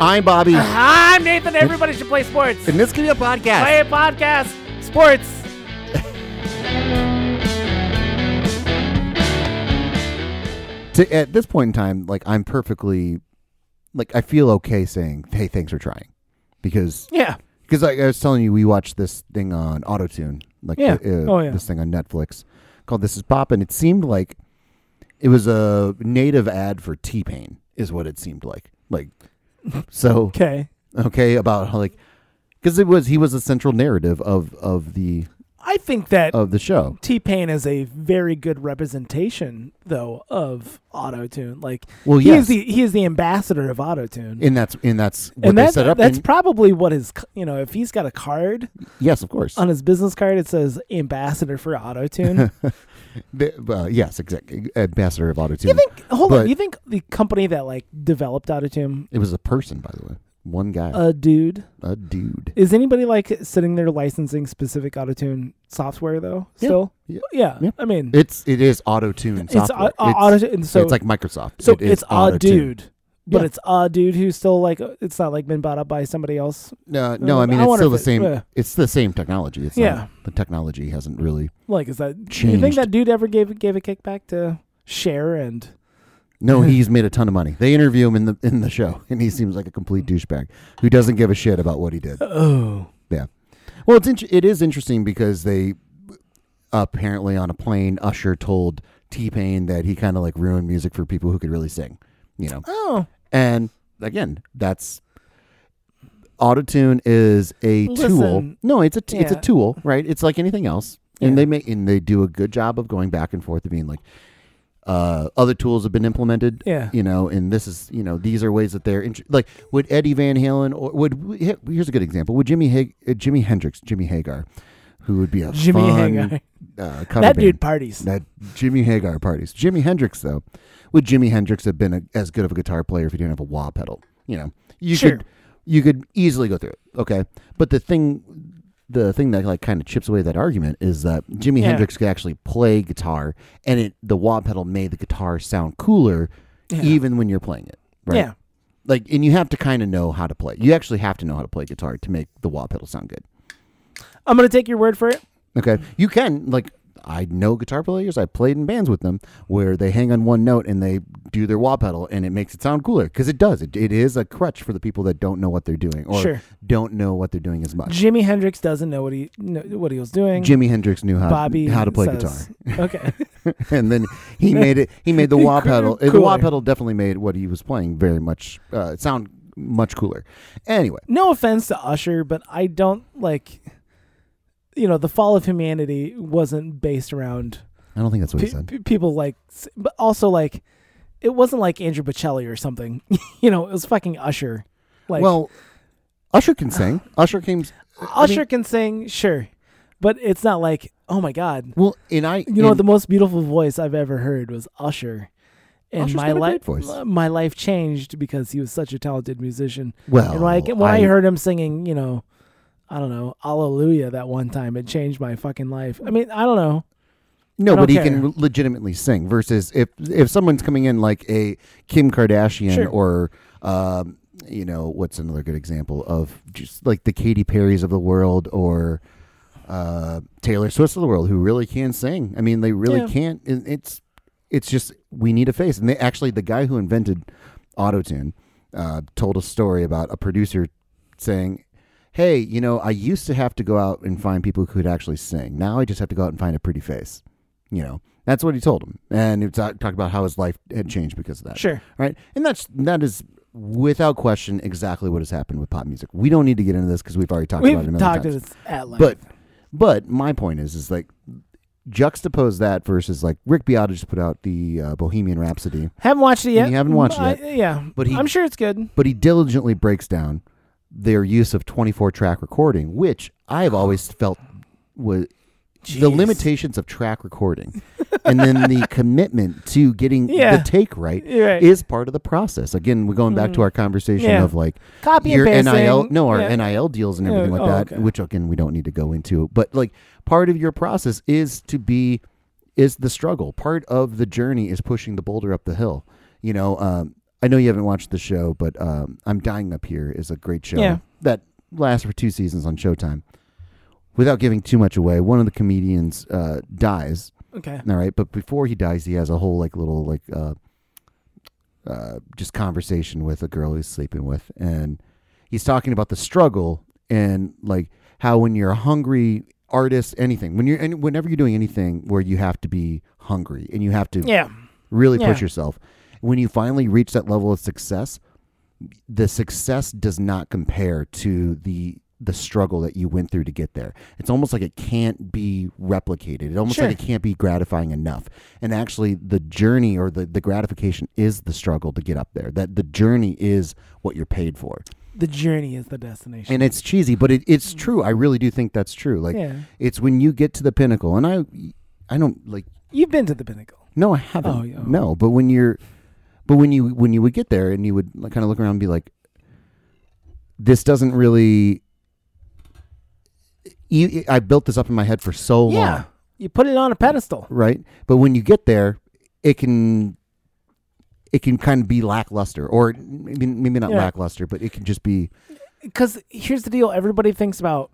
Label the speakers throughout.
Speaker 1: I'm Bobby, and
Speaker 2: I'm Nathan. Everybody should play sports.
Speaker 1: this could be a podcast.
Speaker 2: Play a podcast. Sports.
Speaker 1: To- at this point in time, like I'm perfectly, like I feel okay saying, "Hey, thanks for trying," because
Speaker 2: Yeah.
Speaker 1: because like, I was telling you, we watched this thing on AutoTune, like
Speaker 2: Yeah.
Speaker 1: uh, uh,
Speaker 2: Oh, yeah.
Speaker 1: this thing on Netflix called "This Is Pop," and it seemed like it was a native ad for T Pain, is what it seemed like. Like, so
Speaker 2: Okay.
Speaker 1: okay about how, like because it was he was a central narrative of of the
Speaker 2: I think that
Speaker 1: of the show.
Speaker 2: T Pain is a very good representation, though, of auto tune. Like,
Speaker 1: Well,
Speaker 2: he
Speaker 1: yes.
Speaker 2: is the he is the ambassador of auto tune,
Speaker 1: and that's and that's what
Speaker 2: and
Speaker 1: they
Speaker 2: that-
Speaker 1: set up.
Speaker 2: that's
Speaker 1: and-
Speaker 2: probably what his c- you know if he's got a card
Speaker 1: yes, of course.
Speaker 2: on his business card, it says ambassador for auto tune.
Speaker 1: The- uh, yes, exactly. Ambassador of
Speaker 2: you
Speaker 1: Autotune.
Speaker 2: think? Hold on.
Speaker 1: But-
Speaker 2: You think the company that like developed auto tune,
Speaker 1: it was a person, by the way. One guy,
Speaker 2: a dude?
Speaker 1: a dude.
Speaker 2: Is anybody like sitting there licensing specific autotune software though?
Speaker 1: Yeah.
Speaker 2: Still,
Speaker 1: Yeah.
Speaker 2: yeah.
Speaker 1: Yeah.
Speaker 2: I mean,
Speaker 1: It's it is Autotune
Speaker 2: it's
Speaker 1: software.
Speaker 2: au- au-
Speaker 1: it's,
Speaker 2: auto-tune, and so
Speaker 1: it's like Microsoft.
Speaker 2: so
Speaker 1: It is
Speaker 2: it's a
Speaker 1: Autotune.
Speaker 2: dude, but
Speaker 1: Yeah.
Speaker 2: it's a dude who's still like it's not like been bought up by somebody else.
Speaker 1: No, no. I mean,
Speaker 2: Uh, I
Speaker 1: it's
Speaker 2: wonder
Speaker 1: still the
Speaker 2: if it-
Speaker 1: same.
Speaker 2: yeah.
Speaker 1: It's the same technology. It's
Speaker 2: Yeah.
Speaker 1: not, the technology hasn't really.
Speaker 2: Like, is that you think
Speaker 1: Changed.
Speaker 2: that dude ever gave gave a kickback to Cher and
Speaker 1: No, he's made a ton of money. They interview him in the in the show, and he seems like a complete douchebag who doesn't give a shit about what he did.
Speaker 2: oh
Speaker 1: Yeah. Well, it's int- it is interesting because they apparently on a plane, Usher told T Pain that he kind of like ruined music for people who could really sing, you know.
Speaker 2: oh
Speaker 1: And again, that's autotune is a tool.
Speaker 2: Listen.
Speaker 1: No, it's a t- it's a
Speaker 2: Yeah.
Speaker 1: tool, right? It's like anything else,
Speaker 2: Yeah.
Speaker 1: and they make and they do a good job of going back and forth of being like. Uh, other tools have been implemented,
Speaker 2: Yeah.
Speaker 1: You know, and this is, you know, these are ways that they're int- like. Would Eddie Van Halen or would he- here's a good example? Would Jimmy Hag- uh, Jimi Hendrix, Jimmy Hagar, who would be a
Speaker 2: Jimmy
Speaker 1: fun,
Speaker 2: Hagar.
Speaker 1: uh, cover
Speaker 2: that
Speaker 1: band.
Speaker 2: dude parties
Speaker 1: That Jimmy Hagar parties. Jimi Hendrix, though, would Jimi Hendrix have been a, as good of a guitar player if he didn't have a wah pedal? You know, you
Speaker 2: Sure.
Speaker 1: could you could easily go through it. Okay, but the thing the thing that like kind of chips away that argument is that Jimi
Speaker 2: Yeah.
Speaker 1: Hendrix could actually play guitar, and it the wah pedal made the guitar sound cooler,
Speaker 2: Yeah.
Speaker 1: even when you're playing it. Right?
Speaker 2: yeah
Speaker 1: Like, and you have to kind of know how to play. You actually have to know how to play guitar to make the wah pedal sound good.
Speaker 2: I'm gonna take your word for it
Speaker 1: Okay. You can like I know guitar players. I played in bands with them where they hang on one note and they do their wah pedal and it makes it sound cooler because it does. It, it is a crutch for the people that don't know what they're doing or
Speaker 2: Sure.
Speaker 1: don't know what they're doing as much.
Speaker 2: Jimi Hendrix doesn't know what he kno- what he was doing
Speaker 1: Jimi Hendrix knew how
Speaker 2: Bobby
Speaker 1: how to play
Speaker 2: says- okay
Speaker 1: guitar, and then he made it. He made the wah pedal. The wah
Speaker 2: Cooler.
Speaker 1: pedal definitely made what he was playing very much uh, sound much cooler. Anyway,
Speaker 2: no offense to Usher but I don't like you know the fall of humanity wasn't based around
Speaker 1: I don't think that's what he
Speaker 2: pe-
Speaker 1: said.
Speaker 2: pe- people like s- but also like it wasn't like Andrew Bocelli or something you know it was fucking Usher like
Speaker 1: well, Usher can sing. Usher came. I mean-
Speaker 2: Usher can sing sure but it's not like oh my god
Speaker 1: Well, and I
Speaker 2: You know
Speaker 1: and-
Speaker 2: the most beautiful voice I've ever heard was Usher. And
Speaker 1: Usher's
Speaker 2: my
Speaker 1: got a
Speaker 2: life
Speaker 1: great voice.
Speaker 2: my life changed because he was such a talented musician.
Speaker 1: Well,
Speaker 2: and like when I,
Speaker 1: I-
Speaker 2: heard him singing, you know, I don't know, Hallelujah that one time, it changed my fucking life. I mean, I don't know.
Speaker 1: No,
Speaker 2: I don't
Speaker 1: but he
Speaker 2: care.
Speaker 1: can re- legitimately sing. Versus if if someone's coming in like a Kim Kardashian
Speaker 2: Sure.
Speaker 1: or um, you know what's another good example of just like the Katy Perrys of the world or uh, Taylor Swift of the world who really can sing. I mean, they really
Speaker 2: Yeah.
Speaker 1: can't. and It's it's just we need a face. And they actually the guy who invented autotune uh, told a story about a producer saying hey, you know, I used to have to go out and find people who could actually sing. Now I just have to go out and find a pretty face. You know, that's what he told him, and he talked talked about how his life had changed because of that.
Speaker 2: Sure.
Speaker 1: right? And that's that is without question exactly what has happened with pop music. We don't need to get into this because we've already talked about it. a
Speaker 2: We've
Speaker 1: million
Speaker 2: talked
Speaker 1: times.
Speaker 2: it at length.
Speaker 1: But but my point is is like juxtapose that versus like Rick Beato just put out the uh, Bohemian Rhapsody,
Speaker 2: haven't watched it yet. Mm,
Speaker 1: You haven't watched it
Speaker 2: I- yeah.
Speaker 1: But he-
Speaker 2: I'm sure it's good.
Speaker 1: but he diligently breaks down their use of 24 track recording, which I've always felt was the
Speaker 2: Oh, Jeez.
Speaker 1: limitations of track recording and then the commitment to getting
Speaker 2: Yeah.
Speaker 1: the take right,
Speaker 2: You're right. Mm.
Speaker 1: is part of the process. Again, we're going back to our conversation
Speaker 2: Yeah.
Speaker 1: of like
Speaker 2: Copy
Speaker 1: your
Speaker 2: and pasting.
Speaker 1: NIL, no, our
Speaker 2: Yeah.
Speaker 1: NIL deals and
Speaker 2: Yeah,
Speaker 1: everything like
Speaker 2: oh,
Speaker 1: that,
Speaker 2: okay.
Speaker 1: which again, we don't need to go into, but like part of your process is to be, is the struggle. Part of the journey is pushing the boulder up the hill. You know, um, I know you haven't watched the show, but um, I'm Dying Up Here is a great show
Speaker 2: Yeah.
Speaker 1: that lasts for two seasons on Showtime. Without giving too much away, one of the comedians uh, dies.
Speaker 2: Okay.
Speaker 1: All right, but before he dies, he has a whole like little like uh, uh, just conversation with a girl he's sleeping with, and he's talking about the struggle and like how when you're a hungry artist, anything when you're and whenever you're doing anything where you have to be hungry and you have to
Speaker 2: Yeah.
Speaker 1: really
Speaker 2: Yeah.
Speaker 1: push yourself. When you finally reach that level of success, the success does not compare to the the struggle that you went through to get there. It's almost like it can't be replicated. It almost
Speaker 2: Sure.
Speaker 1: like it can't be gratifying enough. And actually the journey or the, the gratification is the struggle to get up there. That the journey is what you're paid for.
Speaker 2: The journey is the destination.
Speaker 1: And it's cheesy, but it, it's true. I really do think that's true. Like
Speaker 2: yeah.
Speaker 1: it's when you get to the pinnacle and I I don't like
Speaker 2: You've been to the pinnacle.
Speaker 1: no, I haven't.
Speaker 2: Oh, yeah.
Speaker 1: No, but when you're, but when you when you would get there and you would like, kind of look around and be like, this doesn't really. You, I built this up in my head for so long,
Speaker 2: You put it on a pedestal.
Speaker 1: right? But when you get there, it can, it can kind of be lackluster, or maybe, maybe not
Speaker 2: Yeah.
Speaker 1: lackluster, but it can just be
Speaker 2: Because here's the deal everybody thinks about,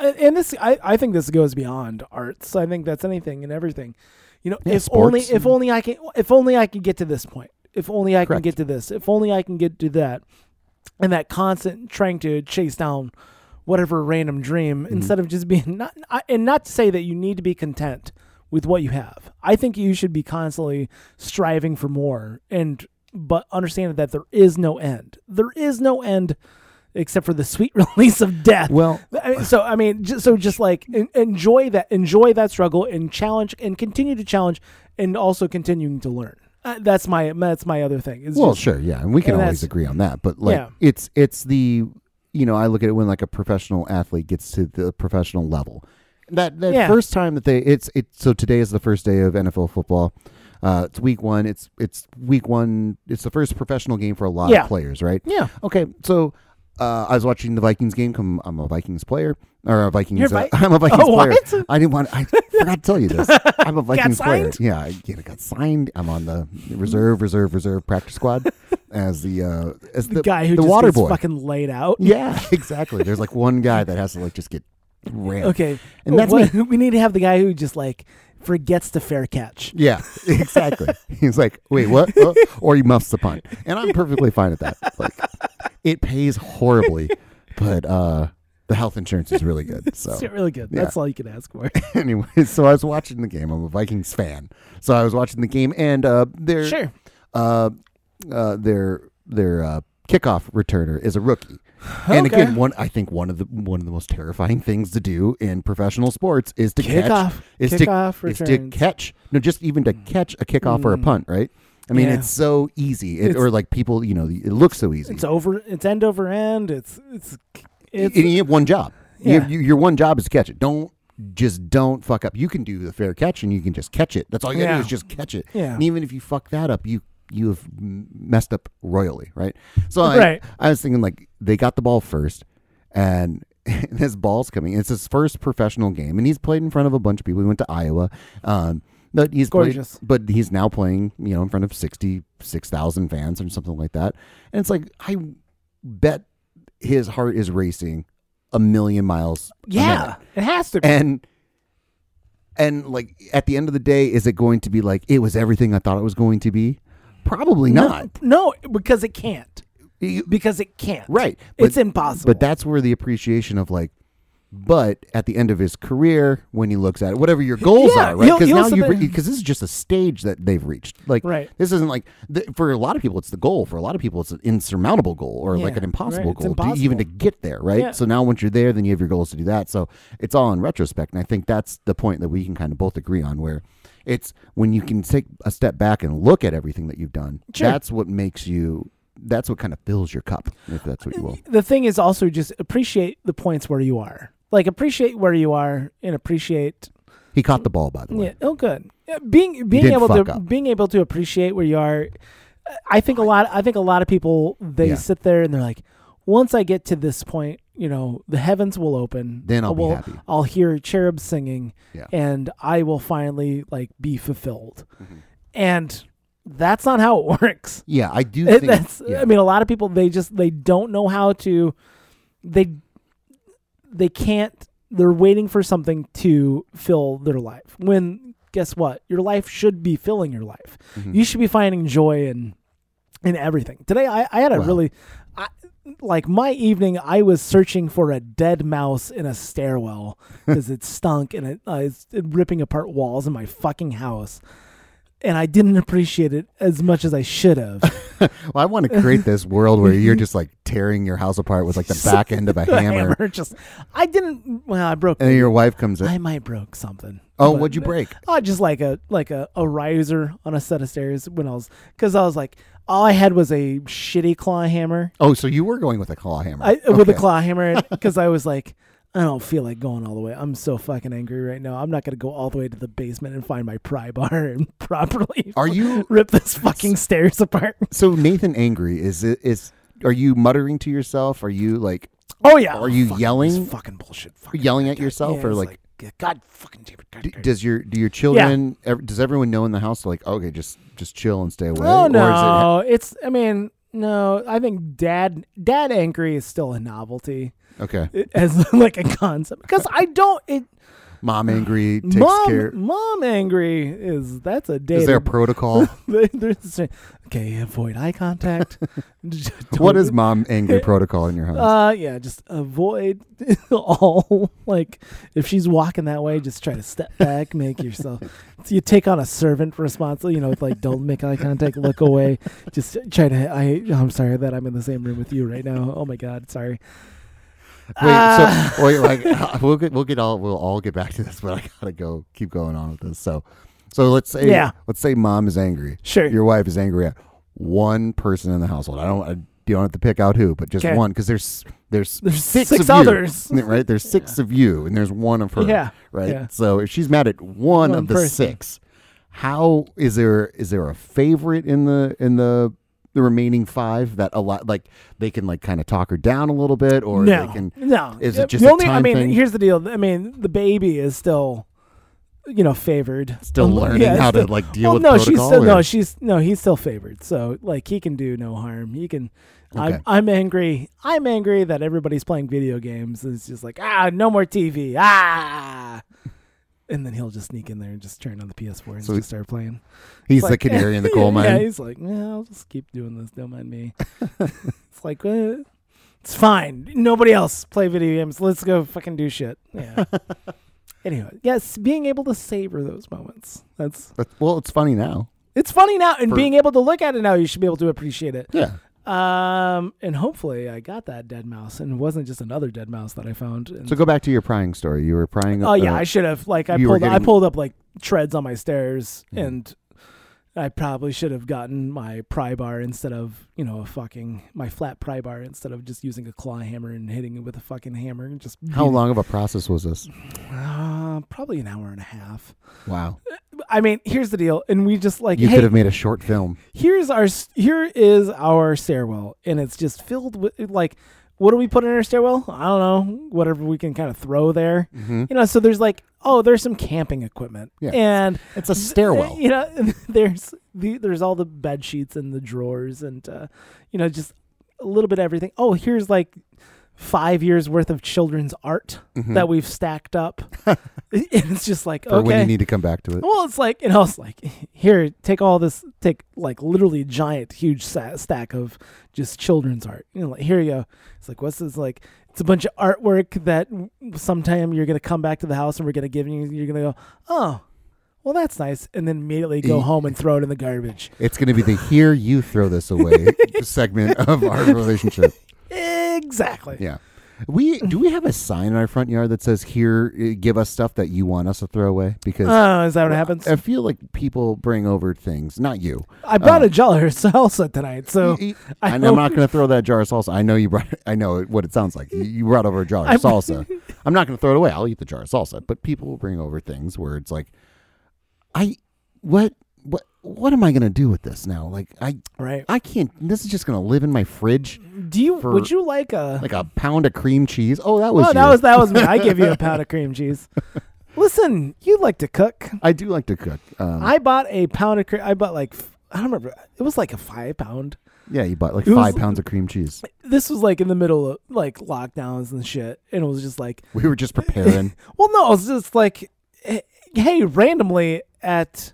Speaker 2: uh, and this, I, I think this goes beyond arts. I think that's anything and everything. You know,
Speaker 1: Yeah,
Speaker 2: if only,
Speaker 1: sports
Speaker 2: if
Speaker 1: and-
Speaker 2: only I can, if only I can get to this point. If only I can
Speaker 1: Correct.
Speaker 2: get to this. If only I can get to that. And that constant trying to chase down whatever random dream
Speaker 1: Mm-hmm.
Speaker 2: instead of just being not I- and not to say that you need to be content with what you have. I think you should be constantly striving for more and but understand that there is no end. There is no end except for the sweet release of death.
Speaker 1: well.
Speaker 2: I mean, so I mean, just, so just like en- enjoy that, enjoy that struggle, and challenge, and continue to challenge, and also continuing to learn. Uh, that's my that's my other thing. Is
Speaker 1: Well,
Speaker 2: just,
Speaker 1: sure, yeah, and we can
Speaker 2: and
Speaker 1: always
Speaker 2: that's-
Speaker 1: agree on that. But like,
Speaker 2: Yeah.
Speaker 1: it's it's the you know I look at it when like a professional athlete gets to the professional level. That that
Speaker 2: Yeah.
Speaker 1: first time that they it's it so today is the first day of NFL football. Uh, it's week one. It's it's week one. It's the first professional game for a lot
Speaker 2: Yeah.
Speaker 1: of players, right?
Speaker 2: yeah,
Speaker 1: Okay, so uh, I was watching the Vikings game. Come, I'm a Vikings player or a Vikings.
Speaker 2: You're
Speaker 1: uh,
Speaker 2: Vi-
Speaker 1: I'm a Vikings
Speaker 2: Oh,
Speaker 1: player.
Speaker 2: what?
Speaker 1: I didn't want. I forgot to tell you this. I'm a Vikings player.
Speaker 2: signed?
Speaker 1: Yeah, I yeah, I got signed. I'm on the reserve, reserve, reserve practice squad as the uh, as the,
Speaker 2: the, guy who
Speaker 1: the
Speaker 2: just
Speaker 1: water
Speaker 2: gets
Speaker 1: boy.
Speaker 2: fucking laid out.
Speaker 1: Yeah, exactly. There's like one guy that has to like just get ran.
Speaker 2: Okay,
Speaker 1: And that's
Speaker 2: What- we need to have the guy who just like forgets to fair catch.
Speaker 1: Yeah, exactly. He's like, wait, what? Uh, or he muffs the punt, and I'm perfectly fine at that. Like, it pays horribly, but uh, the health insurance is really good. So
Speaker 2: It's really good.
Speaker 1: yeah.
Speaker 2: That's all you can ask for.
Speaker 1: anyway, so I was watching the game. I'm a Vikings fan, so I was watching the game, and uh, their
Speaker 2: sure.
Speaker 1: uh, uh, their their uh, kickoff returner is a rookie. And
Speaker 2: Okay.
Speaker 1: again, one I think one of the one of the most terrifying things to do in professional sports is to catch
Speaker 2: Kickoff.
Speaker 1: is to
Speaker 2: Kickoff
Speaker 1: is to
Speaker 2: returns.
Speaker 1: catch no just even to catch a kickoff or a
Speaker 2: Mm.
Speaker 1: punt right i mean
Speaker 2: Yeah.
Speaker 1: it's so easy it,
Speaker 2: It's-
Speaker 1: or like people you know it looks so easy
Speaker 2: It's over. It's end over end. It's it's it's
Speaker 1: and you have one job You
Speaker 2: Yeah.
Speaker 1: have- you- your one job is to catch it don't just don't fuck up you can do the fair catch and you can just catch it that's all you gotta
Speaker 2: Yeah.
Speaker 1: do is just catch it
Speaker 2: Yeah.
Speaker 1: and even if you fuck that up you you have m- messed up royally right so I,
Speaker 2: Right.
Speaker 1: I was thinking like they got the ball first and his ball's coming it's his first professional game and he's played in front of a bunch of people he went to iowa um but he's played-
Speaker 2: Gorgeous.
Speaker 1: but he's now playing you know in front of 66,000 fans or something like that and it's like i bet his heart is racing a million miles a minute.
Speaker 2: yeah. It has to be.
Speaker 1: and and like at the end of the day is it going to be like it was everything i thought it was going to be probably not
Speaker 2: No, because it can't.
Speaker 1: You-
Speaker 2: Because it can't.
Speaker 1: right
Speaker 2: it's impossible.
Speaker 1: But that's where the appreciation of like, but at the end of his career, when he looks at it, whatever your goals
Speaker 2: Yeah,
Speaker 1: are, right?
Speaker 2: he'll-
Speaker 1: Because
Speaker 2: he'll
Speaker 1: now you
Speaker 2: submit-
Speaker 1: because this is just a stage that they've reached. Like,
Speaker 2: Right.
Speaker 1: this isn't like th- for a lot of people, it's the goal. For a lot of people, it's an insurmountable goal or like
Speaker 2: Yeah,
Speaker 1: an impossible
Speaker 2: right, it's
Speaker 1: goal, to- even
Speaker 2: impossible.
Speaker 1: to get there, right?
Speaker 2: Yeah.
Speaker 1: So now once you're there, then you have your goals to do that. So it's all in retrospect, and I think that's the point that we can kind of both agree on where. It's when you can take a step back and look at everything that you've done.
Speaker 2: Sure.
Speaker 1: That's what makes you. That's what kind of fills your cup, if that's what you will.
Speaker 2: the thing is also just appreciate the points where you are. Like appreciate where you are and appreciate
Speaker 1: He caught the ball, by the way.
Speaker 2: Yeah. Oh, good. Yeah, Being being
Speaker 1: did
Speaker 2: able
Speaker 1: fuck
Speaker 2: to
Speaker 1: up. Oh,
Speaker 2: being able to appreciate where you are, uh, I think a lot. I think a lot of people they
Speaker 1: Yeah.
Speaker 2: sit there and they're like, once I get to this point, you know, the heavens will open.
Speaker 1: Then I'll
Speaker 2: I
Speaker 1: be
Speaker 2: will-
Speaker 1: happy."
Speaker 2: I'll hear cherubs singing,
Speaker 1: Yeah. Mm-hmm.
Speaker 2: and I will finally like be fulfilled. And that's not how it works.
Speaker 1: Yeah, I do
Speaker 2: It-
Speaker 1: think
Speaker 2: that's uh,
Speaker 1: yeah.
Speaker 2: I mean a lot of people they just they don't know how to they they can't they're waiting for something to fill their life. When guess what? Your life should be filling your life.
Speaker 1: Mhm.
Speaker 2: You should be finding joy in in everything. Today I, I had a
Speaker 1: Wow.
Speaker 2: really I, like my evening I was searching for a dead mouse in a stairwell cuz it stunk and it uh, it's ripping apart walls in my fucking house. And I didn't appreciate it as much as I should have.
Speaker 1: well, I want to create this world where you're just like tearing your house apart with like the back end of a
Speaker 2: the
Speaker 1: hammer,
Speaker 2: Just I didn't. Well, I broke.
Speaker 1: and then your wife comes in.
Speaker 2: I might broke something.
Speaker 1: Oh,
Speaker 2: but-
Speaker 1: what'd you break?
Speaker 2: Oh, just like a like a, a riser on a set of stairs when I was because I was like all I had was a shitty claw hammer.
Speaker 1: Oh, so you were going with a claw hammer?
Speaker 2: I with a
Speaker 1: Okay.
Speaker 2: claw hammer because I was like. I don't feel like going all the way. I'm so fucking angry right now. I'm not gonna go all the way to the basement and find my pry bar and properly
Speaker 1: Are you
Speaker 2: rip this fucking stairs apart.
Speaker 1: so Nathan angry? Is it is? Are you muttering to yourself? Are you like
Speaker 2: Oh yeah.
Speaker 1: Are you
Speaker 2: Fuck this
Speaker 1: yelling?
Speaker 2: Fucking bullshit. Fucking
Speaker 1: yelling at yourself,
Speaker 2: Yeah,
Speaker 1: or
Speaker 2: it's
Speaker 1: like,
Speaker 2: God fucking damn it. God,
Speaker 1: d
Speaker 2: damn it.
Speaker 1: does your do your children? ev- does everyone know in the house like okay, just just chill and stay away?
Speaker 2: Oh
Speaker 1: Or is it-
Speaker 2: no, it's. I mean, no. I think dad dad angry is still a novelty
Speaker 1: okay,
Speaker 2: i- as like a concept because I don't. It
Speaker 1: mom angry takes
Speaker 2: Uh, mom
Speaker 1: care.
Speaker 2: mom angry is that's a day.
Speaker 1: Is there a protocol?
Speaker 2: okay, avoid eye contact. Don't-
Speaker 1: what is mom angry protocol in your house?
Speaker 2: Uh yeah, just avoid all like if she's walking that way, just try to step back, make yourself so you take on a servant responsibility, you know, it's like don't make eye contact, look away. Just try to I I'm sorry that I'm in the same room with you right now. Oh my god, sorry.
Speaker 1: Wait,
Speaker 2: uh,
Speaker 1: so wait, like uh, we'll get we'll get all we'll all get back to this, but I gotta go keep going on with this. So, so let's say
Speaker 2: Yeah.
Speaker 1: let's say mom is angry,
Speaker 2: Sure.
Speaker 1: your wife is angry at one person in the household. I don't I don't have to pick out who, but just
Speaker 2: 'Kay.
Speaker 1: one because there's there's
Speaker 2: There's
Speaker 1: six,
Speaker 2: six
Speaker 1: of you,
Speaker 2: others.
Speaker 1: right? There's six of you, and there's one of her,
Speaker 2: Yeah,
Speaker 1: right?
Speaker 2: yeah.
Speaker 1: So if she's mad at one,
Speaker 2: One
Speaker 1: of the
Speaker 2: person.
Speaker 1: six, how is there is there a favorite in the in the the remaining five that a lot like they can like kind of talk her down a little bit or
Speaker 2: no,
Speaker 1: they can
Speaker 2: no.
Speaker 1: is it
Speaker 2: The
Speaker 1: just a
Speaker 2: only- I
Speaker 1: time
Speaker 2: mean,
Speaker 1: thing?
Speaker 2: here's the deal. I mean, the baby is still you know favored.
Speaker 1: still
Speaker 2: Um,
Speaker 1: learning
Speaker 2: yeah,
Speaker 1: how
Speaker 2: still-
Speaker 1: to like deal
Speaker 2: well,
Speaker 1: with
Speaker 2: no,
Speaker 1: protocol?
Speaker 2: she's still,
Speaker 1: or-
Speaker 2: no, she's no, he's still favored. So like he can do no harm. He can.
Speaker 1: Okay.
Speaker 2: I'm, I'm angry. I'm angry that everybody's playing video games. And it's just like ah, no more TV. Ah. And then he'll just sneak in there and just turn on the PS4 and
Speaker 1: So
Speaker 2: just start playing.
Speaker 1: he's
Speaker 2: It's
Speaker 1: the
Speaker 2: like-
Speaker 1: canary in the coal mine.
Speaker 2: Yeah, he's like, yeah, I'll just keep doing this. Don't mind me. it's like, eh, it's fine. Nobody else play video games. Let's go fucking do shit. Yeah. anyway, yes, being able to savor those moments. That's
Speaker 1: That's, well, it's funny now.
Speaker 2: it's funny now, and
Speaker 1: For-
Speaker 2: being able to look at it now, you should be able to appreciate it.
Speaker 1: Yeah.
Speaker 2: Um, and hopefully, I got that dead mouse, and it wasn't just another dead mouse that I found. And,
Speaker 1: So go back to your prying story. You were prying.
Speaker 2: oh yeah,
Speaker 1: uh,
Speaker 2: I should have like I
Speaker 1: you were
Speaker 2: pulled I
Speaker 1: getting-
Speaker 2: pulled up like treads on my stairs,
Speaker 1: Yeah.
Speaker 2: and I probably should have gotten my pry bar instead of you know a fucking my flat pry bar instead of just using a claw hammer and hitting it with a fucking hammer. And just
Speaker 1: how
Speaker 2: beating-
Speaker 1: long of a process was this?
Speaker 2: Uh, probably an hour and a half.
Speaker 1: Wow.
Speaker 2: I mean, here's the deal, and we just like
Speaker 1: You
Speaker 2: hey,
Speaker 1: could have made a short film.
Speaker 2: here's our here is our stairwell and it's just filled with like what do we put in our stairwell i don't know whatever we can kind of throw there
Speaker 1: Mm-hmm.
Speaker 2: you know so there's like oh there's some camping equipment
Speaker 1: Yeah.
Speaker 2: and
Speaker 1: It's a stairwell.
Speaker 2: you know there's the, there's all the bed sheets and the drawers and uh, you know just a little bit of everything oh here's like five years worth of children's art that we've stacked up and it's just like
Speaker 1: Mm-hmm. Hmm. for
Speaker 2: okay
Speaker 1: when you need to come back to it.
Speaker 2: well, it's like, and I was like, here, take all this, take like literally giant, huge sa- stack of just children's art. You know, like, here you go. It's like, what's this? Like, it's a bunch of artwork that w- sometime you're going to come back to the house and we're going to give you, you're going to go, oh, well, that's nice. And then immediately go
Speaker 1: Eat.
Speaker 2: home and throw it in the garbage.
Speaker 1: It's going to be the "Here You Throw This Away" segment of our relationship.
Speaker 2: Exactly.
Speaker 1: Yeah, we do. We have a sign in our front yard that says "Here, uh, give us stuff that you want us to throw away." Because
Speaker 2: Oh, is that what happens?
Speaker 1: I feel like people bring over things. Not you.
Speaker 2: I brought
Speaker 1: uh, E,
Speaker 2: a jar of salsa tonight, so
Speaker 1: You- you-
Speaker 2: I
Speaker 1: and I'm not
Speaker 2: hope-
Speaker 1: going to throw that jar of salsa. I know you brought. I know what it sounds like. You, you brought over a jar of salsa. I'm not going to throw it away. I'll eat the jar of salsa. But people will bring over things where it's like, I what what what am I going to do with this now? Like I
Speaker 2: right?
Speaker 1: I can't. This is just going to live in my fridge
Speaker 2: Do you?
Speaker 1: for-
Speaker 2: would you like a?
Speaker 1: like a pound of cream cheese. Oh, that was.
Speaker 2: oh,
Speaker 1: you.
Speaker 2: that was that was me. I give you a pound of cream cheese. Listen, you like to cook.
Speaker 1: I do like to cook. Um,
Speaker 2: I bought a pound of cream. I bought like f- I don't remember. It was like a five pound.
Speaker 1: Yeah, you bought like
Speaker 2: It was-
Speaker 1: five pounds of cream cheese.
Speaker 2: This was like in the middle of like lockdowns and shit, and it was just like,
Speaker 1: We were just preparing.
Speaker 2: well, no, it's just like, eh, hey, randomly at,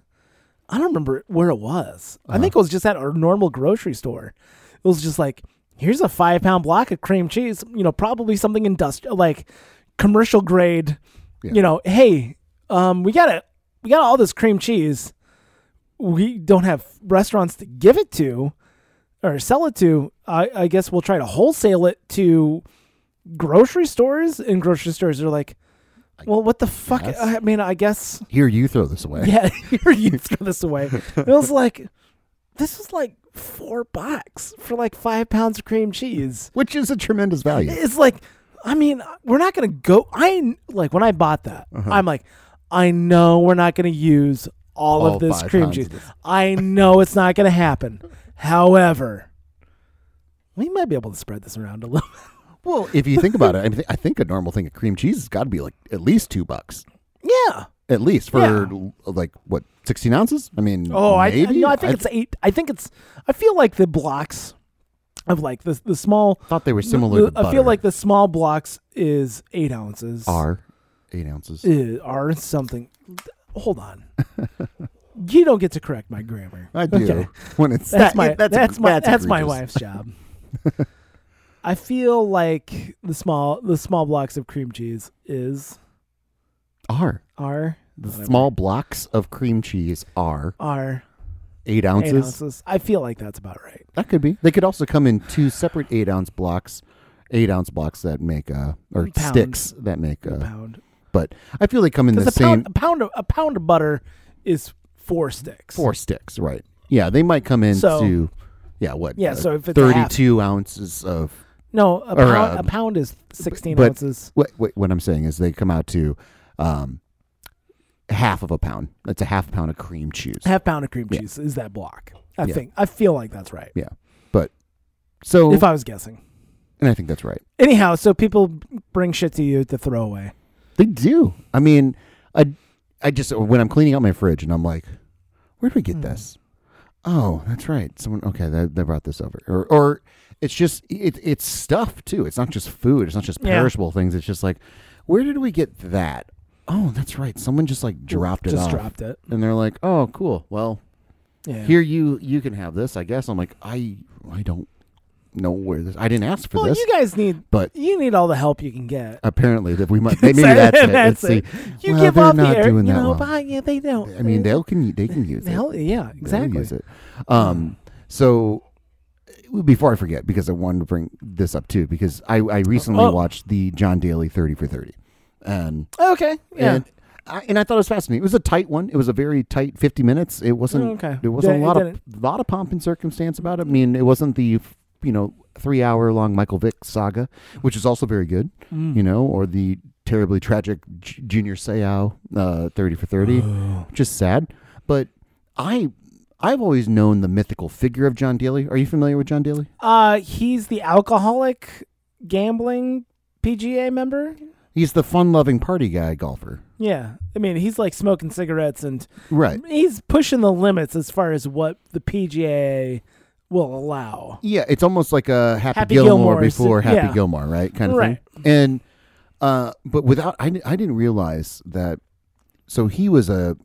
Speaker 2: I don't remember where it was.
Speaker 1: Uh-huh.
Speaker 2: I think it was just at our normal grocery store. It was just like, here's a five pound block of cream cheese. You know, probably something industrial, like commercial grade.
Speaker 1: Yeah.
Speaker 2: You know, hey, um, we got to we got all this cream cheese. We don't have restaurants to give it to or sell it to. I, I guess we'll try to wholesale it to grocery stores, and grocery stores are like, well, what the fuck?
Speaker 1: guess.
Speaker 2: I mean, I guess,
Speaker 1: Here, you throw this away.
Speaker 2: yeah, here you throw this away. It was like, this was like four bucks for like five pounds of cream cheese.
Speaker 1: Which is a tremendous value.
Speaker 2: It's like, I mean, we're not gonna go. I like when I bought that,
Speaker 1: Uh-huh.
Speaker 2: I'm like, I know we're not gonna use all,
Speaker 1: All
Speaker 2: of this
Speaker 1: five
Speaker 2: cream
Speaker 1: pounds of
Speaker 2: cheese.
Speaker 1: this.
Speaker 2: I know it's not gonna happen. However, we might be able to spread this around a little.
Speaker 1: Well, if you think about it, I, mean, I think a normal thing of cream cheese has got to be like at least two bucks,
Speaker 2: yeah.
Speaker 1: at least for
Speaker 2: Yeah.
Speaker 1: l- like what sixteen ounces. I mean,
Speaker 2: Oh, I
Speaker 1: maybe?
Speaker 2: no, I think it's eight. I think it's. I feel like the blocks of like the the small.
Speaker 1: thought they were similar.
Speaker 2: the-
Speaker 1: to
Speaker 2: I
Speaker 1: butter.
Speaker 2: feel like the small blocks is eight ounces.
Speaker 1: are eight ounces.
Speaker 2: Uh, are something. Hold on. you don't get to correct my grammar.
Speaker 1: I do
Speaker 2: Okay.
Speaker 1: when it's that,
Speaker 2: That's my
Speaker 1: that's,
Speaker 2: that's, my
Speaker 1: that's,
Speaker 2: that's, my
Speaker 1: egregious.
Speaker 2: wife's job. I feel like the small the small blocks of cream cheese is
Speaker 1: Are
Speaker 2: are
Speaker 1: the
Speaker 2: whatever,
Speaker 1: small blocks of cream cheese are
Speaker 2: are
Speaker 1: eight
Speaker 2: eight
Speaker 1: ounces.
Speaker 2: ounces. I feel like that's about right.
Speaker 1: That could be. They could also come in two separate eight ounce blocks, eight ounce blocks that make uh or
Speaker 2: Pounds.
Speaker 1: sticks that make
Speaker 2: A
Speaker 1: uh.
Speaker 2: pound.
Speaker 1: But I feel they come in the
Speaker 2: Because a
Speaker 1: same
Speaker 2: pound, a pound of a pound of butter is four sticks.
Speaker 1: four sticks, right? Yeah, they might come in
Speaker 2: So-
Speaker 1: to yeah what
Speaker 2: Yeah,
Speaker 1: uh,
Speaker 2: so if it's a half-
Speaker 1: thirty-two ounces of
Speaker 2: No, a
Speaker 1: Or,
Speaker 2: pound, a
Speaker 1: um,
Speaker 2: pound is sixteen
Speaker 1: but-
Speaker 2: ounces.
Speaker 1: what, what what I'm saying is they come out to um half of a pound. That's a half pound of cream cheese.
Speaker 2: Half pound of cream
Speaker 1: Yeah.
Speaker 2: cheese is that block. I
Speaker 1: Yeah.
Speaker 2: think. I feel like that's right.
Speaker 1: So
Speaker 2: If I was guessing.
Speaker 1: and I think that's right.
Speaker 2: Anyhow, so people bring shit to you to throw away.
Speaker 1: They do. I mean, I I just when I'm cleaning out my fridge and I'm like, where did we get
Speaker 2: Hmm.
Speaker 1: this? Oh, that's right. Someone okay, they, they brought this over. Or or it's just it, it's stuff too. It's not just food. It's not just
Speaker 2: Yeah.
Speaker 1: perishable things. It's just like, where did we get that? Oh, that's right. Someone just like dropped it
Speaker 2: Just
Speaker 1: off.
Speaker 2: dropped it.
Speaker 1: And they're like, "Oh, cool. Well,
Speaker 2: Yeah.
Speaker 1: here you you can have this, I guess." I'm like, "I I don't know where this. I didn't ask for
Speaker 2: well,
Speaker 1: this."
Speaker 2: you guys need
Speaker 1: but
Speaker 2: you need all the help you can get.
Speaker 1: apparently that we might maybe that's it. Let's see.
Speaker 2: You
Speaker 1: Well,
Speaker 2: give
Speaker 1: they're
Speaker 2: off
Speaker 1: not
Speaker 2: the air,
Speaker 1: doing
Speaker 2: you
Speaker 1: that
Speaker 2: know,
Speaker 1: well.
Speaker 2: but yeah, they don't.
Speaker 1: I mean,
Speaker 2: they,
Speaker 1: they'll can they can use it.
Speaker 2: hell, yeah,
Speaker 1: They'll
Speaker 2: exactly.
Speaker 1: use it. Um, so before I forget, because I wanted to bring this up too, because I, I recently
Speaker 2: Oh.
Speaker 1: watched the John Daly Thirty for Thirty, and
Speaker 2: Okay, yeah,
Speaker 1: and I, and I thought it was fascinating. It was a tight one. It was a very tight fifty minutes. It wasn't
Speaker 2: okay.
Speaker 1: there wasn't
Speaker 2: Oh, Yeah,
Speaker 1: a lot
Speaker 2: it
Speaker 1: of lot of pomp and circumstance about it. I mean, it wasn't the you know three hour long Michael Vick saga, which is also very good.
Speaker 2: Mm.
Speaker 1: You
Speaker 2: Hmm.
Speaker 1: know, or the terribly tragic J- Junior Seau uh, Thirty for Thirty
Speaker 2: Oh.
Speaker 1: just sad. But I I've always known the mythical figure of John Daly. Are you familiar with John Daly?
Speaker 2: Uh, he's the alcoholic gambling PGA member.
Speaker 1: He's the fun-loving party guy golfer.
Speaker 2: Yeah, I mean, he's like smoking cigarettes and
Speaker 1: Right.
Speaker 2: he's pushing the limits as far as what the PGA will allow.
Speaker 1: Yeah, it's almost like a Happy,
Speaker 2: Happy
Speaker 1: Gilmore,
Speaker 2: Gilmore is-
Speaker 1: before Happy
Speaker 2: yeah.
Speaker 1: Gilmore, right? Kind of
Speaker 2: Right.
Speaker 1: thing. And uh but without I, di- I didn't realize that so he was a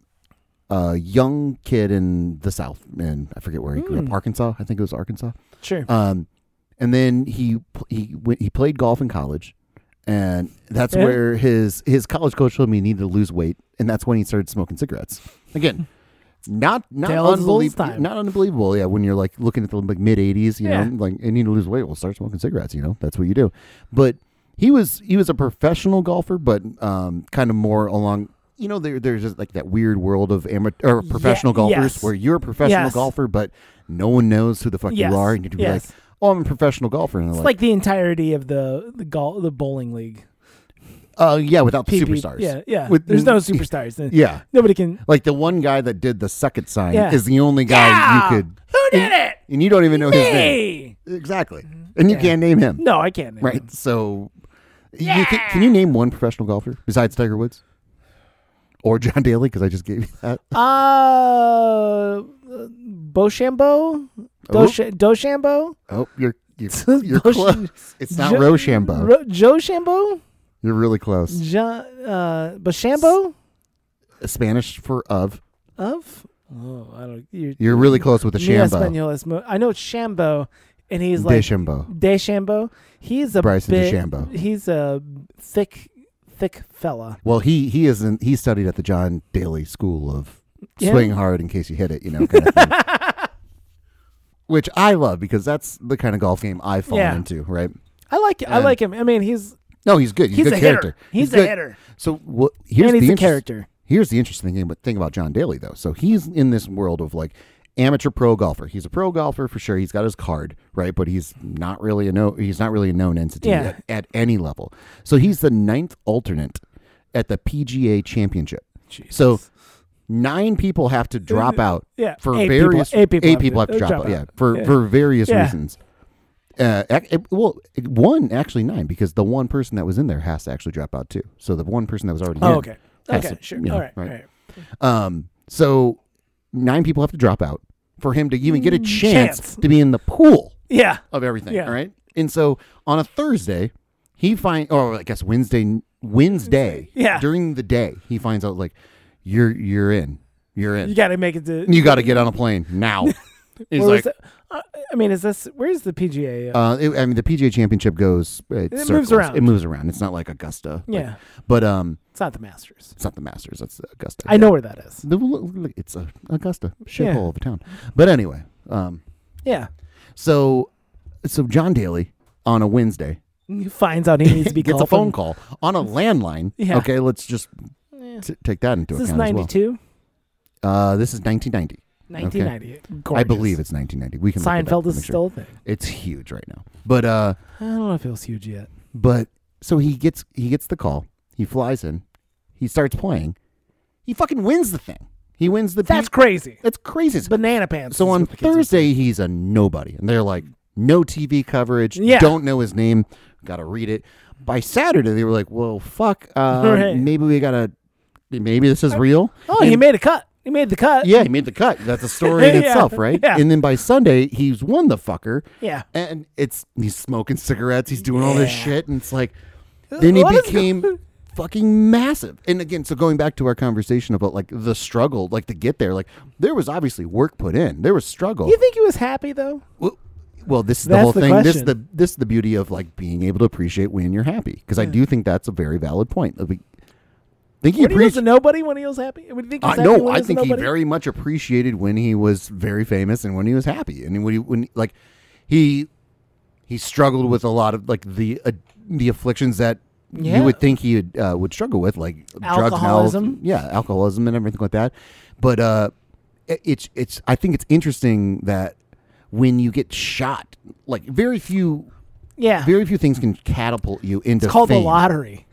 Speaker 1: a young kid in the South, and I forget where he grew up.
Speaker 2: Hmm.
Speaker 1: Arkansas, I think it was Arkansas.
Speaker 2: Sure.
Speaker 1: Um, and then he pl- he went, he played golf in college, and that's
Speaker 2: Yeah.
Speaker 1: where his his college coach told him he needed to lose weight, and that's when he started smoking cigarettes again. Not not
Speaker 2: Tale as old as
Speaker 1: unbelievable.
Speaker 2: time.
Speaker 1: Not unbelievable. Yeah, when you're like looking at the like mid '80s, you
Speaker 2: Yeah.
Speaker 1: know, like I need to lose weight. Well, start smoking cigarettes. You know, that's what you do. But he was he was a professional golfer, but um, kind of more along. You know, there, there's just like that weird world of amateur or
Speaker 2: Ye-
Speaker 1: professional golfers
Speaker 2: yes.
Speaker 1: where you're a professional
Speaker 2: Yes.
Speaker 1: golfer, but no one knows who the fuck
Speaker 2: Yes,
Speaker 1: you are, and you'd be like,
Speaker 2: yes.
Speaker 1: oh, I'm a professional golfer. And they're
Speaker 2: It's
Speaker 1: like,
Speaker 2: like the entirety of the the gol the bowling league.
Speaker 1: oh, yeah, without the
Speaker 2: PP
Speaker 1: superstars.
Speaker 2: Yeah, yeah.
Speaker 1: With-
Speaker 2: There's no superstars.
Speaker 1: Yeah.
Speaker 2: Nobody can.
Speaker 1: Like the one guy that did the suck it sign
Speaker 2: Yeah.
Speaker 1: is the only guy you could,
Speaker 2: Who did it?
Speaker 1: and you don't even know his name.
Speaker 2: Me.
Speaker 1: Exactly. And you
Speaker 2: Yeah.
Speaker 1: can't name him.
Speaker 2: No, I can't.
Speaker 1: Right. So, you can, can you name one professional golfer besides Tiger Woods? Or John Daly, because I just gave you that.
Speaker 2: Uh,
Speaker 1: Oh.
Speaker 2: Beauchambeau? Dosh- Dochambeau?
Speaker 1: Oh, you're you're, you're
Speaker 2: Bosh-
Speaker 1: close. It's not
Speaker 2: Jo-
Speaker 1: Rochambeau.
Speaker 2: Ro- Jochambeau?
Speaker 1: you're really close.
Speaker 2: John, uh, Bochambeau?
Speaker 1: Spanish for of.
Speaker 2: Of? Oh, I don't. You're,
Speaker 1: You're really close with the
Speaker 2: Mi
Speaker 1: Shambo.
Speaker 2: Español es mo- I know it's Shambo, and he's like
Speaker 1: Deshambo.
Speaker 2: Deschambeau. He's a
Speaker 1: Bryson
Speaker 2: big,
Speaker 1: DeChambeau.
Speaker 2: He's a thick, thick fella.
Speaker 1: Well, he he is in, he studied at the John Daly School of
Speaker 2: Yeah.
Speaker 1: swing hard in case you hit it, you know, kind of thing. Which I love because that's the kind of golf game I fall
Speaker 2: Yeah.
Speaker 1: into, right?
Speaker 2: I like. I
Speaker 1: And-
Speaker 2: like him. I mean, he's
Speaker 1: No, he's good. He's,
Speaker 2: he's
Speaker 1: a
Speaker 2: a
Speaker 1: good
Speaker 2: hitter.
Speaker 1: character.
Speaker 2: He's, a
Speaker 1: good.
Speaker 2: hitter,
Speaker 1: So what? Here's
Speaker 2: and he's
Speaker 1: the
Speaker 2: a
Speaker 1: interest-
Speaker 2: character.
Speaker 1: Here's the interesting thing, but thing about John Daly though. So he's in this world of like amateur pro golfer. He's a pro golfer for sure. He's got his card, right? But he's not really a no. He's not really a known entity
Speaker 2: Yeah.
Speaker 1: at, at any level. So he's the ninth alternate at the PGA Championship. So nine people have to drop out
Speaker 2: Yeah,
Speaker 1: for
Speaker 2: eight people-
Speaker 1: various
Speaker 2: eight people have
Speaker 1: have
Speaker 2: to-
Speaker 1: to drop,
Speaker 2: Oh,
Speaker 1: out.
Speaker 2: drop out.
Speaker 1: Yeah, for
Speaker 2: Yeah.
Speaker 1: for various
Speaker 2: Yeah.
Speaker 1: reasons. Uh, ac- it- well, it- one actually nine because the one person that was in there has to actually drop out too. So the one person that was already
Speaker 2: Oh,
Speaker 1: in
Speaker 2: okay.
Speaker 1: has
Speaker 2: Okay,
Speaker 1: to-
Speaker 2: sure.
Speaker 1: you know,
Speaker 2: all right,
Speaker 1: right.
Speaker 2: all right.
Speaker 1: um, so nine people have to drop out for him to even get a chance,
Speaker 2: Mm, Chance.
Speaker 1: to be in the pool
Speaker 2: Yeah,
Speaker 1: of everything.
Speaker 2: Yeah.
Speaker 1: All right. And so on a Thursday, he find or I guess Wednesday Wednesday
Speaker 2: Yeah.
Speaker 1: during the day, he finds out like you're you're in. You're in.
Speaker 2: you got to make it to.
Speaker 1: You gotta get on a plane now. He's
Speaker 2: where was
Speaker 1: like
Speaker 2: it? Uh, I mean, is this where's the PGA? Uh,
Speaker 1: uh, it- I mean, the PGA Championship goes. It,
Speaker 2: moves
Speaker 1: circles.
Speaker 2: around.
Speaker 1: It moves around. It's not like Augusta. like-
Speaker 2: Yeah.
Speaker 1: but um,
Speaker 2: it's not the Masters.
Speaker 1: it's not the Masters. That's Augusta.
Speaker 2: I know where that is.
Speaker 1: The- look, look, It's a Augusta shithole
Speaker 2: Yeah.
Speaker 1: of a town. But anyway, um,
Speaker 2: Yeah,
Speaker 1: so so John Daly on a Wednesday
Speaker 2: he finds out he needs to be
Speaker 1: gets
Speaker 2: golfing.
Speaker 1: a phone call on a landline.
Speaker 2: Yeah.
Speaker 1: Okay, let's just
Speaker 2: Yeah.
Speaker 1: t- take that into
Speaker 2: Is this
Speaker 1: account as well.
Speaker 2: 92?
Speaker 1: Uh, this is 1990.
Speaker 2: 1990.
Speaker 1: I believe it's 1990. We can look it up
Speaker 2: Seinfeld
Speaker 1: to
Speaker 2: is
Speaker 1: make sure.
Speaker 2: still a thing.
Speaker 1: It's huge right now. But uh,
Speaker 2: I don't know if it was huge yet.
Speaker 1: But so he gets he gets the call. He flies in. He starts playing. He fucking wins the thing. He wins the.
Speaker 2: That's
Speaker 1: beat.
Speaker 2: crazy.
Speaker 1: that's crazy.
Speaker 2: Banana pants.
Speaker 1: So
Speaker 2: is
Speaker 1: on
Speaker 2: what the kids would say.
Speaker 1: Thursday he's a nobody, and they're like, no TV coverage.
Speaker 2: Yeah.
Speaker 1: don't know his name. Got to read it. By Saturday they were like, well, fuck. Uh,
Speaker 2: Right.
Speaker 1: Maybe we gotta. Maybe this is real.
Speaker 2: Oh, he made a cut. He made the cut.
Speaker 1: Yeah, he made the cut. That's a story in
Speaker 2: Yeah,
Speaker 1: itself, right?
Speaker 2: yeah.
Speaker 1: And then by Sunday he's won the fucker
Speaker 2: Yeah.
Speaker 1: and it's he's smoking cigarettes, he's doing all this
Speaker 2: Yeah.
Speaker 1: shit, and it's like then he
Speaker 2: What is
Speaker 1: became fucking massive. And again, so going back to our conversation about like the struggle, like to get there, like there was obviously work put in, there was struggle.
Speaker 2: You think he was happy though?
Speaker 1: Well- Well, this is the
Speaker 2: That's
Speaker 1: whole
Speaker 2: the
Speaker 1: thing. This is
Speaker 2: question.
Speaker 1: the this is the beauty of like being able to appreciate when you're happy, because I do think that's a very valid point. Like, we- I think he
Speaker 2: When he was
Speaker 1: appreciated.
Speaker 2: a nobody, when he was happy, would you think he
Speaker 1: I
Speaker 2: was happy
Speaker 1: know.
Speaker 2: when
Speaker 1: I
Speaker 2: was a
Speaker 1: think he
Speaker 2: nobody?
Speaker 1: very much appreciated when he was very famous and when he was happy and when he when like he he struggled with a lot of like the uh, the afflictions that
Speaker 2: Yeah.
Speaker 1: you would think he would, uh, would struggle with like drugs and
Speaker 2: Alcoholism.
Speaker 1: al- yeah, alcoholism and everything like that. But uh, it- it's it's I think it's interesting that when you get shot, like very few
Speaker 2: yeah.
Speaker 1: very few things can catapult you into
Speaker 2: it's called the
Speaker 1: fame
Speaker 2: lottery.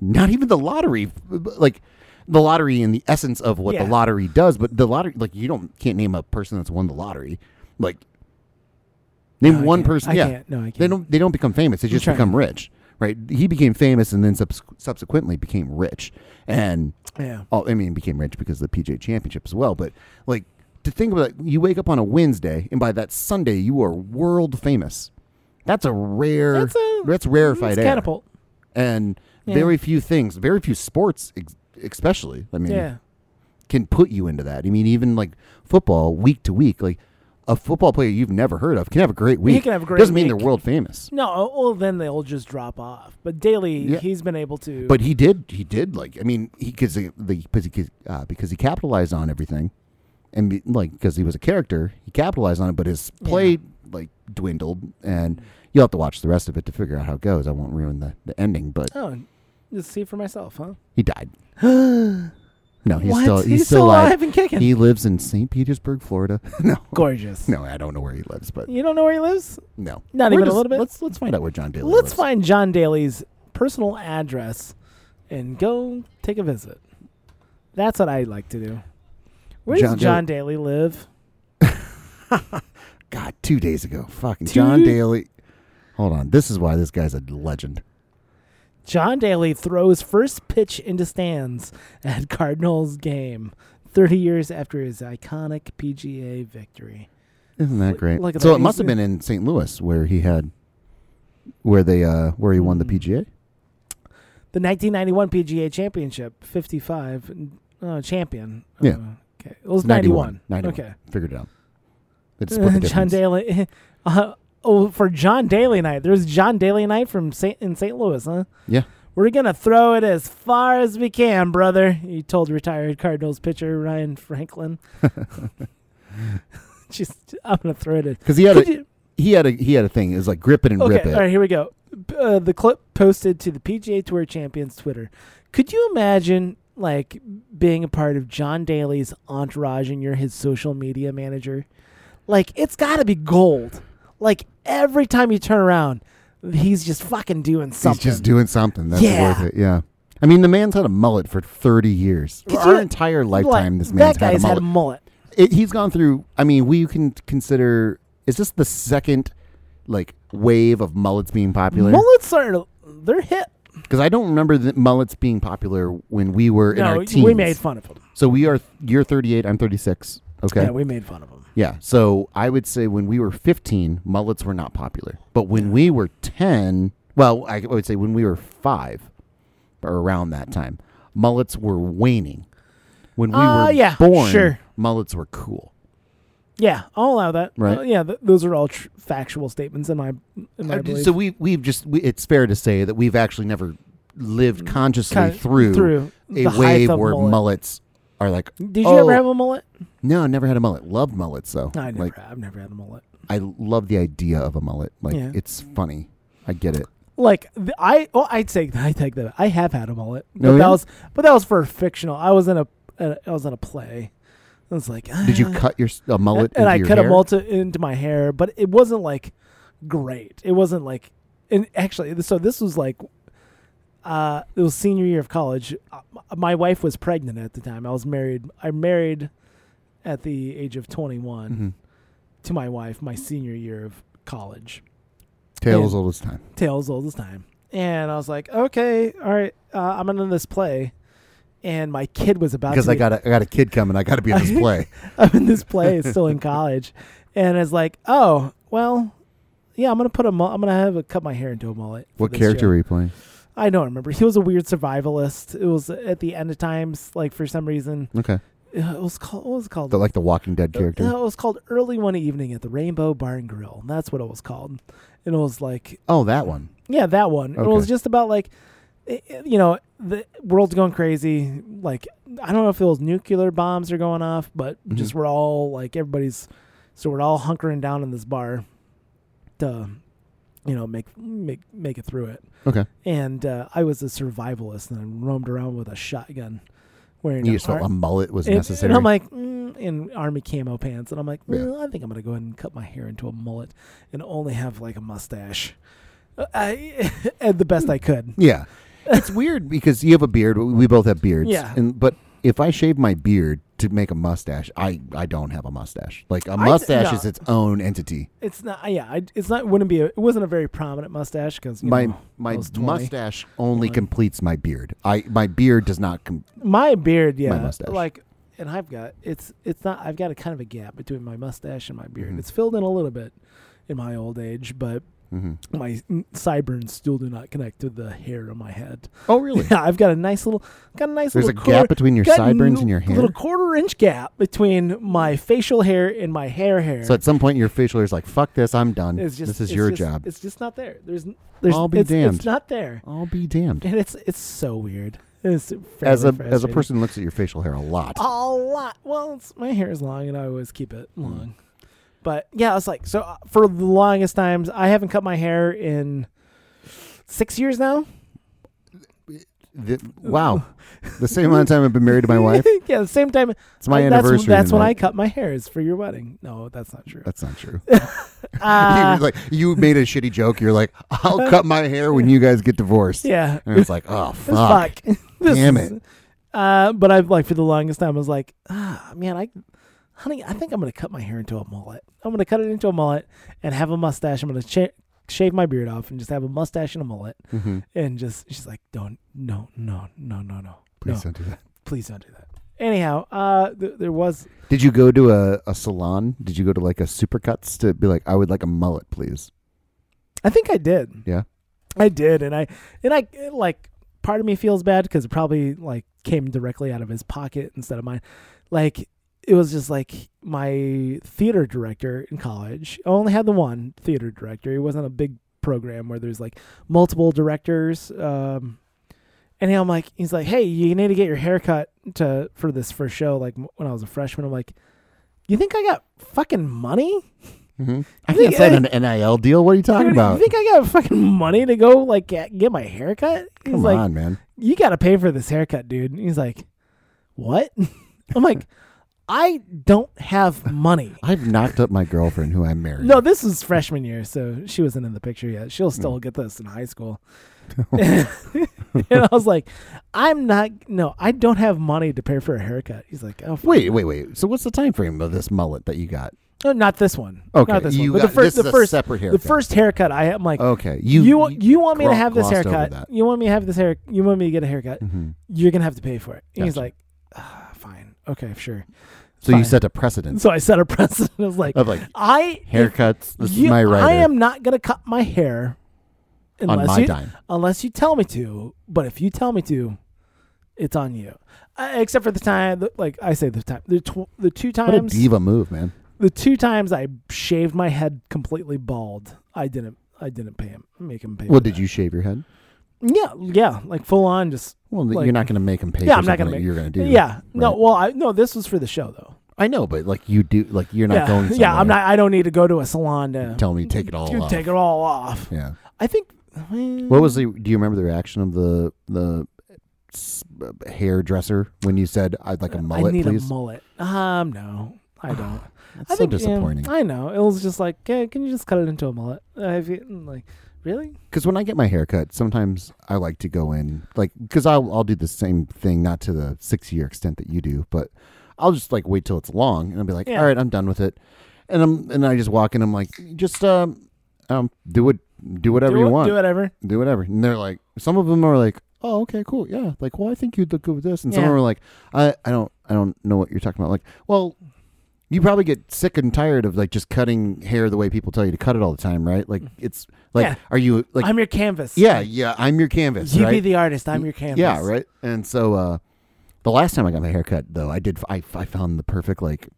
Speaker 1: not even the lottery like the lottery in the essence of what the
Speaker 2: Yeah.
Speaker 1: lottery does but the lottery like you don't can't name a person that's won the lottery like name
Speaker 2: No, I
Speaker 1: one
Speaker 2: can't.
Speaker 1: person
Speaker 2: I
Speaker 1: yeah
Speaker 2: can't. No, I can't.
Speaker 1: they don't they don't become famous they just
Speaker 2: trying.
Speaker 1: become rich right he became famous and then subs- subsequently became rich and
Speaker 2: Yeah.
Speaker 1: oh, I mean, became rich because of the PJ Championship as well. But like to think about, it, you wake up on a Wednesday, and by that Sunday, you are world famous. That's a rare.
Speaker 2: That's a-
Speaker 1: rarefied
Speaker 2: it's
Speaker 1: air.
Speaker 2: catapult.
Speaker 1: and
Speaker 2: Yeah.
Speaker 1: very few things, very few sports, ex- especially. I mean,
Speaker 2: Yeah.
Speaker 1: can put you into that. I mean, even like football, week to week, like a football player you've never heard of can have a great week.
Speaker 2: can have a great
Speaker 1: Doesn't mean
Speaker 2: week.
Speaker 1: they're world famous.
Speaker 2: No, well then they'll just drop off. But Daly,
Speaker 1: Yeah.
Speaker 2: he's been able to.
Speaker 1: But he did. He did. Like I mean, he because the because he uh, because he capitalized on everything, and be, like because he was a character, he capitalized on it. But his play like dwindled, and you'll have to watch the rest of it to figure out how it goes. I won't ruin the, the ending, but
Speaker 2: oh, just see for myself, huh?
Speaker 1: he died. no, he's
Speaker 2: What?
Speaker 1: still he's,
Speaker 2: He's
Speaker 1: still
Speaker 2: still
Speaker 1: alive.
Speaker 2: alive and kicking.
Speaker 1: He lives in Saint Petersburg, Florida. no,
Speaker 2: Gorgeous.
Speaker 1: no, I don't know where he lives, but
Speaker 2: You don't know where he lives?
Speaker 1: no,
Speaker 2: Not
Speaker 1: We're
Speaker 2: even a
Speaker 1: just-
Speaker 2: little bit?
Speaker 1: Let's let's find out where John Daly
Speaker 2: Let's
Speaker 1: lives.
Speaker 2: find John Daly's personal address and go take a visit. That's what I like to do. Where
Speaker 1: John
Speaker 2: does John Daly live?
Speaker 1: God, two days ago, fucking John
Speaker 2: Two-
Speaker 1: Daly. Hold on, this is why this guy's a legend.
Speaker 2: John Daly throws first pitch into stands at Cardinals game 30 years after his iconic PGA victory.
Speaker 1: Isn't that great?
Speaker 2: Look at
Speaker 1: so
Speaker 2: that.
Speaker 1: it must have been in St. Louis where he had where they uh where he won the
Speaker 2: Hmm.
Speaker 1: PGA.
Speaker 2: The 1991 PGA Championship, 55 uh, champion.
Speaker 1: Yeah.
Speaker 2: Uh, okay. It was 91.
Speaker 1: 91.
Speaker 2: Okay.
Speaker 1: Figured it out. They just split the
Speaker 2: John
Speaker 1: difference.
Speaker 2: Daly. Uh, oh, for John Daly night. There's John Daly night from Saint, in St. Louis, huh?
Speaker 1: Yeah.
Speaker 2: We're going to throw it as far as we can, brother, he told retired Cardinals pitcher Ryan Franklin. Just, I'm going to throw it. At,
Speaker 1: Because he had
Speaker 2: Could
Speaker 1: a
Speaker 2: you-
Speaker 1: he had a he had a thing. It was like grip it and
Speaker 2: Okay,
Speaker 1: rip it.
Speaker 2: all right, here we go. B- Uh, the clip posted to the PGA Tour Champions Twitter. Could you imagine like being a part of John Daly's entourage and you're his social media manager? Like it's got to be gold. Like every time you turn around, he's just fucking doing something.
Speaker 1: He's just doing something. That's
Speaker 2: Yeah.
Speaker 1: worth it. Yeah. I mean, the man's had a mullet for 30 years.
Speaker 2: Could
Speaker 1: Our
Speaker 2: you-
Speaker 1: entire
Speaker 2: Like,
Speaker 1: lifetime, this man's
Speaker 2: that
Speaker 1: had a
Speaker 2: guy's
Speaker 1: mullet. It- he's gone through. I mean, we can consider. Is this the second like wave of mullets being popular?
Speaker 2: Mullets are they're hip.
Speaker 1: Because I don't remember the mullets being popular when we were in
Speaker 2: no,
Speaker 1: our teens.
Speaker 2: we made fun of him.
Speaker 1: so we are. You're 38. I'm 36. Okay.
Speaker 2: Yeah, we made fun of him.
Speaker 1: Yeah. So I would say when we were 15, mullets were not popular. But when we were 10, well, I would say when we were five or around that time, mullets were waning. When we
Speaker 2: Uh,
Speaker 1: were
Speaker 2: yeah,
Speaker 1: born,
Speaker 2: sure.
Speaker 1: mullets were cool.
Speaker 2: Yeah, I'll allow that.
Speaker 1: Right.
Speaker 2: Uh, yeah, th- those are all tr- factual statements in my in my
Speaker 1: Uh,
Speaker 2: belief.
Speaker 1: so we, we've just, we, it's fair to say that we've actually never lived consciously
Speaker 2: Mm, Kind of
Speaker 1: through,
Speaker 2: through
Speaker 1: a
Speaker 2: the height
Speaker 1: wave
Speaker 2: of
Speaker 1: where
Speaker 2: mullet.
Speaker 1: mullets are like,
Speaker 2: Did you
Speaker 1: Oh.
Speaker 2: ever have a mullet?
Speaker 1: no, I never had a mullet. Loved mullets, though.
Speaker 2: No, I never.
Speaker 1: like,
Speaker 2: I've never had a mullet.
Speaker 1: I love the idea of a mullet. Like,
Speaker 2: Yeah.
Speaker 1: it's funny. I get it.
Speaker 2: Like th- I, oh, I take, I take that. I have had a mullet, but
Speaker 1: Oh, yeah?
Speaker 2: that was, but that was for fictional. I was in a, uh, I was in a play. I was like,
Speaker 1: Did you
Speaker 2: ah.
Speaker 1: cut your s- a mullet?
Speaker 2: And, and
Speaker 1: into
Speaker 2: I
Speaker 1: your
Speaker 2: cut
Speaker 1: hair?
Speaker 2: a mullet into my hair, but it wasn't like great. It wasn't like, and actually, so this was like, uh, it was senior year of college. Uh, m- My wife was pregnant at the time. I was married. I married at the age of twenty
Speaker 1: Mhm.
Speaker 2: to my wife my senior year of college.
Speaker 1: Tales
Speaker 2: And-
Speaker 1: old as time.
Speaker 2: Tales old as time. And I was like, okay, all right, uh, I'm in this play. And my kid was about
Speaker 1: Because
Speaker 2: to
Speaker 1: I
Speaker 2: be-
Speaker 1: got a, I got a kid coming. I got to be in this play.
Speaker 2: I'm in this play, it's still in college. And it's like, oh, well, yeah, I'm gonna put a mu- I'm gonna have a cut my hair into a mullet. for
Speaker 1: what
Speaker 2: this
Speaker 1: character
Speaker 2: show.
Speaker 1: were you playing?
Speaker 2: I don't remember. He was a weird survivalist. It was at the end of times, like for some reason. uh,
Speaker 1: Okay,
Speaker 2: It was called what was it called?
Speaker 1: the, like the Walking Dead character.
Speaker 2: No, it was called Early One Evening at the Rainbow Bar and Grill. And that's what it was called. And it was like
Speaker 1: Oh, that one.
Speaker 2: Yeah, that one. It was
Speaker 1: Okay.
Speaker 2: just about like, i- i- you know, the world's going crazy. Like, I don't know if it was nuclear bombs are going off, but just
Speaker 1: Mhm.
Speaker 2: we're all like everybody's, so we're all hunkering down in this bar, to, you know, make make make it through it.
Speaker 1: Okay,
Speaker 2: And uh, I was a survivalist and I roamed around with a shotgun, wearing
Speaker 1: you
Speaker 2: an
Speaker 1: just felt
Speaker 2: ar-
Speaker 1: a mullet was
Speaker 2: and,
Speaker 1: necessary.
Speaker 2: And I'm like, mm, in army camo pants, and I'm like,
Speaker 1: Yeah.
Speaker 2: "Mm, I think I'm gonna go ahead and cut my hair into a mullet and only have like a mustache, Uh, I, and the best I could.
Speaker 1: yeah, it's weird because you have a beard. We we both have beards.
Speaker 2: Yeah.
Speaker 1: and but if I shave my beard to make a mustache, I I don't have a mustache. Like a
Speaker 2: d-
Speaker 1: mustache
Speaker 2: no.
Speaker 1: is its own entity.
Speaker 2: It's not, uh, yeah, I, it's not. Wouldn't be. A, it wasn't a very prominent mustache because
Speaker 1: My
Speaker 2: I
Speaker 1: my
Speaker 2: was 20.
Speaker 1: mustache only
Speaker 2: One.
Speaker 1: completes my beard. I my beard does not. Com-
Speaker 2: my beard, yeah,
Speaker 1: mustache.
Speaker 2: like, and I've got it's it's not. I've got a kind of a gap between my mustache and my beard.
Speaker 1: Mhm.
Speaker 2: It's filled in a little bit in my old age, but
Speaker 1: Mhm.
Speaker 2: my mm, sideburns still do not connect to the hair on my head.
Speaker 1: Oh really?
Speaker 2: Yeah, I've got a nice little, got a nice
Speaker 1: There's a
Speaker 2: little quarter-
Speaker 1: gap between your
Speaker 2: got
Speaker 1: sideburns
Speaker 2: n-
Speaker 1: and your hair.
Speaker 2: Little quarter inch gap between my facial hair and my hair hair.
Speaker 1: So at some point, your facial hair is like, "Fuck this, I'm done.
Speaker 2: it's just
Speaker 1: this is
Speaker 2: it's
Speaker 1: your
Speaker 2: just-
Speaker 1: job."
Speaker 2: It's just not there. There's n- there's
Speaker 1: I'll be
Speaker 2: it's,
Speaker 1: damned.
Speaker 2: It's not there,
Speaker 1: I'll be damned.
Speaker 2: and it's it's so weird. It's
Speaker 1: As
Speaker 2: fairly
Speaker 1: a as a
Speaker 2: frustrating. Ah.
Speaker 1: person who looks at your facial hair a lot,
Speaker 2: a lot. Well, it's, my hair is long, and I always keep it
Speaker 1: Hmm.
Speaker 2: long. But yeah, I was like, so uh, for the longest times, I haven't cut my hair in six years now.
Speaker 1: th- wow, the same amount of time I've been married to my wife.
Speaker 2: yeah, the same time.
Speaker 1: It's my
Speaker 2: that's,
Speaker 1: anniversary.
Speaker 2: That's when I
Speaker 1: tonight.
Speaker 2: cut my hair. Is for your wedding. No, that's not true.
Speaker 1: That's not true. you
Speaker 2: Ah,
Speaker 1: were like you made a shitty joke. You're like, "I'll cut my hair when you guys get divorced."
Speaker 2: yeah.
Speaker 1: And it's like, "Oh
Speaker 2: This
Speaker 1: fuck."
Speaker 2: fuck. This
Speaker 1: Damn
Speaker 2: is-
Speaker 1: it.
Speaker 2: Uh, but I've like for the longest time I was like, ah, man, I, honey, I think I'm gonna cut my hair into a mullet. I'm gonna cut it into a mullet and have a mustache. I'm gonna cha- shave my beard off and just have a mustache and a mullet
Speaker 1: Mhm.
Speaker 2: and just she's like, don't, no, no, no, no, no,
Speaker 1: Please
Speaker 2: no,
Speaker 1: don't do that.
Speaker 2: please don't do that. Anyhow, uh, th- there was
Speaker 1: Did you go to a, a salon? Did you go to like a supercuts to be like, I would like a mullet, please?
Speaker 2: I think I did.
Speaker 1: Yeah.
Speaker 2: I did, and I and I like part of me feels bad because it probably like came directly out of his pocket instead of mine. Like it was just like my theater director in college. I only had the one theater director. It wasn't a big program where there's like multiple directors. Um, and I'm like, he's like, hey, you need to get your haircut to for this first show. Like when I was a freshman, I'm like, you think I got fucking money?
Speaker 1: Mm-hmm. I
Speaker 2: You think-
Speaker 1: can't sign an NIL deal. What are you talking
Speaker 2: Dude,
Speaker 1: about?
Speaker 2: You think I got fucking money to go like get get my haircut? He's
Speaker 1: Come
Speaker 2: like,
Speaker 1: on, man.
Speaker 2: you got to pay for this haircut, dude. And he's like, what? I'm like, I don't have money.
Speaker 1: I've knocked up my girlfriend who I married.
Speaker 2: No, this was freshman year, so she wasn't in the picture yet. She'll still get this in high school. and I was like, I'm not. No, I don't have money to pay for a haircut. He's like, oh, fuck.
Speaker 1: Wait, wait, wait. So what's the time frame of this mullet that you got?
Speaker 2: no, not this one.
Speaker 1: Okay,
Speaker 2: not this
Speaker 1: you got,
Speaker 2: one. but the first,
Speaker 1: this
Speaker 2: the
Speaker 1: is
Speaker 2: first,
Speaker 1: a separate
Speaker 2: the
Speaker 1: haircut.
Speaker 2: first haircut. I am like,
Speaker 1: Okay,
Speaker 2: you
Speaker 1: you
Speaker 2: you, want me to
Speaker 1: gro-
Speaker 2: have this
Speaker 1: glossed over
Speaker 2: haircut? Mm-hmm.
Speaker 1: that.
Speaker 2: You want me to have this hair? You want me to get a haircut?
Speaker 1: Mhm.
Speaker 2: You're gonna have to pay for it. And He's
Speaker 1: Gotcha.
Speaker 2: like, ah, fine, okay, sure.
Speaker 1: So you
Speaker 2: Fine.
Speaker 1: set a precedent
Speaker 2: So I set a precedent. I was like,
Speaker 1: of like
Speaker 2: I
Speaker 1: haircuts. This
Speaker 2: you-
Speaker 1: is my right.
Speaker 2: I am not gonna cut my hair
Speaker 1: on
Speaker 2: unless
Speaker 1: my
Speaker 2: you
Speaker 1: dime.
Speaker 2: unless you tell me to. But if you tell me to, it's on you. Uh, except for the time, the- like I say, the time, the tw- the two
Speaker 1: What a
Speaker 2: times,
Speaker 1: diva move, man.
Speaker 2: the two times I shaved my head completely bald, I didn't, I didn't pay him, make him pay.
Speaker 1: Well,
Speaker 2: for
Speaker 1: did
Speaker 2: that.
Speaker 1: you shave your head?
Speaker 2: Yeah, yeah, like full on, just
Speaker 1: Well, th-
Speaker 2: Like-
Speaker 1: you're not going to make him pay.
Speaker 2: Yeah,
Speaker 1: for
Speaker 2: I'm
Speaker 1: something
Speaker 2: not gonna
Speaker 1: that
Speaker 2: make-
Speaker 1: You're going to do.
Speaker 2: yeah. No,
Speaker 1: Right.
Speaker 2: well, I no, this was for the show though.
Speaker 1: I know, but like you do, like you're not
Speaker 2: yeah,
Speaker 1: going. Somewhere.
Speaker 2: yeah, I'm not. I don't need to go to a salon to
Speaker 1: Tell me, take it all
Speaker 2: to
Speaker 1: off.
Speaker 2: take it all off.
Speaker 1: yeah.
Speaker 2: I think.
Speaker 1: What was the? Do you remember the reaction of the the s- hairdresser when you said, "I'd like a mullet,
Speaker 2: I need
Speaker 1: please"?
Speaker 2: a mullet. Um, no, I don't.
Speaker 1: That's
Speaker 2: I
Speaker 1: so
Speaker 2: think, yeah,
Speaker 1: disappointing.
Speaker 2: I know. It was just like, yeah, can you just cut it into a mullet? I feel, like, really?
Speaker 1: Because when I get my haircut, sometimes I like to go in, like, because I'll I'll do the same thing, not to the six year extent that you do, but I'll just like wait till it's long, and I'll be like,
Speaker 2: Yeah.
Speaker 1: "All right, I'm done with it," and I'm and I just walk in, I'm like, "Just um, um, do it, do whatever
Speaker 2: do
Speaker 1: you
Speaker 2: it-
Speaker 1: want."
Speaker 2: Do whatever.
Speaker 1: do whatever. And they're like, some of them are like, oh, okay, cool, yeah. Like, well, I think you'd look good with this. And some of
Speaker 2: Yeah.
Speaker 1: them are like, I, I don't, I don't know what you're talking about. Like, well, you probably get sick and tired of like just cutting hair the way people tell you to cut it all the time, right? Like, it's like,
Speaker 2: Mm. Yeah.
Speaker 1: are you like,
Speaker 2: I'm your canvas.
Speaker 1: yeah, yeah, I'm your canvas,
Speaker 2: You be
Speaker 1: right?
Speaker 2: the artist. I'm your canvas.
Speaker 1: yeah, right. And so, uh, the last time I got my haircut, though, I did, I, I found the perfect like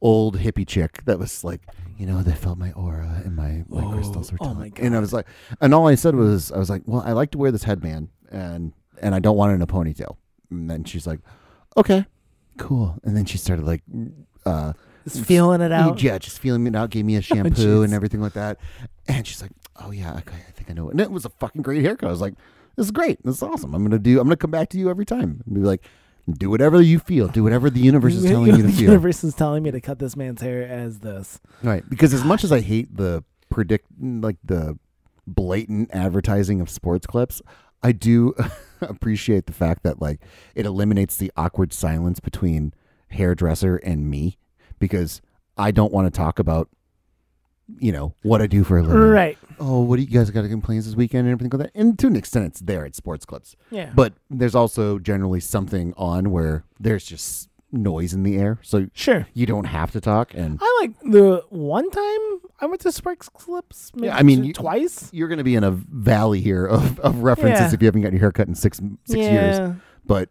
Speaker 1: old hippie chick that was like. You know, they felt my aura and my, my
Speaker 2: Oh,
Speaker 1: crystals were
Speaker 2: oh
Speaker 1: telling.
Speaker 2: my
Speaker 1: And I
Speaker 2: God.
Speaker 1: was like, and all I said was, I was like, well, I like to wear this headband, and and I don't want it in a ponytail. And then she's like, okay, cool. And then she started like, uh,
Speaker 2: Just feeling it out.
Speaker 1: yeah, just feeling it out, gave me a shampoo
Speaker 2: jeez.
Speaker 1: and everything like that. And she's like, oh yeah, okay, I think I know it. And it was a fucking great haircut. I was like, this is great. This is awesome. I'm gonna do. I'm gonna come back to you every time and be like, do whatever you feel. Do whatever the universe is telling you to
Speaker 2: the
Speaker 1: feel.
Speaker 2: universe is telling me to cut this man's hair as this.
Speaker 1: Right. Because as much as I hate the predict like the blatant advertising of sports clips, I do appreciate the fact that like it eliminates the awkward silence between hairdresser and me because I don't want to talk about you know what I do for a living.
Speaker 2: Right.
Speaker 1: Oh, what do you guys got to complain this weekend and everything like that? And to an extent, it's there at sports clips,
Speaker 2: Yeah.
Speaker 1: but there's also generally something on where there's just noise in the air, so
Speaker 2: sure.
Speaker 1: you don't have to talk. And
Speaker 2: I like the one time I went to Sparks Clips. Maybe
Speaker 1: I mean,
Speaker 2: t-
Speaker 1: you-
Speaker 2: twice.
Speaker 1: you're going to be in a valley here of, of references
Speaker 2: Yeah.
Speaker 1: if you haven't gotten your hair cut in six six
Speaker 2: yeah.
Speaker 1: years. But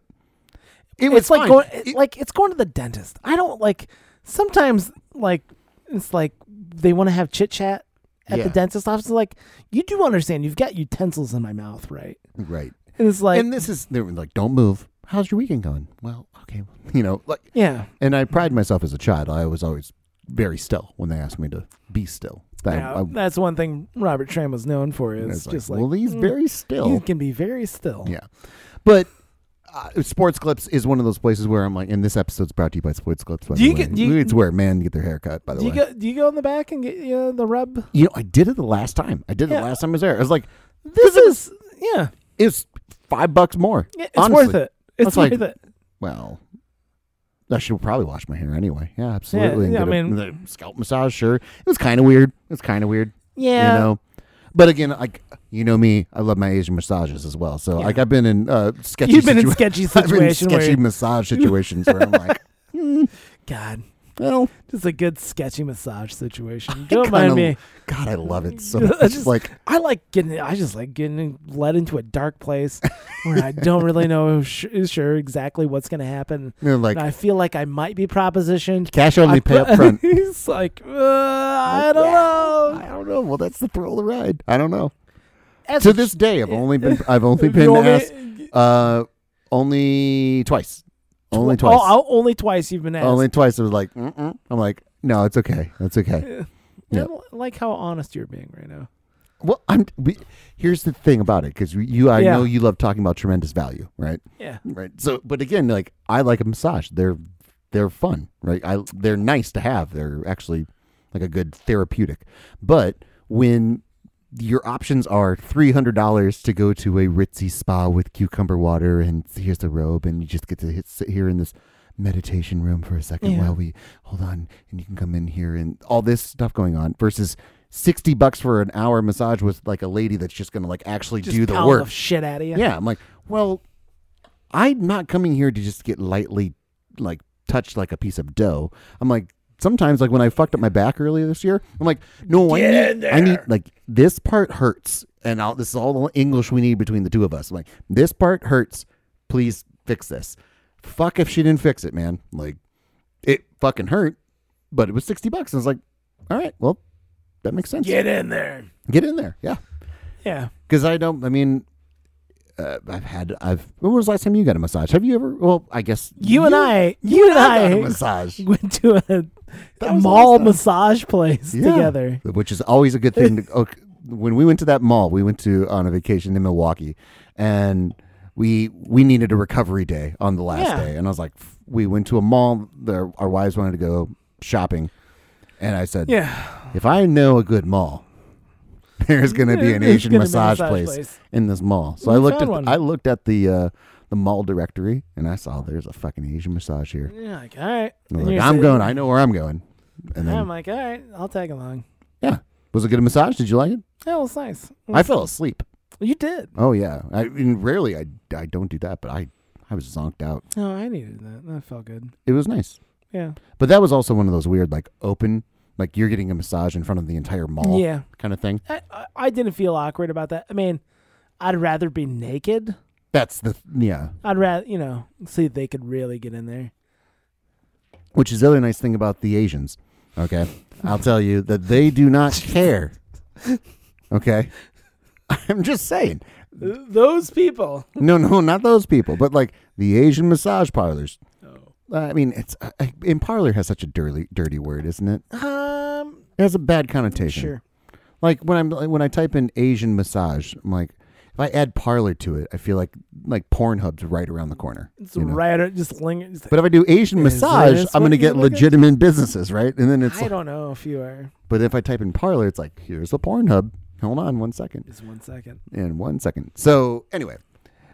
Speaker 1: it was
Speaker 2: It's like
Speaker 1: fine.
Speaker 2: going,
Speaker 1: It-
Speaker 2: like it's going to the dentist. I don't like. Sometimes like it's like they want to have chit chat at the
Speaker 1: Yeah.
Speaker 2: dentist office. Like you do understand, you've got utensils in my mouth, right?
Speaker 1: right.
Speaker 2: And it's like,
Speaker 1: and this is they were like, don't move. How's your weekend going? Well, okay, you know, like,
Speaker 2: yeah,
Speaker 1: and I pride myself as a child. I was always very still when they asked me to be still. I-
Speaker 2: yeah,
Speaker 1: I-
Speaker 2: that's one thing Robert Tram was known for.
Speaker 1: I was
Speaker 2: Is just like,
Speaker 1: like, well, he's
Speaker 2: mm,
Speaker 1: very still.
Speaker 2: You can be very still.
Speaker 1: Yeah. But uh, Sports Clips is one of those places where I'm like, and this episode's brought to you by Sports Clips. By
Speaker 2: Do
Speaker 1: the
Speaker 2: you
Speaker 1: way.
Speaker 2: get- do you-
Speaker 1: it's where men get their hair cut. By the
Speaker 2: Do you
Speaker 1: way,
Speaker 2: go? Do you go in the back and get you know, the rub?
Speaker 1: you know, I did it the last time. I did it
Speaker 2: Yeah.
Speaker 1: the last time I was there. I was like,
Speaker 2: This is yeah,
Speaker 1: it's five bucks more.
Speaker 2: yeah it's
Speaker 1: Honestly.
Speaker 2: worth it. It's
Speaker 1: That's like-
Speaker 2: worth it.
Speaker 1: Well, I should probably wash my hair anyway. Yeah, absolutely. And
Speaker 2: yeah, I
Speaker 1: get a-
Speaker 2: mean-
Speaker 1: the scalp massage, sure. It was kind of weird. It was kind of weird,
Speaker 2: Yeah.
Speaker 1: you know. But again, like you know me, I love my Asian massages as well. So
Speaker 2: Yeah.
Speaker 1: like I've been in uh, sketchy.
Speaker 2: You've been in
Speaker 1: situa-
Speaker 2: sketchy
Speaker 1: I've been in
Speaker 2: situations.
Speaker 1: sketchy
Speaker 2: where,
Speaker 1: massage situations where I'm like,
Speaker 2: God,
Speaker 1: well,
Speaker 2: just a good sketchy massage situation.
Speaker 1: I
Speaker 2: Don't
Speaker 1: kinda-
Speaker 2: mind me.
Speaker 1: God, I love it so
Speaker 2: I
Speaker 1: much.
Speaker 2: just-
Speaker 1: like
Speaker 2: I like getting. I just like getting led into a dark place where I don't really know sh- sure exactly what's going to happen.
Speaker 1: you know, like
Speaker 2: and I feel like I might be propositioned.
Speaker 1: cash only
Speaker 2: I
Speaker 1: pay
Speaker 2: put-
Speaker 1: up front.
Speaker 2: He's like, uh, I
Speaker 1: Like,
Speaker 2: don't
Speaker 1: yeah, I
Speaker 2: know.
Speaker 1: don't know. Well, that's the thrill of the ride. I don't know.
Speaker 2: As
Speaker 1: To
Speaker 2: a
Speaker 1: this day, I've
Speaker 2: Yeah.
Speaker 1: only been I've only
Speaker 2: You
Speaker 1: been
Speaker 2: only-
Speaker 1: asked uh, only twice, only
Speaker 2: Tw-
Speaker 1: twice,
Speaker 2: Oh, oh, only twice you've been asked.
Speaker 1: only twice. It was like Mm-mm. I'm like, no, it's okay, that's okay.
Speaker 2: I
Speaker 1: yeah.
Speaker 2: li- like how honest you're being right now.
Speaker 1: Well, I'm. We, here's the thing about it because you, I
Speaker 2: Yeah.
Speaker 1: know you love talking about tremendous value, right?
Speaker 2: Yeah.
Speaker 1: Right. So, but again, like I like a massage. They're they're fun, right? I they're nice to have. They're actually like a good therapeutic. But when your options are three hundred dollars to go to a ritzy spa with cucumber water, and here's the robe, and you just get to hit, sit here in this meditation room for a second
Speaker 2: Yeah.
Speaker 1: while we hold on, and you can come in here, and all this stuff going on versus. 60 bucks for an hour massage with like a lady that's just gonna like actually
Speaker 2: Just
Speaker 1: do the
Speaker 2: pound
Speaker 1: work
Speaker 2: the shit out of you.
Speaker 1: yeah, I'm like, well, I'm not coming here to just get lightly like touched like a piece of dough. I'm like, sometimes like when I fucked up my back earlier this year, I'm like, no, I
Speaker 2: Get
Speaker 1: need,
Speaker 2: in there.
Speaker 1: I need like this part hurts, and I'll, this is all the English we need between the two of us. I'm like, this part hurts. Please fix this. Fuck if she didn't fix it, man. Like, it fucking hurt, but it was sixty bucks. And I was like, all right, well, that makes sense.
Speaker 2: Get in there.
Speaker 1: Get in there, yeah.
Speaker 2: Yeah.
Speaker 1: Because I don't. I mean, uh, I've had. I've. When was the last time you got a massage? Have you ever? Well, I guess
Speaker 2: You and I, you, and
Speaker 1: got a
Speaker 2: I
Speaker 1: massage,
Speaker 2: went to a,
Speaker 1: That
Speaker 2: a
Speaker 1: was
Speaker 2: mall
Speaker 1: awesome.
Speaker 2: massage place
Speaker 1: Yeah.
Speaker 2: together.
Speaker 1: which is always a good thing. To, okay, when we went to that mall, we went to on a vacation in Milwaukee, and we we needed a recovery day on the last
Speaker 2: Yeah.
Speaker 1: day, and I was like, f- we went to a mall. There, our wives wanted to go shopping, and I said,
Speaker 2: Yeah.
Speaker 1: if I know a good mall. There's going to be an
Speaker 2: There's
Speaker 1: Asian
Speaker 2: gonna be a
Speaker 1: massage,
Speaker 2: massage
Speaker 1: place,
Speaker 2: place.
Speaker 1: in this mall. So
Speaker 2: We
Speaker 1: I looked
Speaker 2: found
Speaker 1: at
Speaker 2: one.
Speaker 1: the, I looked at the uh, the mall directory and I saw there's a fucking Asian massage here.
Speaker 2: You're like, all right.
Speaker 1: And I
Speaker 2: And
Speaker 1: was like,
Speaker 2: you're
Speaker 1: I'm
Speaker 2: sitting-
Speaker 1: going. I know where I'm going. And
Speaker 2: I'm
Speaker 1: then
Speaker 2: like, all right, I'll tag along.
Speaker 1: yeah, was it good a massage? Did you like it?
Speaker 2: That was nice.
Speaker 1: I fell asleep.
Speaker 2: You did.
Speaker 1: Oh yeah. I mean, rarely I I don't do that, but I I was zonked out.
Speaker 2: No, I needed that. That felt good.
Speaker 1: It was nice,
Speaker 2: Yeah.
Speaker 1: but that was also one of those weird like open like you're getting a massage in front of the entire mall
Speaker 2: Yeah.
Speaker 1: kind of thing.
Speaker 2: I, I, I didn't feel awkward about that. I mean, I'd rather be naked.
Speaker 1: That's the yeah.
Speaker 2: I'd rather, you know, see if they could really get in there.
Speaker 1: Which is the other nice thing about the Asians. Okay. I'll tell you that they do not care. Okay. I'm just saying.
Speaker 2: Those people.
Speaker 1: No, no, not those people, but like the Asian massage parlors.
Speaker 2: Oh.
Speaker 1: I mean, it's uh, and parlor has such a dirty, dirty word, isn't it?
Speaker 2: Um,
Speaker 1: It has a bad connotation.
Speaker 2: sure.
Speaker 1: Like when I'm like, when I type in Asian massage, I'm like, if I add parlor to it, I feel like like Pornhub's right around the corner.
Speaker 2: It's
Speaker 1: you know?
Speaker 2: right. at- Just linger. Just,
Speaker 1: But if I do Asian
Speaker 2: Is
Speaker 1: massage,
Speaker 2: this
Speaker 1: I'm
Speaker 2: what
Speaker 1: going to
Speaker 2: you
Speaker 1: get
Speaker 2: look at?
Speaker 1: legitimate businesses, right? And then it's
Speaker 2: I don't know if you are.
Speaker 1: But if I type in parlor, it's like, here's a Pornhub. Hold on one second.
Speaker 2: Just one second.
Speaker 1: And one second. So anyway,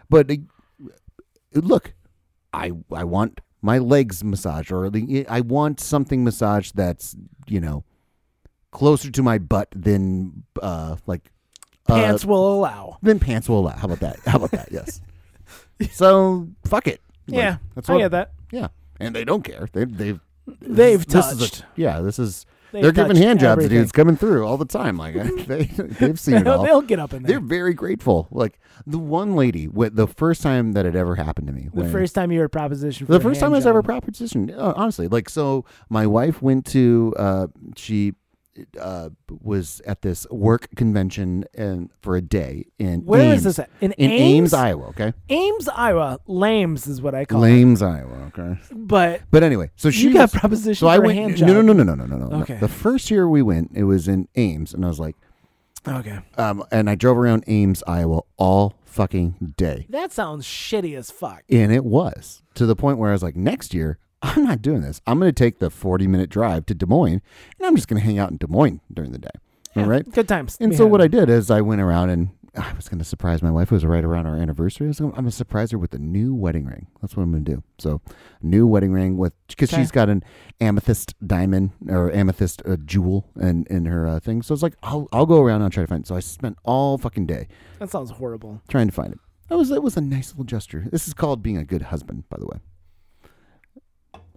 Speaker 1: but uh, look, I I want my legs massaged, or the, I want something massaged that's you know closer to my butt than uh like uh,
Speaker 2: Pants will allow.
Speaker 1: than pants will allow. How about that? How about that? Yes. so fuck it. Like,
Speaker 2: yeah,
Speaker 1: that's
Speaker 2: I
Speaker 1: what.
Speaker 2: get that.
Speaker 1: Yeah, and they don't care. They they've
Speaker 2: They've
Speaker 1: this is a-
Speaker 2: touched.
Speaker 1: yeah, this is
Speaker 2: They've
Speaker 1: they're giving
Speaker 2: touched
Speaker 1: hand jobs to
Speaker 2: everything.
Speaker 1: dudes coming through all the time. Like they, they've seen it
Speaker 2: They'll,
Speaker 1: all.
Speaker 2: they'll get up in
Speaker 1: They're
Speaker 2: there.
Speaker 1: very grateful. Like the one lady, wh- the first time that had ever happened to me.
Speaker 2: The
Speaker 1: when-
Speaker 2: first time you were propositioned. For
Speaker 1: the
Speaker 2: a
Speaker 1: first time I
Speaker 2: hand
Speaker 1: was ever
Speaker 2: job.
Speaker 1: propositioned. uh, Honestly, like so, my wife went to. Uh, she uh, was at this work convention and for a day in.
Speaker 2: Where is
Speaker 1: Ames,
Speaker 2: this at? In,
Speaker 1: In Ames,
Speaker 2: Ames,
Speaker 1: Iowa. Okay.
Speaker 2: Ames, Iowa. Lames is what I call it.
Speaker 1: Ames, Iowa. Okay.
Speaker 2: But
Speaker 1: But anyway, so she
Speaker 2: you got
Speaker 1: was-
Speaker 2: propositioned
Speaker 1: So
Speaker 2: for
Speaker 1: I
Speaker 2: a hand
Speaker 1: went.
Speaker 2: job.
Speaker 1: No, no, no, no, no, no, no. no.
Speaker 2: Okay.
Speaker 1: The first year we went, it was in Ames, and I was like,
Speaker 2: no. Okay.
Speaker 1: um, and I drove around Ames, Iowa, all fucking day.
Speaker 2: That sounds shitty as fuck.
Speaker 1: And it was to the point where I was like, next year, I'm not doing this. I'm going to take the 40 minute drive to Des Moines and I'm just going to hang out in Des Moines during the day. All right.
Speaker 2: Good times.
Speaker 1: And
Speaker 2: we
Speaker 1: so
Speaker 2: had.
Speaker 1: what I did is I went around and I was going to surprise my wife. It was right around our anniversary. I was gonna, I'm going to surprise her with a new wedding ring. That's what I'm going to do. So, new wedding ring with because
Speaker 2: Okay.
Speaker 1: she's got an amethyst diamond or amethyst uh, jewel in in her uh, thing. So it's like I'll I'll go around and I'll try to find. it. So I spent all fucking day
Speaker 2: That sounds horrible.
Speaker 1: trying to find it. That was that was a nice little gesture. This is called being a good husband, by the way.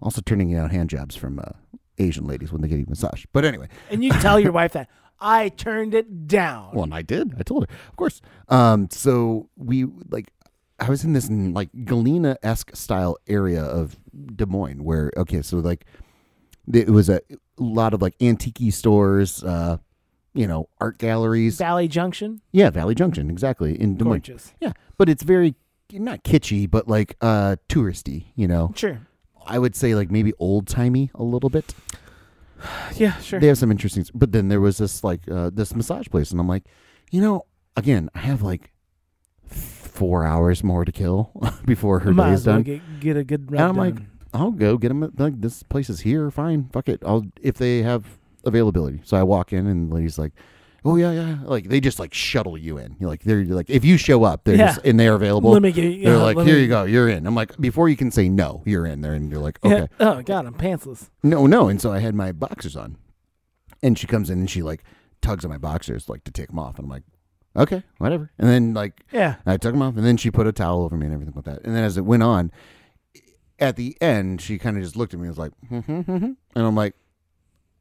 Speaker 1: Also turning down hand jobs from uh, Asian ladies when they give you a massage. But anyway,
Speaker 2: And you tell your wife that I turned it down.
Speaker 1: Well, and I did. I told her, of course. Um, so we like, I was in this mm, like Galena esque style area of Des Moines where okay, so like, it was a lot of like antique stores, uh, you know, art galleries.
Speaker 2: Valley Junction,
Speaker 1: yeah, Valley Junction, exactly in Des Moines.
Speaker 2: gorgeous.
Speaker 1: Yeah, but it's very not kitschy, but like uh touristy. You know,
Speaker 2: Sure.
Speaker 1: I would say like maybe old timey a little bit.
Speaker 2: Yeah, sure.
Speaker 1: They have some interesting. But then there was this like uh, this massage place, and I'm like, you know, again, I have like four hours more to kill before her
Speaker 2: Might
Speaker 1: day is
Speaker 2: as well
Speaker 1: done.
Speaker 2: Get, get a good
Speaker 1: and
Speaker 2: rub
Speaker 1: I'm like,
Speaker 2: done.
Speaker 1: I'll go get them. Like this place is here. Fine, fuck it. I'll if they have availability. So I walk in, and the lady's like. Oh yeah, yeah. Like they just like shuttle you in. You're like they're you're like if you show up, they're
Speaker 2: Yeah.
Speaker 1: just and they're available.
Speaker 2: let me get you.
Speaker 1: they're like here you go, you're in. I'm like before you can say no, you're in there, and you're like okay.
Speaker 2: Oh, God, I'm pantsless.
Speaker 1: No, no. And so I had my boxers on. And she comes in and she like tugs at my boxers like to take them off. And I'm like, okay, whatever. And then like
Speaker 2: Yeah.
Speaker 1: I took them off and then she put a towel over me and everything like that. And then as it went on, at the end, she kind of just looked at me and was like, "Hmm, and I'm like,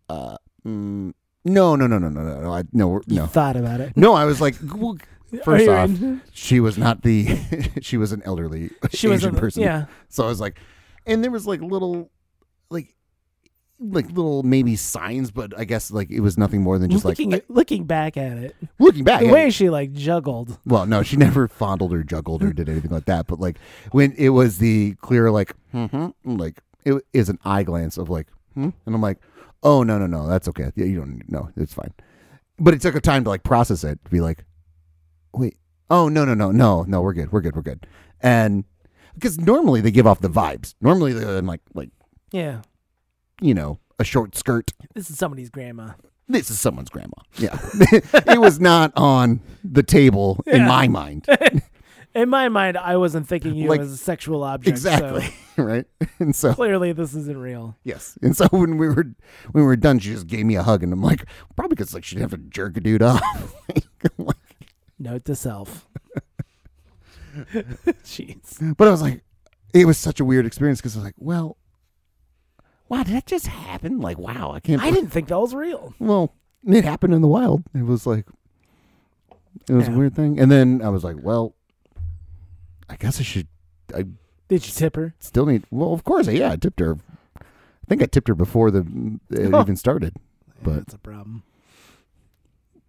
Speaker 1: uh, mm, no, no, no, no, no, no, no, I, no, we're-
Speaker 2: You
Speaker 1: no.
Speaker 2: thought about it.
Speaker 1: No, I was like, well, first
Speaker 2: Are
Speaker 1: off,
Speaker 2: you-
Speaker 1: she was not the, she was an elderly
Speaker 2: she
Speaker 1: Asian
Speaker 2: was a
Speaker 1: person.
Speaker 2: Yeah.
Speaker 1: So I was like, and there was like little, like, like little maybe signs, but I guess like it was nothing more than just
Speaker 2: looking,
Speaker 1: like
Speaker 2: looking back at it,
Speaker 1: looking back.
Speaker 2: the
Speaker 1: at
Speaker 2: way
Speaker 1: it-
Speaker 2: she like juggled.
Speaker 1: well, no, she never fondled or juggled or did anything like that. But like when it was the clear like, hmm like it is an eye glance of like, hmm? and I'm like, oh no no no, that's okay. Yeah, you don't no, it's fine. But it took a time to like process it to be like, wait, oh no no no no no, we're good, we're good, we're good, and because normally they give off the vibes. Normally they're in like like
Speaker 2: Yeah.
Speaker 1: you know, a short skirt.
Speaker 2: This is somebody's grandma.
Speaker 1: This is someone's grandma. Yeah. it was not on the table in
Speaker 2: Yeah.
Speaker 1: my mind.
Speaker 2: In my mind, I wasn't thinking you
Speaker 1: Like-
Speaker 2: as a sexual object.
Speaker 1: Exactly.
Speaker 2: So
Speaker 1: right. And so,
Speaker 2: clearly, this isn't real.
Speaker 1: yes. And so when we were when we were done, she just gave me a hug and I'm like, probably because like she'd have to jerk a dude off.
Speaker 2: Note to self. Jeez.
Speaker 1: but I was like, it was such a weird experience because I was like, well, wow, did that just happen? Like, wow, I can't.
Speaker 2: I didn't think that was real.
Speaker 1: Well, it happened in the wild. It was like it was
Speaker 2: Yeah.
Speaker 1: a weird thing. And then I was like, well, I guess I should. I
Speaker 2: Did you tip her?
Speaker 1: still need. Well, of course, yeah, I tipped her. I think I tipped her before the it
Speaker 2: Oh.
Speaker 1: even started. But-
Speaker 2: yeah, that's a problem.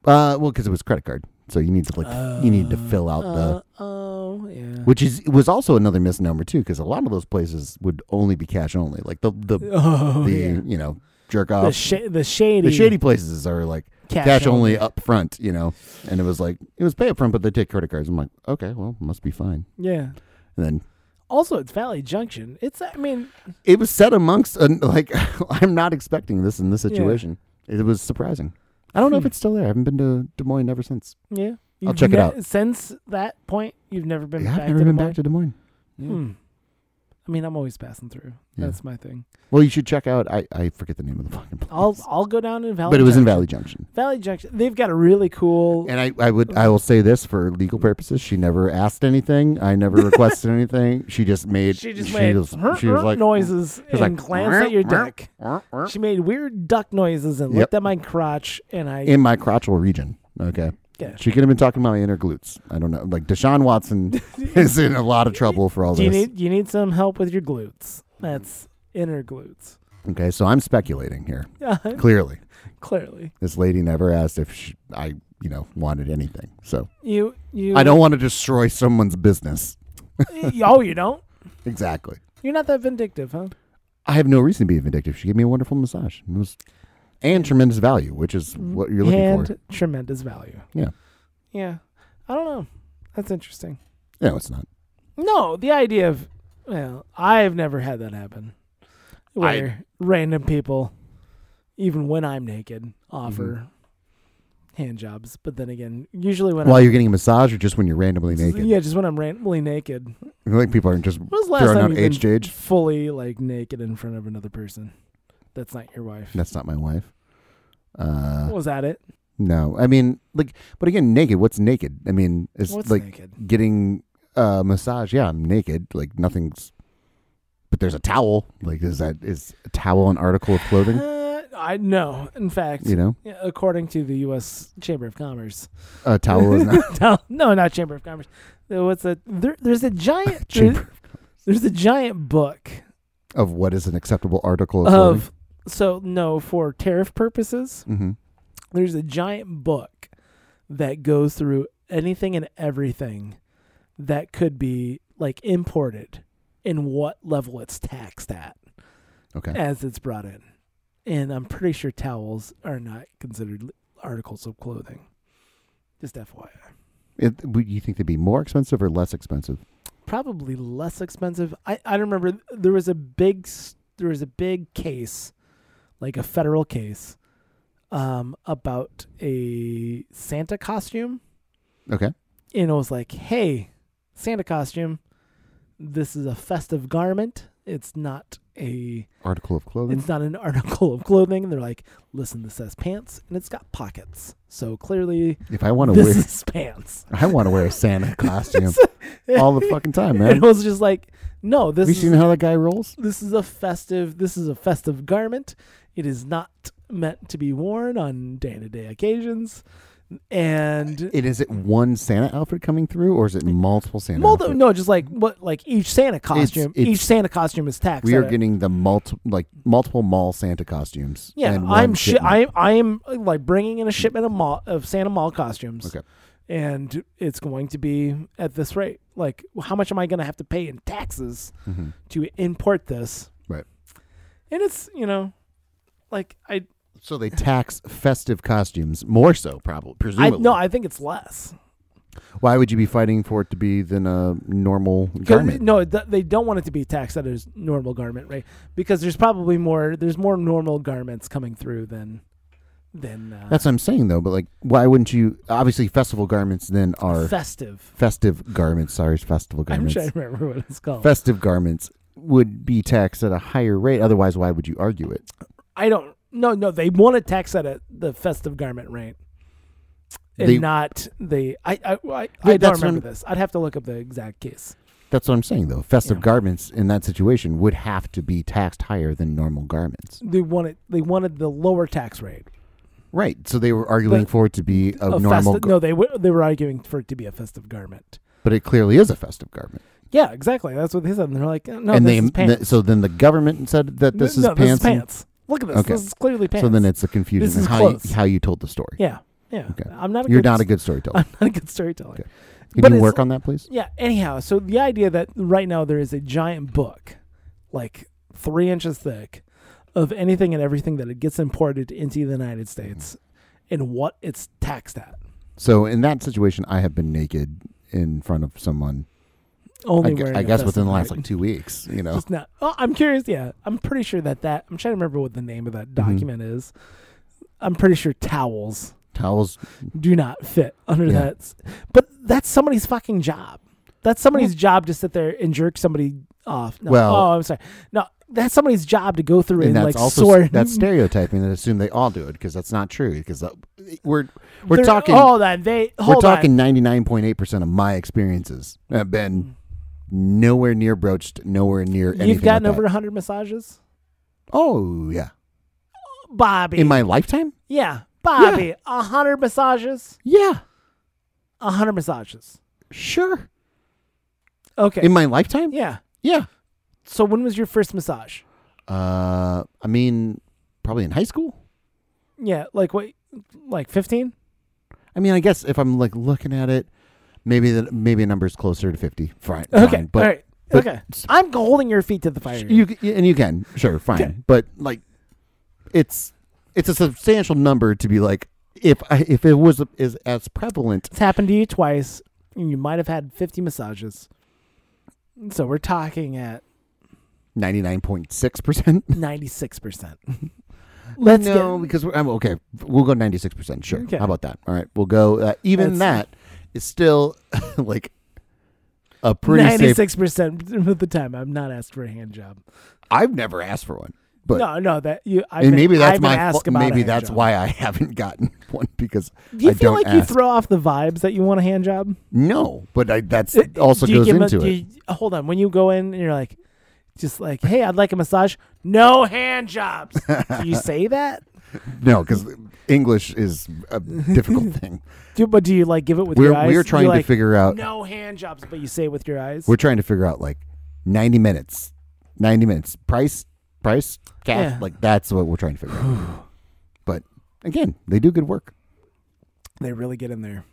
Speaker 1: Uh, well, because it was credit card, so you need to like you need to fill out the.
Speaker 2: Uh, oh yeah.
Speaker 1: Which is was also another misnomer too, because a lot of those places would only be cash only. Like the the,
Speaker 2: oh,
Speaker 1: the
Speaker 2: yeah.
Speaker 1: you know jerk
Speaker 2: the,
Speaker 1: off
Speaker 2: sh- the shady
Speaker 1: the shady places are like
Speaker 2: cash,
Speaker 1: cash only up front, you know. And it was like it was pay up front, but they take credit cards. I'm like, okay, well, must be fine.
Speaker 2: Yeah.
Speaker 1: And then
Speaker 2: Also, it's Valley Junction. It's I mean,
Speaker 1: it was said amongst uh, like I'm not expecting this in this
Speaker 2: Yeah.
Speaker 1: situation. It was surprising. I don't know if
Speaker 2: Hmm.
Speaker 1: it's still there. I haven't been to Des Moines ever since.
Speaker 2: yeah.
Speaker 1: I'll
Speaker 2: You've
Speaker 1: check it
Speaker 2: ne-
Speaker 1: out.
Speaker 2: Since that point, you've never been.
Speaker 1: Yeah,
Speaker 2: back
Speaker 1: I've never
Speaker 2: to
Speaker 1: been
Speaker 2: the
Speaker 1: back to Des Moines. Yeah.
Speaker 2: Hmm. I mean, I'm always passing through.
Speaker 1: Yeah.
Speaker 2: That's my thing.
Speaker 1: Well, you should check out. I, I forget the name of the fucking place,
Speaker 2: I'll I'll go down in Oh, Valley.
Speaker 1: but it was in
Speaker 2: Junction. Oh.
Speaker 1: Valley Junction.
Speaker 2: Valley Junction. They've got a really cool.
Speaker 1: And I, I would I will say this for legal purposes. She never asked anything. I never requested anything. She just made
Speaker 2: she just made
Speaker 1: was,
Speaker 2: her,
Speaker 1: she was like
Speaker 2: noises
Speaker 1: was
Speaker 2: and
Speaker 1: like,
Speaker 2: glanced at your
Speaker 1: "Meow,
Speaker 2: dick. She made weird duck noises and
Speaker 1: Yep.
Speaker 2: looked at my crotch, and I
Speaker 1: in my crotchal region. Okay.
Speaker 2: Yeah.
Speaker 1: She could have been talking about my inner glutes. I don't know. Like Deshaun Watson is in a lot of trouble for all
Speaker 2: do you
Speaker 1: this.
Speaker 2: need you need some help with your glutes. That's inner glutes.
Speaker 1: okay, so I'm speculating here.
Speaker 2: Yeah,
Speaker 1: Clearly,
Speaker 2: clearly.
Speaker 1: this lady never asked if she, I, you know, wanted anything. So
Speaker 2: You you.
Speaker 1: I don't want to destroy someone's business.
Speaker 2: oh, you don't.
Speaker 1: Exactly.
Speaker 2: You're not that vindictive, huh?
Speaker 1: I have no reason to be vindictive. She gave me a wonderful massage. It was, and tremendous value, which is what you're looking
Speaker 2: and
Speaker 1: for.
Speaker 2: tremendous value.
Speaker 1: Yeah.
Speaker 2: Yeah. I don't know. That's interesting.
Speaker 1: No, it's not.
Speaker 2: No, the idea of well, I've never had that happen. Where random people, even when I'm naked, offer
Speaker 1: Mm-hmm.
Speaker 2: hand jobs. But then again, usually when
Speaker 1: While
Speaker 2: I'm
Speaker 1: you're getting a massage or just when you're randomly naked?
Speaker 2: yeah, just when I'm randomly naked. When
Speaker 1: I think people are just
Speaker 2: was the last
Speaker 1: throwing
Speaker 2: time
Speaker 1: out
Speaker 2: you've
Speaker 1: age
Speaker 2: been
Speaker 1: jage.
Speaker 2: fully like naked in front of another person? That's not your wife.
Speaker 1: That's not my wife. Uh,
Speaker 2: Was that it?
Speaker 1: no. I mean, like, but again, naked. What's naked? I mean, it's
Speaker 2: What's
Speaker 1: like
Speaker 2: naked?
Speaker 1: getting a massage. Yeah, I'm naked. Like, nothing's. But there's a towel. Like, is that is a towel an article of clothing?
Speaker 2: Uh, I no. In fact,
Speaker 1: You know,
Speaker 2: yeah, according to the U.S. Chamber of Commerce,
Speaker 1: a towel is not.
Speaker 2: no, no, not Chamber of Commerce. Uh, What's a there, There's a giant.
Speaker 1: Chamber
Speaker 2: there- there's a giant book
Speaker 1: of what is an acceptable article of,
Speaker 2: of so no for tariff purposes.
Speaker 1: clothing.
Speaker 2: there's a giant book that goes through anything and everything that could be like imported and what level it's taxed at
Speaker 1: hmm Okay.
Speaker 2: as it's brought in. And I'm pretty sure towels are not considered li- articles of clothing. Just FYI.
Speaker 1: It, would you think they'd be more expensive or less expensive?
Speaker 2: Probably less expensive. I, I don't remember there was a big s- there was a big case, like a federal case, um, about a Santa costume
Speaker 1: Okay.
Speaker 2: and it was like, "Hey, Santa costume. This is a festive garment. It's not a.
Speaker 1: Article of clothing.
Speaker 2: It's not an article of clothing." And they're like, "Listen, this says pants, and it's got pockets. So clearly,
Speaker 1: if I want to
Speaker 2: this
Speaker 1: wear,
Speaker 2: is pants."
Speaker 1: I want to wear a Santa costume all the fucking time,
Speaker 2: And
Speaker 1: man.
Speaker 2: it was just like, "No, this
Speaker 1: Have you
Speaker 2: is
Speaker 1: seen how that guy rolls?
Speaker 2: this is a festive. This is a festive garment. It is not meant to be worn on day to day occasions." And
Speaker 1: It is it one Santa outfit coming through, or is it multiple Santa?
Speaker 2: Multi-
Speaker 1: outfit?
Speaker 2: no, just like what, like each Santa costume, each
Speaker 1: it's-
Speaker 2: Santa costume is taxed.
Speaker 1: We
Speaker 2: at
Speaker 1: are
Speaker 2: a-
Speaker 1: getting the multi like multiple mall Santa costumes.
Speaker 2: Yeah,
Speaker 1: and one
Speaker 2: I'm shi-
Speaker 1: shipment.
Speaker 2: I'm I'm like bringing in a shipment of mall of Santa Mall costumes.
Speaker 1: Okay.
Speaker 2: And it's going to be at this rate. Like, how much am I going to have to pay in taxes
Speaker 1: Mhm.
Speaker 2: to import this?
Speaker 1: Right.
Speaker 2: And it's you know, like I
Speaker 1: So they tax festive costumes more so, probably
Speaker 2: I
Speaker 1: presumably.
Speaker 2: no, I think it's less.
Speaker 1: Why would you be fighting for it to be than a normal
Speaker 2: 'Cause-
Speaker 1: garment?
Speaker 2: No, th- they don't want it to be taxed at a s- normal garment rate because there's probably more there's more normal garments coming through than than uh,
Speaker 1: That's what I'm saying though. But like, why wouldn't you? Obviously, festival garments then are
Speaker 2: festive.
Speaker 1: festive garments. Sorry, it's festival
Speaker 2: I'm
Speaker 1: garments.
Speaker 2: trying to remember what it's called.
Speaker 1: Festive garments would be taxed at a higher rate. Otherwise, why would you argue it?
Speaker 2: I don't. No, no. They want to tax at a, the festive garment rate, and
Speaker 1: They-
Speaker 2: not the. I I I, I
Speaker 1: Yeah,
Speaker 2: don't
Speaker 1: that's
Speaker 2: remember
Speaker 1: when-
Speaker 2: this. I'd have to look up the exact case.
Speaker 1: That's what I'm saying though. Festive
Speaker 2: Yeah.
Speaker 1: garments in that situation would have to be taxed higher than normal garments.
Speaker 2: They wanted they wanted the lower tax rate.
Speaker 1: Right. So they were arguing
Speaker 2: But
Speaker 1: for it to be a,
Speaker 2: A
Speaker 1: normal,
Speaker 2: festi-
Speaker 1: gar-
Speaker 2: no, they were they were arguing for it to be a festive garment.
Speaker 1: but it clearly is a festive garment.
Speaker 2: Yeah, exactly. That's what they said. And they're like, no,
Speaker 1: and
Speaker 2: this
Speaker 1: they
Speaker 2: is pants.
Speaker 1: th- so then the government said that this
Speaker 2: N-
Speaker 1: is
Speaker 2: no,
Speaker 1: pants.
Speaker 2: This is
Speaker 1: and-
Speaker 2: pants. Look at this.
Speaker 1: Okay.
Speaker 2: This is clearly pants.
Speaker 1: So then it's a confusion
Speaker 2: This is
Speaker 1: in how you,
Speaker 2: clothes.
Speaker 1: how you told the story.
Speaker 2: yeah, yeah.
Speaker 1: Okay.
Speaker 2: I'm not. A
Speaker 1: You're
Speaker 2: good
Speaker 1: not a
Speaker 2: s-
Speaker 1: good storyteller.
Speaker 2: I'm not a good storyteller.
Speaker 1: Okay. Can
Speaker 2: but
Speaker 1: you
Speaker 2: it's-
Speaker 1: work on that, please?
Speaker 2: Yeah. Anyhow, so the idea that right now there is a giant book, like three inches thick, of anything and everything that it gets imported into the United States,
Speaker 1: Mm-hmm.
Speaker 2: and what it's taxed at.
Speaker 1: So in that situation, I have been naked in front of someone. I,
Speaker 2: Only
Speaker 1: gu-
Speaker 2: wearing
Speaker 1: I
Speaker 2: a
Speaker 1: guess within
Speaker 2: vested
Speaker 1: the last
Speaker 2: right.
Speaker 1: like two weeks. You know,
Speaker 2: Just not. Oh, I'm curious. Yeah, I'm pretty sure that that. I'm trying to remember what the name of that
Speaker 1: Mm-hmm.
Speaker 2: document is. I'm pretty sure towels
Speaker 1: towels.
Speaker 2: do not fit under
Speaker 1: Yeah.
Speaker 2: that. s- But that's somebody's fucking job. That's somebody's job to sit there and jerk somebody off. No,
Speaker 1: Well-
Speaker 2: oh, I'm sorry. No, that's somebody's job to go through and,
Speaker 1: And that's
Speaker 2: like
Speaker 1: also
Speaker 2: sort. Hmm.
Speaker 1: that's stereotyping and assume they all do it because that's not true. Because we're we're
Speaker 2: They're-
Speaker 1: talking
Speaker 2: Hold on, they
Speaker 1: we're
Speaker 2: hold
Speaker 1: talking ninety nine point eight percent of my experiences have been nowhere near broached, nowhere near
Speaker 2: on.
Speaker 1: anything.
Speaker 2: Hmm. You've gotten
Speaker 1: like
Speaker 2: over
Speaker 1: That.
Speaker 2: 100 massages,
Speaker 1: Oh yeah,
Speaker 2: Bobby.
Speaker 1: in my lifetime.
Speaker 2: yeah, Bobby. A 100 massages.
Speaker 1: Yeah,
Speaker 2: A 100 massages.
Speaker 1: sure.
Speaker 2: Okay.
Speaker 1: In my lifetime.
Speaker 2: yeah.
Speaker 1: Yeah.
Speaker 2: So when was your first massage?
Speaker 1: Uh, I mean, probably in high school.
Speaker 2: Yeah, like what? Like 15?
Speaker 1: I mean, I guess if I'm like looking at it, maybe that maybe a number's closer to fifty. Fine, fine,
Speaker 2: Okay.
Speaker 1: but
Speaker 2: All right.
Speaker 1: but-
Speaker 2: okay. I'm holding your feet to the fire.
Speaker 1: you c- and you can sure fine,
Speaker 2: Okay.
Speaker 1: but like it's it's a substantial number to be like if I, if it was is as prevalent.
Speaker 2: It's happened to you twice, and you might have had 50 massages. So we're talking at
Speaker 1: Ninety nine point six percent.
Speaker 2: 96%. Let's
Speaker 1: no,
Speaker 2: get
Speaker 1: because we're, I'm okay. We'll go 96%. Sure.
Speaker 2: Okay.
Speaker 1: How about that? All right. We'll go. Uh, even
Speaker 2: That's-
Speaker 1: that is still like a pretty safe.
Speaker 2: ninety-six percent of the time. I'm not asked for a hand job.
Speaker 1: I've never asked for one. But
Speaker 2: no, no, that you. I've
Speaker 1: and
Speaker 2: been-
Speaker 1: maybe that's
Speaker 2: I've been
Speaker 1: my
Speaker 2: asked
Speaker 1: fault.
Speaker 2: about a
Speaker 1: maybe
Speaker 2: hand
Speaker 1: that's
Speaker 2: job.
Speaker 1: why I haven't gotten one because
Speaker 2: Do you
Speaker 1: I
Speaker 2: feel
Speaker 1: don't
Speaker 2: like you
Speaker 1: ask.
Speaker 2: throw off the vibes that you want a hand job?
Speaker 1: no, but I, that's
Speaker 2: It-
Speaker 1: also
Speaker 2: do you
Speaker 1: goes
Speaker 2: give 'em a-
Speaker 1: into
Speaker 2: do
Speaker 1: it.
Speaker 2: you- hold on, when you go in and you're like, just like, hey, I'd like a massage. No hand jobs. do you say that?
Speaker 1: No, because English is a difficult thing.
Speaker 2: Do, but do you like give it with
Speaker 1: We're
Speaker 2: your eyes?
Speaker 1: we're
Speaker 2: You,
Speaker 1: trying to
Speaker 2: like,
Speaker 1: figure out.
Speaker 2: no hand jobs, but you say it with your eyes.
Speaker 1: We're trying to figure out like ninety minutes, ninety minutes price, price, cash.
Speaker 2: Yeah.
Speaker 1: Like that's what we're trying to figure out. But again, they do good work.
Speaker 2: they really get in there,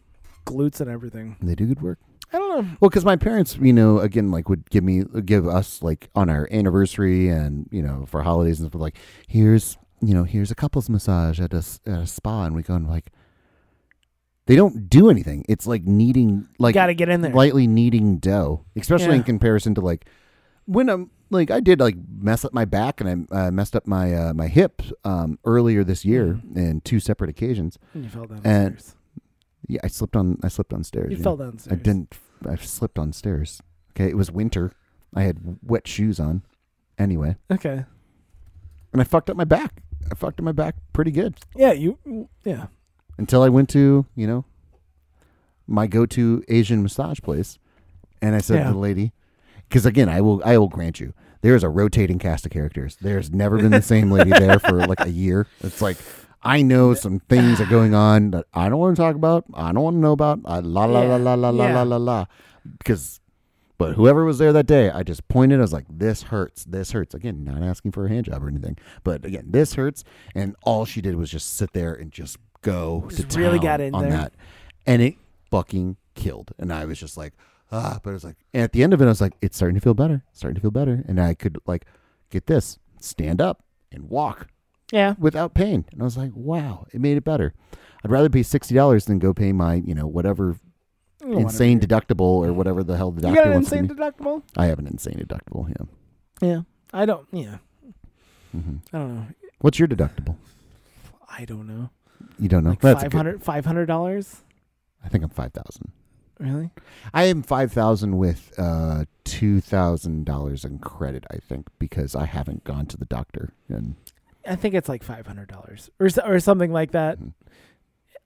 Speaker 2: glutes and everything.
Speaker 1: They do good work.
Speaker 2: I don't know.
Speaker 1: Well, because my parents, you know, again, like would give me, give us like on our anniversary and you know for holidays and stuff like, here's you know here's a couples massage at a s- at a spa, and we go and like, they don't do anything. It's like kneading like
Speaker 2: Got to get in there.
Speaker 1: lightly kneading dough, especially
Speaker 2: Yeah.
Speaker 1: in comparison to like when I'm like I did like mess up my back and I uh, messed up my uh, my hip um, earlier this year
Speaker 2: Mm.
Speaker 1: in two separate occasions.
Speaker 2: you fell down.
Speaker 1: and- Yeah, I slipped on I slipped on stairs.
Speaker 2: You
Speaker 1: yeah.
Speaker 2: fell downstairs.
Speaker 1: I didn't. I slipped on stairs. Okay, it was winter. I had wet shoes on. Anyway,
Speaker 2: Okay.
Speaker 1: and I fucked up my back. I fucked up my back pretty good
Speaker 2: Yeah. You. mm, Yeah.
Speaker 1: until I went to you know my go-to Asian massage place, and I said
Speaker 2: Yeah.
Speaker 1: to the lady, because again, I will I will grant you. There is a rotating cast of characters. There's never been the same lady there for like a year. It's like I know some things are going on that I don't want to talk about. I don't want to know about. I, la la la
Speaker 2: Yeah.
Speaker 1: la la la la
Speaker 2: Yeah.
Speaker 1: la la. Because, but whoever was there that day, I just pointed. I was like, "This hurts. This hurts." Again, not asking for a hand job or anything, but again, this hurts. And all she did was just sit there and just go to
Speaker 2: Just really
Speaker 1: town
Speaker 2: got in
Speaker 1: on
Speaker 2: there.
Speaker 1: that, and it fucking killed. And I was just like, ah. But it was like and at the end of it, I was like, it's starting to feel better. Starting to feel better, and I could like get this, stand up and walk
Speaker 2: Yeah.
Speaker 1: without pain. And I was like, wow, it made it better. I'd rather pay sixty dollars than go pay my, you know, whatever insane deductible or whatever the hell the
Speaker 2: You
Speaker 1: doctor
Speaker 2: got an
Speaker 1: wants to
Speaker 2: insane
Speaker 1: give me.
Speaker 2: deductible.
Speaker 1: I have an insane deductible. Yeah.
Speaker 2: Yeah. I don't. Yeah.
Speaker 1: hmm
Speaker 2: I don't know.
Speaker 1: What's your deductible?
Speaker 2: I don't know.
Speaker 1: You don't know.
Speaker 2: Like
Speaker 1: That's a
Speaker 2: five
Speaker 1: good-
Speaker 2: hundred. Five hundred dollars.
Speaker 1: I think I'm five thousand.
Speaker 2: Really?
Speaker 1: I am five thousand with uh two thousand dollars in credit. I think because I haven't gone to the doctor and
Speaker 2: I think it's like five hundred dollars or so- or something like that.
Speaker 1: Mhm.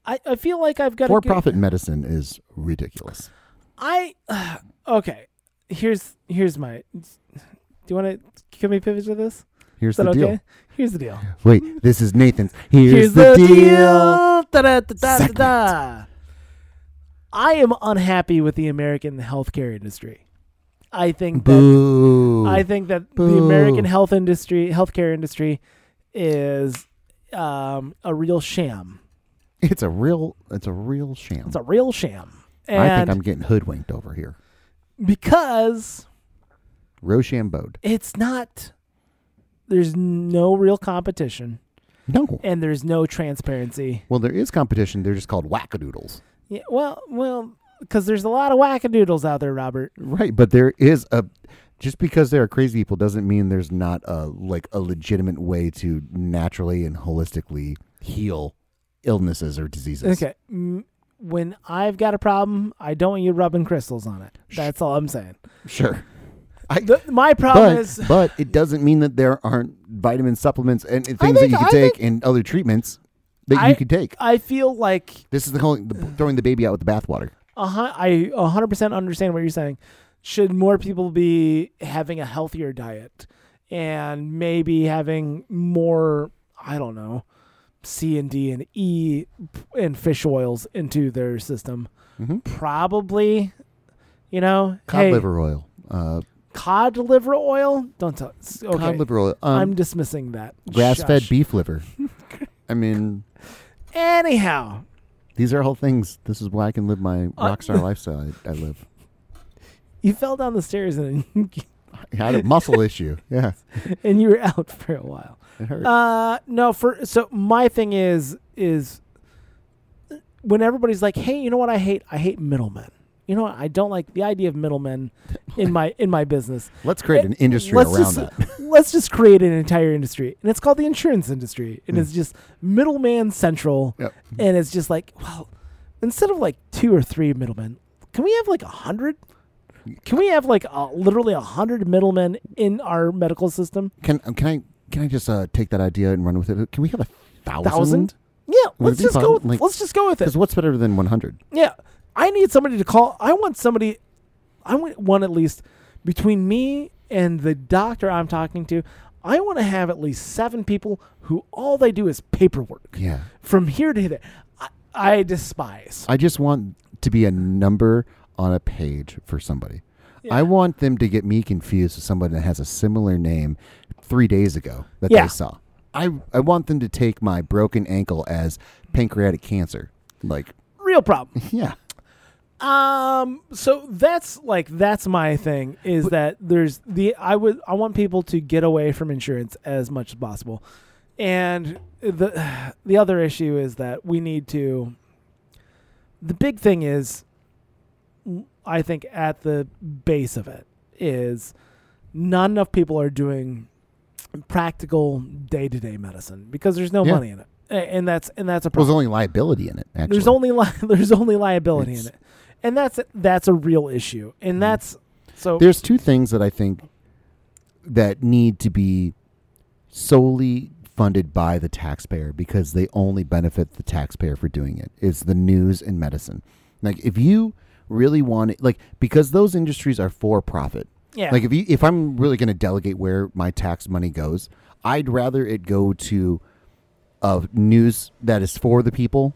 Speaker 2: I, I feel like I've got
Speaker 1: for profit medicine is ridiculous.
Speaker 2: I okay. Here's here's my. Do you want to? Can we pivot to this?
Speaker 1: Here's
Speaker 2: Is that
Speaker 1: the
Speaker 2: okay?
Speaker 1: deal.
Speaker 2: Here's the deal.
Speaker 1: Wait, this is Nathan's. Here's,
Speaker 2: Da, da, da, da, da. I am unhappy with the American healthcare industry. I think that,
Speaker 1: Boo.
Speaker 2: I think that the
Speaker 1: Boo.
Speaker 2: American health industry, healthcare industry, is um, a real sham.
Speaker 1: It's a real. It's a real sham.
Speaker 2: It's a real sham, and
Speaker 1: I think I'm getting hoodwinked over here.
Speaker 2: because
Speaker 1: Rochambeaued.
Speaker 2: it's not. There's no real competition,
Speaker 1: No.
Speaker 2: and there's no transparency.
Speaker 1: Well, there is competition. They're just called wackadoodles.
Speaker 2: Yeah, well, well, because there's a lot of wackadoodles out there, Robert.
Speaker 1: Right, but there is a. Just because there are crazy people doesn't mean there's not a like a legitimate way to naturally and holistically heal illnesses or diseases.
Speaker 2: Okay. mm, When I've got a problem, I don't want you rubbing crystals on it. That's all I'm saying.
Speaker 1: Sure. I,
Speaker 2: The, my problem
Speaker 1: but,
Speaker 2: is,
Speaker 1: but it doesn't mean that there aren't vitamin supplements and, and
Speaker 2: I
Speaker 1: things that
Speaker 2: think-
Speaker 1: you can
Speaker 2: I
Speaker 1: take and other treatments that
Speaker 2: I-
Speaker 1: you could take.
Speaker 2: I feel like
Speaker 1: This is the, whole, the throwing the baby out with the bathwater.
Speaker 2: a hun- I 100% understand what you're saying. Should more people be having a healthier diet and maybe having more, I don't know, C and D and E and fish oils into their system?
Speaker 1: Mhm.
Speaker 2: Probably, you know,
Speaker 1: Cod
Speaker 2: hey,
Speaker 1: liver oil. Uh,
Speaker 2: cod liver oil. Don't tell. s- Okay.
Speaker 1: Cod liver oil.
Speaker 2: I'm
Speaker 1: Um,
Speaker 2: dismissing that.
Speaker 1: grass fed
Speaker 2: Shush.
Speaker 1: beef liver. I mean,
Speaker 2: Anyhow,
Speaker 1: these are all things. This is why I can live my
Speaker 2: Uh,
Speaker 1: rock star lifestyle I, I live.
Speaker 2: you fell down the stairs and
Speaker 1: I had a muscle issue. Yeah.
Speaker 2: and you were out for a while.
Speaker 1: It hurt.
Speaker 2: Uh, no, for so my thing is is when everybody's like, "Hey, you know what I hate? I hate middlemen." you know what? I don't like the idea of middlemen in my in my business.
Speaker 1: Let's create an industry
Speaker 2: let's
Speaker 1: around
Speaker 2: just, uh,
Speaker 1: that.
Speaker 2: Let's just create an entire industry, and it's called the insurance industry,
Speaker 1: Hmm.
Speaker 2: and it's just middleman central,
Speaker 1: Yep.
Speaker 2: and it's just like, well, instead of like two or three middlemen, can we have like a hundred? Can we have like a, literally a hundred middlemen in our medical system?
Speaker 1: Can um, can I can I just uh, take that idea and run with it? Can we have a thousand?
Speaker 2: Thousand? Yeah,
Speaker 1: Would it
Speaker 2: let's
Speaker 1: be
Speaker 2: just
Speaker 1: fun?
Speaker 2: go. With,
Speaker 1: Like-
Speaker 2: let's just go with it.
Speaker 1: Because what's better than one hundred?
Speaker 2: Yeah, I need somebody to call. I want somebody. I want one at least between me and the doctor I'm talking to. I want to have at least seven people who all they do is paperwork
Speaker 1: Yeah.
Speaker 2: from here to there. I, I despise.
Speaker 1: I just want to be a number on a page for somebody. I want them to get me confused with somebody that has a similar name three days ago that
Speaker 2: Yeah.
Speaker 1: they saw. I I want them to take my broken ankle as pancreatic cancer. Like,
Speaker 2: Real problem.
Speaker 1: yeah,
Speaker 2: Um. So that's like that's my thing is that there's the I would I want people to get away from insurance as much as possible, and the the other issue is that we need to. The big thing is, I think at the base of it is, not enough people are doing practical day to day medicine because there's no
Speaker 1: Yeah.
Speaker 2: money in it, A- and that's and that's a
Speaker 1: well,
Speaker 2: problem.
Speaker 1: there's only liability in it. Actually,
Speaker 2: There's only li- there's only liability in
Speaker 1: It's-
Speaker 2: it, and that's that's a real issue, and that's so
Speaker 1: there's two things that I think that need to be solely funded by the taxpayer because they only benefit the taxpayer for doing it is the news and medicine. Like if you really want it like because those industries are for profit.
Speaker 2: yeah
Speaker 1: Like if you if I'm really going to delegate where my tax money goes, I'd rather it go to of news that is for the people,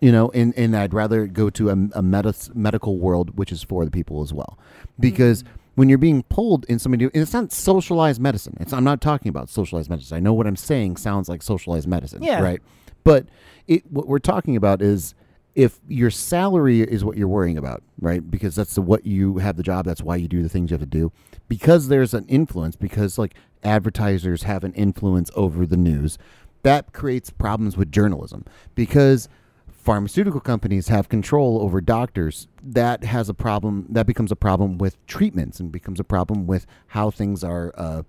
Speaker 1: you know, and, and I'd rather go to a, a medis medical world which is for the people as well. Because
Speaker 2: Mm-hmm.
Speaker 1: when you're being pulled in somebody, and it's not socialized medicine. It's, I'm not talking about socialized medicine. I know what I'm saying sounds like socialized medicine,
Speaker 2: Yeah.
Speaker 1: right? But it, what we're talking about is if your salary is what you're worrying about, right? Because that's the, what you have the job. That's why you do the things you have to do. Because there's an influence. Because like advertisers have an influence over the news. That creates problems with journalism because pharmaceutical companies have control over doctors. That has a problem. That becomes a problem with treatments and becomes a problem with how things are. Uh,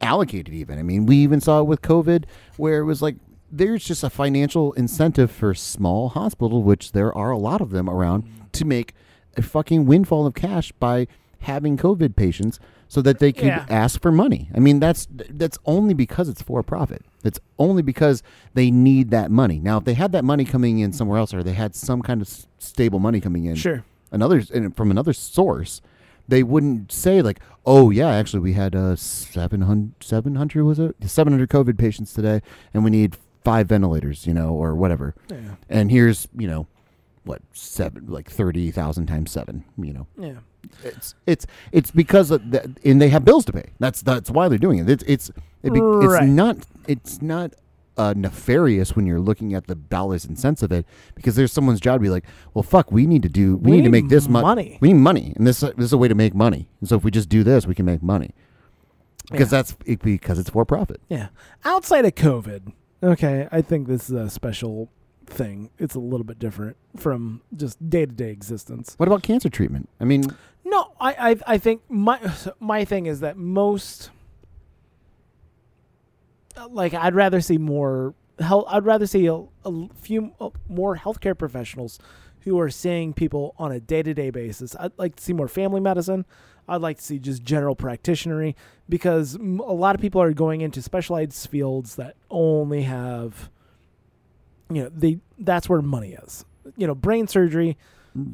Speaker 1: allocated even. I mean, we even saw it with COVID where it was like there's just a financial incentive for small hospital, which there are a lot of them around, to make a fucking windfall of cash by having COVID patients so that they can
Speaker 2: Yeah.
Speaker 1: ask for money. I mean, that's that's only because it's for profit. That's only because they need that money. Now, if they had that money coming in somewhere else or they had some kind of s- stable money coming in,
Speaker 2: sure
Speaker 1: another and from another source, they wouldn't say like, "Oh yeah, actually we had uh 700, 700 was it seven hundred COVID patients today, and we need five ventilators, you know, or whatever."
Speaker 2: yeah
Speaker 1: And here's you know, what seven like thirty thousand times seven, you know.
Speaker 2: yeah
Speaker 1: It's it's it's because of the, and they have bills to pay. That's that's why they're doing it. It's it's it be,
Speaker 2: Right.
Speaker 1: it's not it's not uh, nefarious when you're looking at the dollars and cents of it because there's someone's job to be like, well, fuck, we need to do we,
Speaker 2: We
Speaker 1: need to
Speaker 2: need
Speaker 1: make this much
Speaker 2: money.
Speaker 1: We need money, and this this is a way to make money. And so if we just do this, we can make money because
Speaker 2: Yeah.
Speaker 1: that's it, because it's for profit.
Speaker 2: yeah outside of COVID. Okay, I think this is a special thing. It's a little bit different from just day to day existence.
Speaker 1: What about cancer treatment? I mean,
Speaker 2: No, I, I I think my my thing is that most like I'd rather see more hel- I'd rather see a, a few uh, more healthcare professionals who are seeing people on a day-to-day basis. I'd like to see more family medicine. I'd like to see just general practitionery because m- a lot of people are going into specialized fields that only have you know, they that's where money is. You know, brain surgery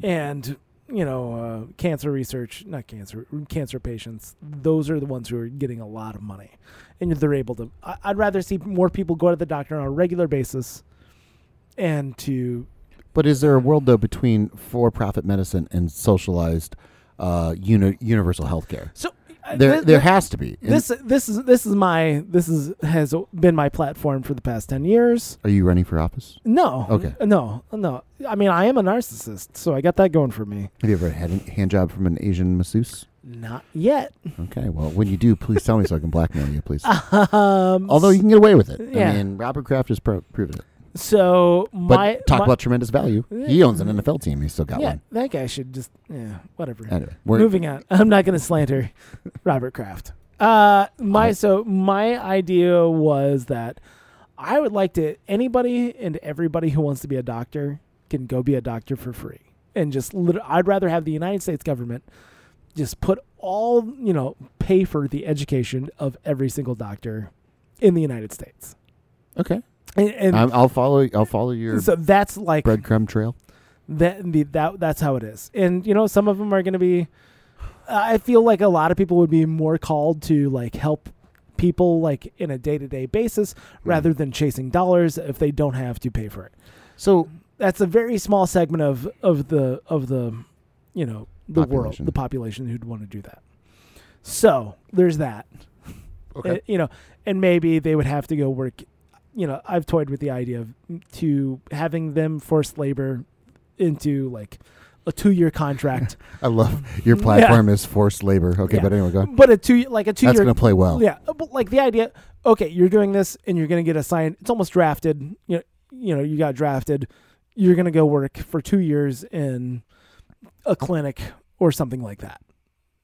Speaker 2: and you know, uh, cancer research, not cancer, cancer patients, those are the ones who are getting a lot of money. And they're able to, I, I'd rather see more people go to the doctor on a regular basis and to,
Speaker 1: but is there a world though between for profit medicine and socialized uh, uni- universal health care?
Speaker 2: so uh,
Speaker 1: There,
Speaker 2: thi-
Speaker 1: there
Speaker 2: thi-
Speaker 1: has to be. And
Speaker 2: this, this is, this is my, this is, has been my platform for the past 10 years.
Speaker 1: Are you running for office?
Speaker 2: No.
Speaker 1: Okay.
Speaker 2: No, no. I mean, I am a narcissist, so I got that going for me.
Speaker 1: Have you ever had a hand job from an Asian masseuse?
Speaker 2: Not yet.
Speaker 1: Okay, well, when you do, please tell me so I can blackmail you, please.
Speaker 2: Um,
Speaker 1: Although you can get away with it.
Speaker 2: Yeah.
Speaker 1: I mean, Robert Kraft has pro- proven it.
Speaker 2: So
Speaker 1: But
Speaker 2: my
Speaker 1: talk
Speaker 2: my-
Speaker 1: about tremendous value. He owns an NFL team. He's still got
Speaker 2: yeah,
Speaker 1: one.
Speaker 2: that guy should just yeah, whatever.
Speaker 1: Anyway, we're,
Speaker 2: Moving on. I'm not going to slander Robert Kraft. Uh, my
Speaker 1: I-
Speaker 2: so my idea was that I would like to anybody and everybody who wants to be a doctor can go be a doctor for free and just lit- I'd rather have the United States government just put all you know pay for the education of every single doctor in the United States.
Speaker 1: okay.
Speaker 2: And, and
Speaker 1: I'm, I'll follow. I'll follow your
Speaker 2: so that's like
Speaker 1: breadcrumb trail.
Speaker 2: that the, that that's how it is and you know some of them are going to be i feel like a lot of people would be more called to like help people like in a day-to-day basis
Speaker 1: Mm-hmm.
Speaker 2: rather than chasing dollars if they don't have to pay for it
Speaker 1: So
Speaker 2: that's a very small segment of of the of the you know the world
Speaker 1: Population.
Speaker 2: the population who'd want to do that so there's that
Speaker 1: okay.
Speaker 2: uh, you know, and maybe they would have to go work. You know, I've toyed with the idea of to having them forced labor into like a two-year contract,
Speaker 1: I love your platform is forced labor. Okay,
Speaker 2: Yeah.
Speaker 1: but anyway, go. ahead.
Speaker 2: but a two like a
Speaker 1: That's
Speaker 2: two-year.
Speaker 1: going to play well.
Speaker 2: yeah, uh, but like the idea. Okay, you're doing this, and you're going to get assigned. It's almost drafted. You know, you know, you got drafted. You're going to go work for two years in a clinic or something like that.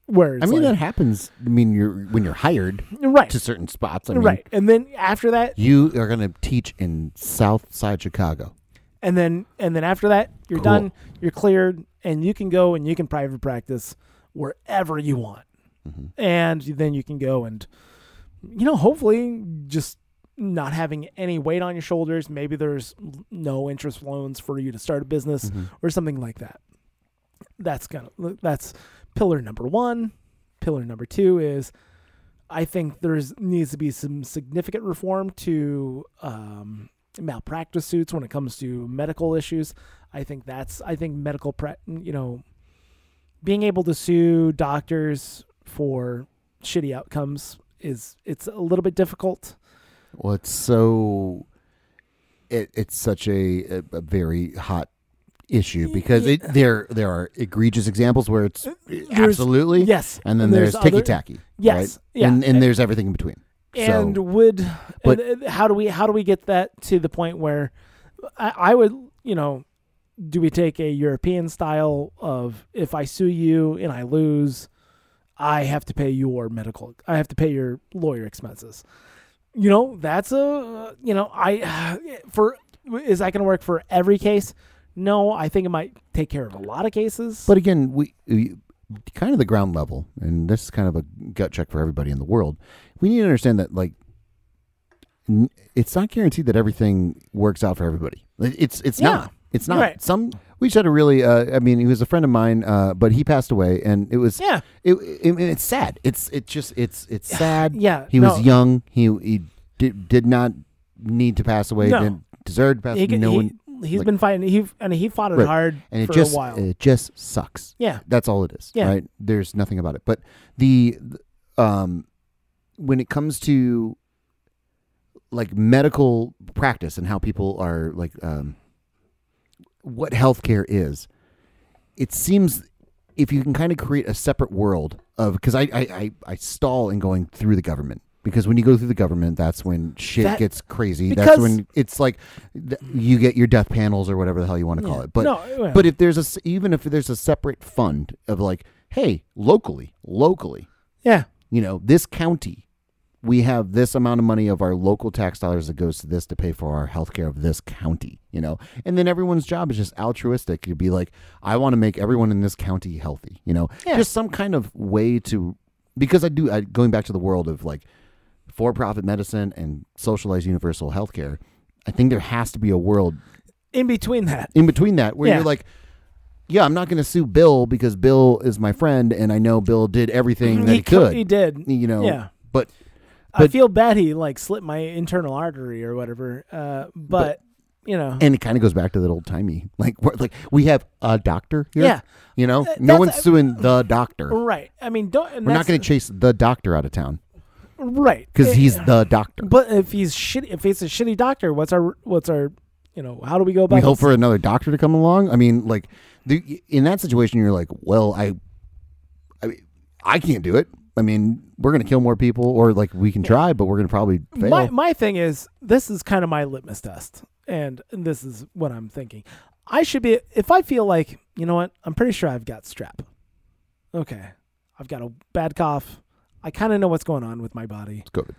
Speaker 2: Where it's
Speaker 1: I mean, that
Speaker 2: like,
Speaker 1: happens. I mean, you're when you're hired
Speaker 2: right,
Speaker 1: to certain spots. I mean,
Speaker 2: right, and then after that,
Speaker 1: You are going to teach in South Side Chicago.
Speaker 2: and then and then after that you're
Speaker 1: Cool.
Speaker 2: done you're cleared and you can go and you can private practice wherever you want
Speaker 1: Mhm.
Speaker 2: and then you can go and you know hopefully just not having any weight on your shoulders maybe there's no interest loans for you to start a business or something like that that's gonna that's pillar number one pillar number two is i think there's needs to be some significant reform to um, malpractice suits when it comes to medical issues i think that's i think medical pra- you know being able to sue doctors for shitty outcomes is it's a little bit difficult
Speaker 1: Well, it's so it, it's such a, a, a very hot issue because it, there there are egregious examples where it's
Speaker 2: Uh,
Speaker 1: absolutely
Speaker 2: yes
Speaker 1: and then there's, ticky
Speaker 2: other-
Speaker 1: tacky.
Speaker 2: yes yeah
Speaker 1: and, and there's everything in between.
Speaker 2: and
Speaker 1: so
Speaker 2: would
Speaker 1: but-
Speaker 2: and, uh, how do we how do we get that to the point where I, I would you know do we take a European style of if I sue you and I lose, I have to pay your medical, I have to pay your lawyer expenses. You know that's a you know I for is that going to work for every case? No, I think it might take care of a lot of cases.
Speaker 1: but again, we, we kind of the ground level, and this is kind of a gut check for everybody in the world. We need to understand that like n- it's not guaranteed that everything works out for everybody. It- It's it's
Speaker 2: Yeah.
Speaker 1: not. It's not.
Speaker 2: Right.
Speaker 1: Some we just had a really. Uh, I mean, he was a friend of mine, uh, but he passed away, and it was
Speaker 2: yeah,
Speaker 1: it, it, it's sad. It's it just it's it's sad.
Speaker 2: yeah,
Speaker 1: He
Speaker 2: no.
Speaker 1: was young. He he did, did not need to pass away.
Speaker 2: No.
Speaker 1: Didn't deserve to pass.
Speaker 2: He,
Speaker 1: no
Speaker 2: he,
Speaker 1: one.
Speaker 2: he's
Speaker 1: like-
Speaker 2: been fighting. He and he fought it
Speaker 1: Right.
Speaker 2: hard
Speaker 1: And it
Speaker 2: for
Speaker 1: just
Speaker 2: a while.
Speaker 1: it just sucks.
Speaker 2: yeah,
Speaker 1: That's all it is.
Speaker 2: Yeah.
Speaker 1: Right. There's nothing about it. But the um when it comes to like medical practice and how people are like um what healthcare is, it seems if you can kind of create a separate world of because I, I I I stall in going through the government. Because when you go through the government, that's when shit
Speaker 2: That-
Speaker 1: gets crazy.
Speaker 2: because-
Speaker 1: That's when it's like th- you get your death panels or whatever the hell you want to call
Speaker 2: Yeah.
Speaker 1: it. But
Speaker 2: No, yeah.
Speaker 1: but if there's a s- even if there's a separate fund of like, hey, locally, locally,
Speaker 2: yeah,
Speaker 1: you know, this county, we have this amount of money of our local tax dollars that goes to this to pay for our healthcare of this county, you know, and then everyone's job is just altruistic. You'd be like, I want to make everyone in this county healthy, you know,
Speaker 2: Yeah.
Speaker 1: just some kind of way to, because I do I, going back to the world of like for-profit medicine and socialized universal healthcare. I think there has to be a world
Speaker 2: in between that.
Speaker 1: in between that where
Speaker 2: Yeah.
Speaker 1: you're like yeah i'm not going to sue bill because bill is my friend and i know bill did everything that he,
Speaker 2: co-
Speaker 1: could
Speaker 2: Mm-hmm. He did.
Speaker 1: you know
Speaker 2: Yeah.
Speaker 1: but
Speaker 2: I
Speaker 1: But-
Speaker 2: feel bad he like slit my internal artery or whatever. Uh, but, you know,
Speaker 1: and it kind of goes back to that old timey like we like we have a doctor here
Speaker 2: Yeah.
Speaker 1: you know
Speaker 2: Th-
Speaker 1: no
Speaker 2: that's-
Speaker 1: one's suing the doctor
Speaker 2: right. I mean, don't. and
Speaker 1: we're not
Speaker 2: that's-
Speaker 1: going to chase the doctor out of town
Speaker 2: Right.
Speaker 1: because
Speaker 2: Eh,
Speaker 1: he's the doctor
Speaker 2: But if he's shit, if he's a shitty doctor, what's our what's our, you know, how do we go about?
Speaker 1: we hope
Speaker 2: this?
Speaker 1: for another doctor to come along. I mean, like, the, in that situation, you're like, well, I, I, mean, I can't do it. I mean, we're gonna kill more people, or like we can try, but we're gonna probably fail.
Speaker 2: my my thing is this is kind of my litmus test, and this is what I'm thinking. I should be if I feel like, you know what, I'm pretty sure I've got strep. Okay. I've got a bad cough. I kind of know what's going on with my body.
Speaker 1: It's COVID.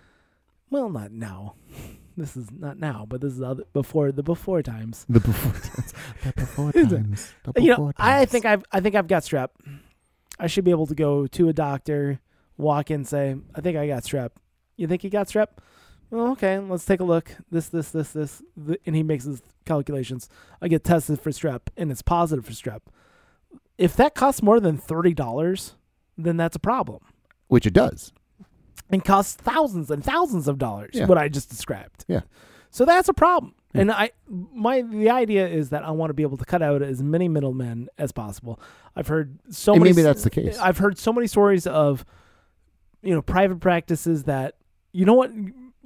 Speaker 2: Well, not now. This is not now, but this is other, before the before times.
Speaker 1: The before times. The before
Speaker 2: Is it-
Speaker 1: times. The
Speaker 2: you know,
Speaker 1: before
Speaker 2: I
Speaker 1: times.
Speaker 2: think I've I think I've got strep. I should be able to go to a doctor, walk in, say, I think I got strep. You think you got strep? Well, okay, let's take a look. This, this, this, this, th and he makes his calculations. I get tested for strep, and it's positive for strep. If that costs more than thirty dollars, then that's a problem,
Speaker 1: Which it does.
Speaker 2: and costs thousands and thousands of dollars.
Speaker 1: Yeah.
Speaker 2: What I just described.
Speaker 1: Yeah.
Speaker 2: So that's a problem. And I my the idea is that I want to be able to cut out as many middlemen as possible. I've heard so
Speaker 1: and
Speaker 2: many
Speaker 1: maybe that's the case.
Speaker 2: I've heard so many stories of you know private practices that you know what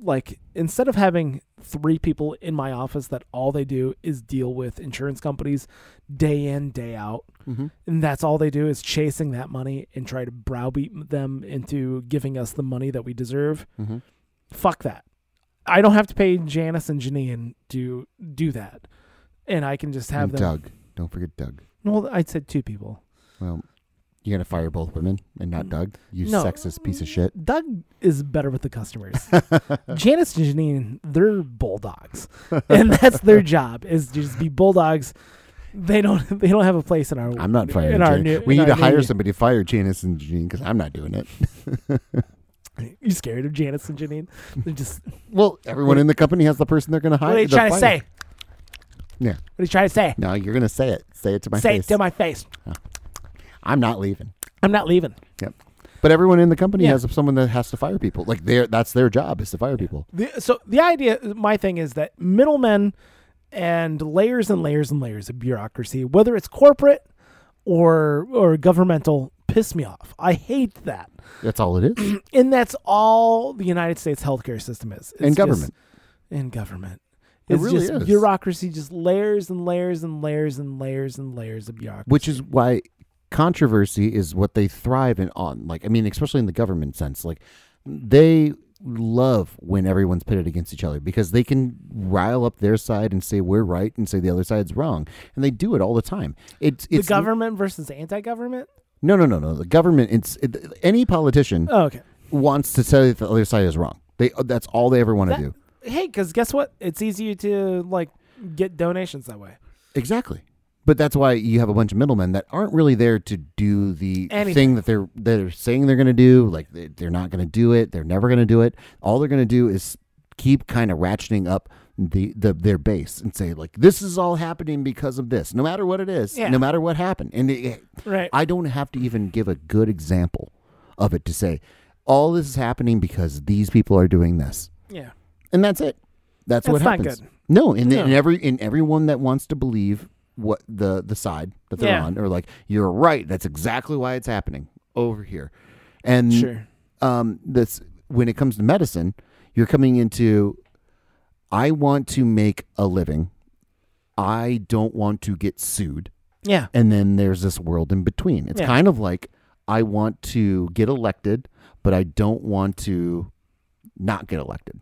Speaker 2: like instead of having three people in my office that all they do is deal with insurance companies day in day out
Speaker 1: Mhm.
Speaker 2: and that's all they do is chasing that money and try to browbeat them into giving us the money that we deserve
Speaker 1: Mhm.
Speaker 2: fuck that. I don't have to pay Janice and Janine to do that. And I can just have
Speaker 1: And
Speaker 2: them.
Speaker 1: Mm, Doug. Don't forget Doug.
Speaker 2: Well, I said two people.
Speaker 1: Well, you're gonna fire both women and not Doug. You
Speaker 2: Mm. No.
Speaker 1: sexist piece of shit.
Speaker 2: Doug is better with the customers. Janice and Janine, they're bulldogs. and that's their job is to just be bulldogs. They don't they don't have a place in our
Speaker 1: I'm not firing.
Speaker 2: in our
Speaker 1: Jan-
Speaker 2: new-
Speaker 1: we
Speaker 2: in
Speaker 1: need to
Speaker 2: our
Speaker 1: hire
Speaker 2: new-
Speaker 1: somebody to fire Janice and Janine because I'm not doing it.
Speaker 2: You scared of Janice and Janine? They're just
Speaker 1: Well, everyone in the company has the person they're gonna hire.
Speaker 2: What are you
Speaker 1: they'll
Speaker 2: trying to
Speaker 1: fire.
Speaker 2: say?
Speaker 1: Yeah.
Speaker 2: What are you trying to say?
Speaker 1: No, you're gonna say it. Say it to my
Speaker 2: say
Speaker 1: face.
Speaker 2: it to my face.
Speaker 1: I'm not leaving.
Speaker 2: I'm not leaving.
Speaker 1: Yep. But everyone in the company
Speaker 2: Yeah.
Speaker 1: has someone that has to fire people. Like their that's their job is to fire people.
Speaker 2: The, so the idea, my thing is that middlemen and layers and layers and layers of bureaucracy, whether it's corporate or or governmental, piss me off. I hate that,
Speaker 1: That's all it is.
Speaker 2: and that's all the United States healthcare system is. It's
Speaker 1: And
Speaker 2: just-
Speaker 1: government.
Speaker 2: and government.
Speaker 1: It
Speaker 2: It's
Speaker 1: really
Speaker 2: just
Speaker 1: is.
Speaker 2: bureaucracy, just layers and layers and layers and layers and layers of bureaucracy.
Speaker 1: Which is why controversy is what they thrive in on. Like I mean, especially in the government sense. Like they love when everyone's pitted against each other because they can rile up their side and say we're right and say the other side's wrong. And they do it all the time. It's
Speaker 2: The
Speaker 1: it's
Speaker 2: government versus anti-government.
Speaker 1: No, no, no, no. The government it's it, any politician
Speaker 2: Oh, okay.
Speaker 1: wants to say that the other side is wrong. They that's all they ever want to
Speaker 2: That-
Speaker 1: do.
Speaker 2: Hey, because guess what? It's easier to like get donations that way.
Speaker 1: Exactly. But that's why you have a bunch of middlemen that aren't really there to do the
Speaker 2: Anything.
Speaker 1: thing that they're they're saying they're going to do. Like they- they're not going to do it. They're never going to do it. All they're going to do is keep kind of ratcheting up the, the their base and say like this is all happening because of this. No matter what it is.
Speaker 2: Yeah.
Speaker 1: No matter what happened. And it,
Speaker 2: Right.
Speaker 1: I don't have to even give a good example of it to say all this is happening because these people are doing this
Speaker 2: yeah.
Speaker 1: and that's it. That's, what
Speaker 2: That's not
Speaker 1: happens.
Speaker 2: good.
Speaker 1: No, and,
Speaker 2: No.
Speaker 1: and every and everyone that wants to believe what the the side that they're
Speaker 2: Yeah.
Speaker 1: on are like, you're right. That's exactly why it's happening over here. And
Speaker 2: Sure.
Speaker 1: um, this when it comes to medicine, you're coming into. I want to make a living. I don't want to get sued.
Speaker 2: Yeah.
Speaker 1: And then there's this world in between. It's
Speaker 2: Yeah.
Speaker 1: kind of like I want to get elected, but I don't want to not get elected.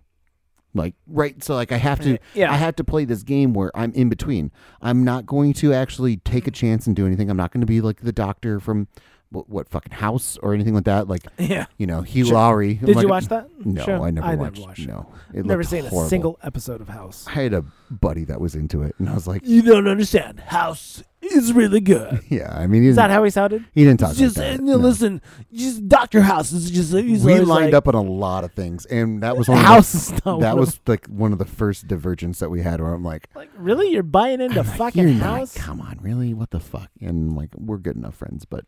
Speaker 1: Like right, so like I have to,
Speaker 2: Yeah.
Speaker 1: I have to play this game where I'm in between. I'm not going to actually take a chance and do anything. I'm not going to be like the doctor from what, what fucking house or anything like that. Like
Speaker 2: Yeah.
Speaker 1: you know, Hugh Laurie.
Speaker 2: Did you watch that?
Speaker 1: No,
Speaker 2: show?
Speaker 1: I never watched.
Speaker 2: Never watched. it.
Speaker 1: no, it
Speaker 2: never
Speaker 1: looked
Speaker 2: seen
Speaker 1: horrible.
Speaker 2: a single episode of House.
Speaker 1: I had a buddy that was into it, and I was like,
Speaker 2: You don't understand. House is really good.
Speaker 1: yeah. I mean, he
Speaker 2: Is that
Speaker 1: didn't,
Speaker 2: how he sounded?
Speaker 1: he didn't talk
Speaker 2: just
Speaker 1: like that.
Speaker 2: and
Speaker 1: no.
Speaker 2: then listen, just Doctor House is just. uh, He's
Speaker 1: we
Speaker 2: always
Speaker 1: lined
Speaker 2: like,
Speaker 1: up on a lot of things, and that was one of the-
Speaker 2: House is not one
Speaker 1: that
Speaker 2: of
Speaker 1: was like one of the first divergence that we had where I'm like,
Speaker 2: them. like really. You're buying into
Speaker 1: "Like,
Speaker 2: fucking
Speaker 1: you're not-
Speaker 2: House.
Speaker 1: come on, really? What the fuck? And like, we're good enough friends, but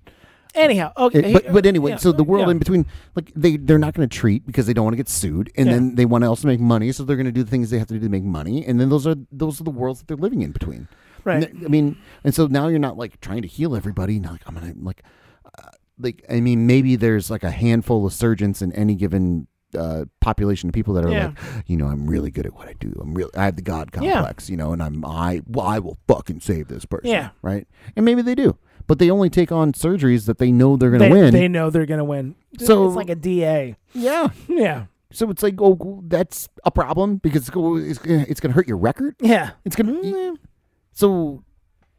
Speaker 2: Anyhow, okay.
Speaker 1: it, but, but anyway,
Speaker 2: yeah,
Speaker 1: so the world
Speaker 2: yeah.
Speaker 1: in between, like they they're not going to treat because they don't want to get sued, and
Speaker 2: Yeah.
Speaker 1: then they want to also make money, so they're going to do the things they have to do to make money, and then those are those are the worlds that they're living in between.
Speaker 2: Right.
Speaker 1: And th- I mean, and so now you're not like trying to heal everybody. Not like I'm gonna like, uh, like I mean, maybe there's like a handful of surgeons in any given. Uh, population of people that are
Speaker 2: Yeah.
Speaker 1: like, you know, I'm really good at what I do. I'm really, I have the God
Speaker 2: Yeah.
Speaker 1: complex, you know, and I'm, I, well, I will fucking save this person,
Speaker 2: Yeah.
Speaker 1: right? And maybe they do, but they only take on surgeries that they know they're going
Speaker 2: they,
Speaker 1: to win.
Speaker 2: they know they're gonna win.
Speaker 1: So-
Speaker 2: it's like a DA.
Speaker 1: Yeah.
Speaker 2: Yeah.
Speaker 1: So it's like, oh, that's a problem because it's go- it's, it's going to hurt your record.
Speaker 2: Yeah.
Speaker 1: It's going to
Speaker 2: eh.
Speaker 1: so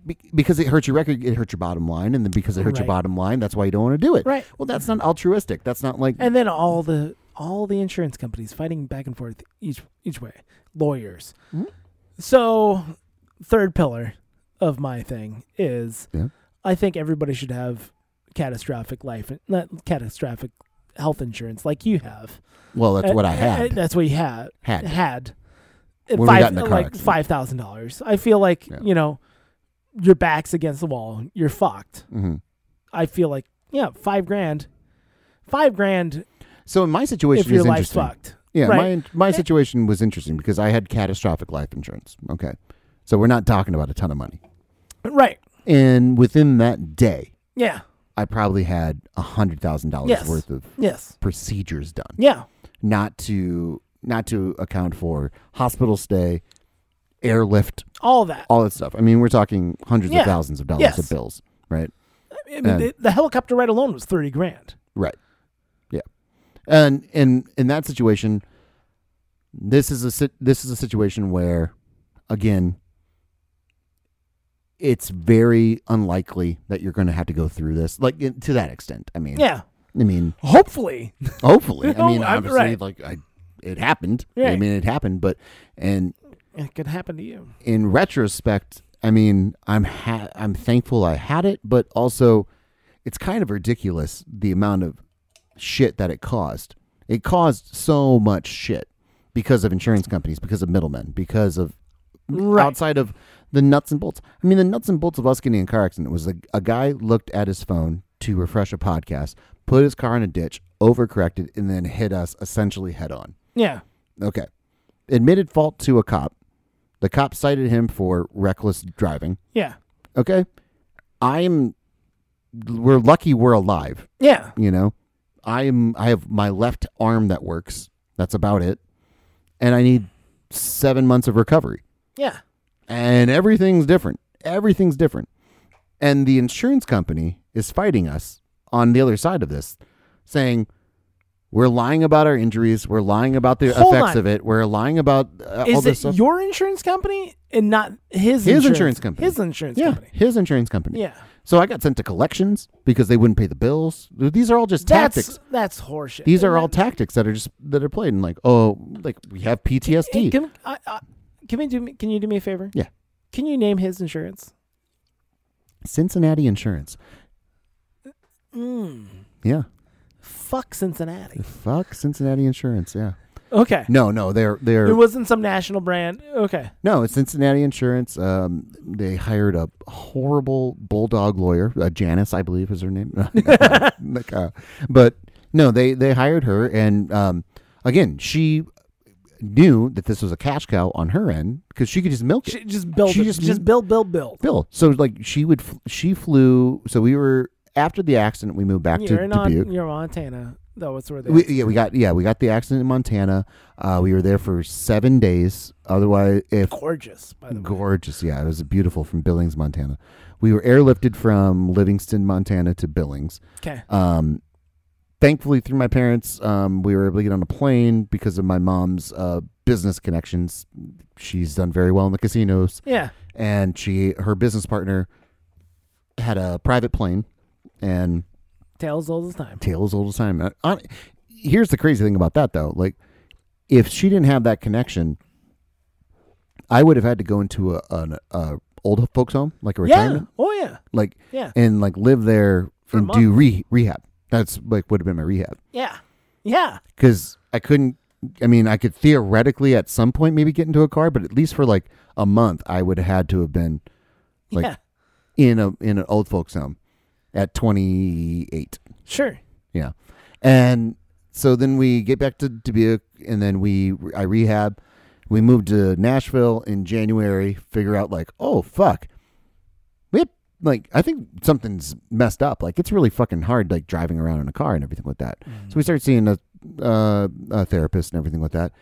Speaker 1: be- because it hurts your record, it hurts your bottom line, and then because it hurts your
Speaker 2: Right.
Speaker 1: bottom line, that's why you don't want to do it.
Speaker 2: Right.
Speaker 1: Well, that's not altruistic. That's not like
Speaker 2: And then all the all the insurance companies fighting back and forth each each way. Lawyers.
Speaker 1: Mhm.
Speaker 2: So third pillar of my thing is
Speaker 1: Yeah.
Speaker 2: I think everybody should have catastrophic life not catastrophic health insurance like you have.
Speaker 1: well, that's
Speaker 2: Uh,
Speaker 1: what I
Speaker 2: uh,
Speaker 1: had.
Speaker 2: That's what you had.
Speaker 1: Had.
Speaker 2: Had.
Speaker 1: When we got in the car
Speaker 2: like
Speaker 1: accident.
Speaker 2: five thousand dollars. I feel like,
Speaker 1: Yeah.
Speaker 2: you know, your back's against the wall. You're fucked.
Speaker 1: hmm
Speaker 2: I feel like, yeah, five grand. Five grand
Speaker 1: So in my situation
Speaker 2: if your
Speaker 1: is
Speaker 2: life's
Speaker 1: interesting.
Speaker 2: fucked.
Speaker 1: Yeah,
Speaker 2: Right. Uh,
Speaker 1: my my situation was interesting because I had catastrophic life insurance. Okay, so we're not talking about a ton of money.
Speaker 2: Right.
Speaker 1: And within that day,
Speaker 2: Yeah.
Speaker 1: I probably had a hundred thousand dollars
Speaker 2: Yes.
Speaker 1: worth of
Speaker 2: Yes.
Speaker 1: procedures done,
Speaker 2: Yeah.
Speaker 1: not to not to account for hospital stay, airlift,
Speaker 2: All that.
Speaker 1: all that stuff. I mean, we're talking hundreds
Speaker 2: Yeah.
Speaker 1: of thousands of dollars
Speaker 2: Yes.
Speaker 1: of bills, right?
Speaker 2: I mean,
Speaker 1: Oh, And-
Speaker 2: the, the helicopter ride alone was thirty grand.
Speaker 1: Right. Yeah. And and in that situation, this is a sit- this is a situation where, again, it's very unlikely that you're going to have to go through this, like in- to that extent. I mean,
Speaker 2: Yeah.
Speaker 1: I mean,
Speaker 2: Hopefully.
Speaker 1: hopefully. I
Speaker 2: No,
Speaker 1: mean,
Speaker 2: I'm-
Speaker 1: obviously,
Speaker 2: right.
Speaker 1: like I, it happened. I
Speaker 2: Right.
Speaker 1: mean, it happened. But and
Speaker 2: It could happen to you.
Speaker 1: in retrospect, I mean, I'm ha- I'm thankful I had it, but also it's kind of ridiculous the amount of shit that it caused. It caused so much shit because of insurance companies, because of middlemen, because of
Speaker 2: Right.
Speaker 1: outside of the nuts and bolts. I mean, the nuts and bolts of us getting in a car accident was a, a guy looked at his phone to refresh a podcast, put his car in a ditch, overcorrected, and then hit us essentially head on.
Speaker 2: Yeah.
Speaker 1: Okay. Admitted fault to a cop. The cop cited him for reckless driving.
Speaker 2: Yeah.
Speaker 1: Okay. I'm we're lucky we're alive,
Speaker 2: Yeah.
Speaker 1: you know. I'm I have my left arm that works. That's about it. And I need 7 months of recovery.
Speaker 2: Yeah.
Speaker 1: And everything's different. Everything's different. And the insurance company is fighting us on the other side of this, saying we're lying about our injuries. We're lying about the
Speaker 2: Hold
Speaker 1: effects
Speaker 2: on.
Speaker 1: of it. We're lying about uh, all
Speaker 2: Is
Speaker 1: this
Speaker 2: it
Speaker 1: stuff.
Speaker 2: your insurance company and not his?
Speaker 1: His insurance company.
Speaker 2: His insurance
Speaker 1: yeah,
Speaker 2: company.
Speaker 1: his insurance company.
Speaker 2: Yeah.
Speaker 1: So I got sent to collections because they wouldn't pay the bills. These are all just tactics.
Speaker 2: That's that's horseshit.
Speaker 1: These
Speaker 2: And
Speaker 1: are all
Speaker 2: that-
Speaker 1: tactics that are just that are played. And like, oh, like we have
Speaker 2: Hey,
Speaker 1: PTSD.
Speaker 2: can, I, I, can we do? me- Can you do me a favor?
Speaker 1: Yeah.
Speaker 2: Can you name his insurance?
Speaker 1: Cincinnati Insurance.
Speaker 2: Mm.
Speaker 1: Yeah.
Speaker 2: Fuck Cincinnati.
Speaker 1: Fuck Cincinnati Insurance. Yeah.
Speaker 2: Okay.
Speaker 1: No, no, they're they're
Speaker 2: It wasn't some national brand. Okay.
Speaker 1: No, it's Cincinnati Insurance. Um, they hired a horrible bulldog lawyer, uh, Janice, I believe, is her name. Like, uh, but no, they they hired her, and um, again, she knew that this was a cash cow on her end because she could just milk it.
Speaker 2: She just build.
Speaker 1: She
Speaker 2: it.
Speaker 1: just-
Speaker 2: Just, build, build, build.
Speaker 1: Bill, so like she would, fl- she flew. So we were after the accident, we moved back
Speaker 2: you're
Speaker 1: to
Speaker 2: in
Speaker 1: Dubuque.
Speaker 2: on, you're Montana. That was where they.
Speaker 1: We, yeah, we got yeah, we got the accident in Montana. Uh, we were there for seven days. Otherwise, if
Speaker 2: gorgeous, by the way.
Speaker 1: Gorgeous. Yeah, it was beautiful from Billings, Montana. We were airlifted from Livingston, Montana to Billings.
Speaker 2: Okay.
Speaker 1: Um, thankfully, through my parents, um, we were able to get on a plane because of my mom's uh, business connections. She's done very well in the casinos,
Speaker 2: Yeah.
Speaker 1: and she her business partner had a private plane, and
Speaker 2: Tails all the time.
Speaker 1: Tails all the time. I, I, here's the crazy thing about that though. Like, if she didn't have that connection, I would have had to go into a an a old folks home, like a
Speaker 2: Yeah.
Speaker 1: retirement,
Speaker 2: Oh yeah.
Speaker 1: like
Speaker 2: Yeah.
Speaker 1: and like live there
Speaker 2: For a
Speaker 1: and do re, rehab. That's like would have been my rehab
Speaker 2: Yeah. Yeah.
Speaker 1: because I couldn't. I mean, I could theoretically at some point maybe get into a car, but at least for like a month, I would have had to have been Like-
Speaker 2: yeah.
Speaker 1: in a in an old folks home at 28.
Speaker 2: Sure.
Speaker 1: Yeah. And so then we get back to Dubuque and then we I rehab. We moved to Nashville in January, figure out like, oh fuck. We have, like I think something's messed up. Like it's really fucking hard like driving around in a car and everything like that. So we started seeing a uh, a therapist and everything like that.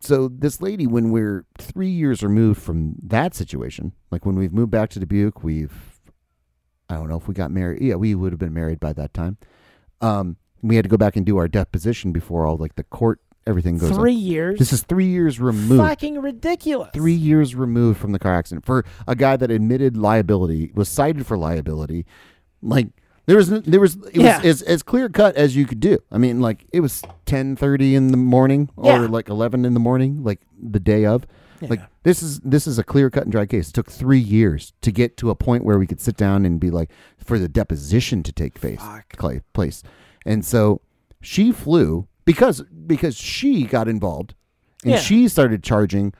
Speaker 1: So this lady, when we're three years removed from that situation, like when we've moved back to Dubuque, we've I don't know if we got married. Yeah, we would have been married by that time. Um, we had to go back and do our deposition before all like the court everything goes. up.
Speaker 2: Three years.
Speaker 1: This is three years removed.
Speaker 2: Fucking ridiculous.
Speaker 1: Three years removed from the car accident for a guy that admitted liability was cited for liability. Like there was, n- there was, it
Speaker 2: Yeah.
Speaker 1: was as, as clear cut as you could do. I mean, like it was ten thirty in the morning or
Speaker 2: Yeah.
Speaker 1: like eleven in the morning, like the day of. Like
Speaker 2: Yeah.
Speaker 1: this is this is a clear cut and dry case. It took three years to get to a point where we could sit down and be like for the deposition to take face
Speaker 2: Fuck.
Speaker 1: clay place. And so she flew because because she got involved and
Speaker 2: Yeah.
Speaker 1: she started charging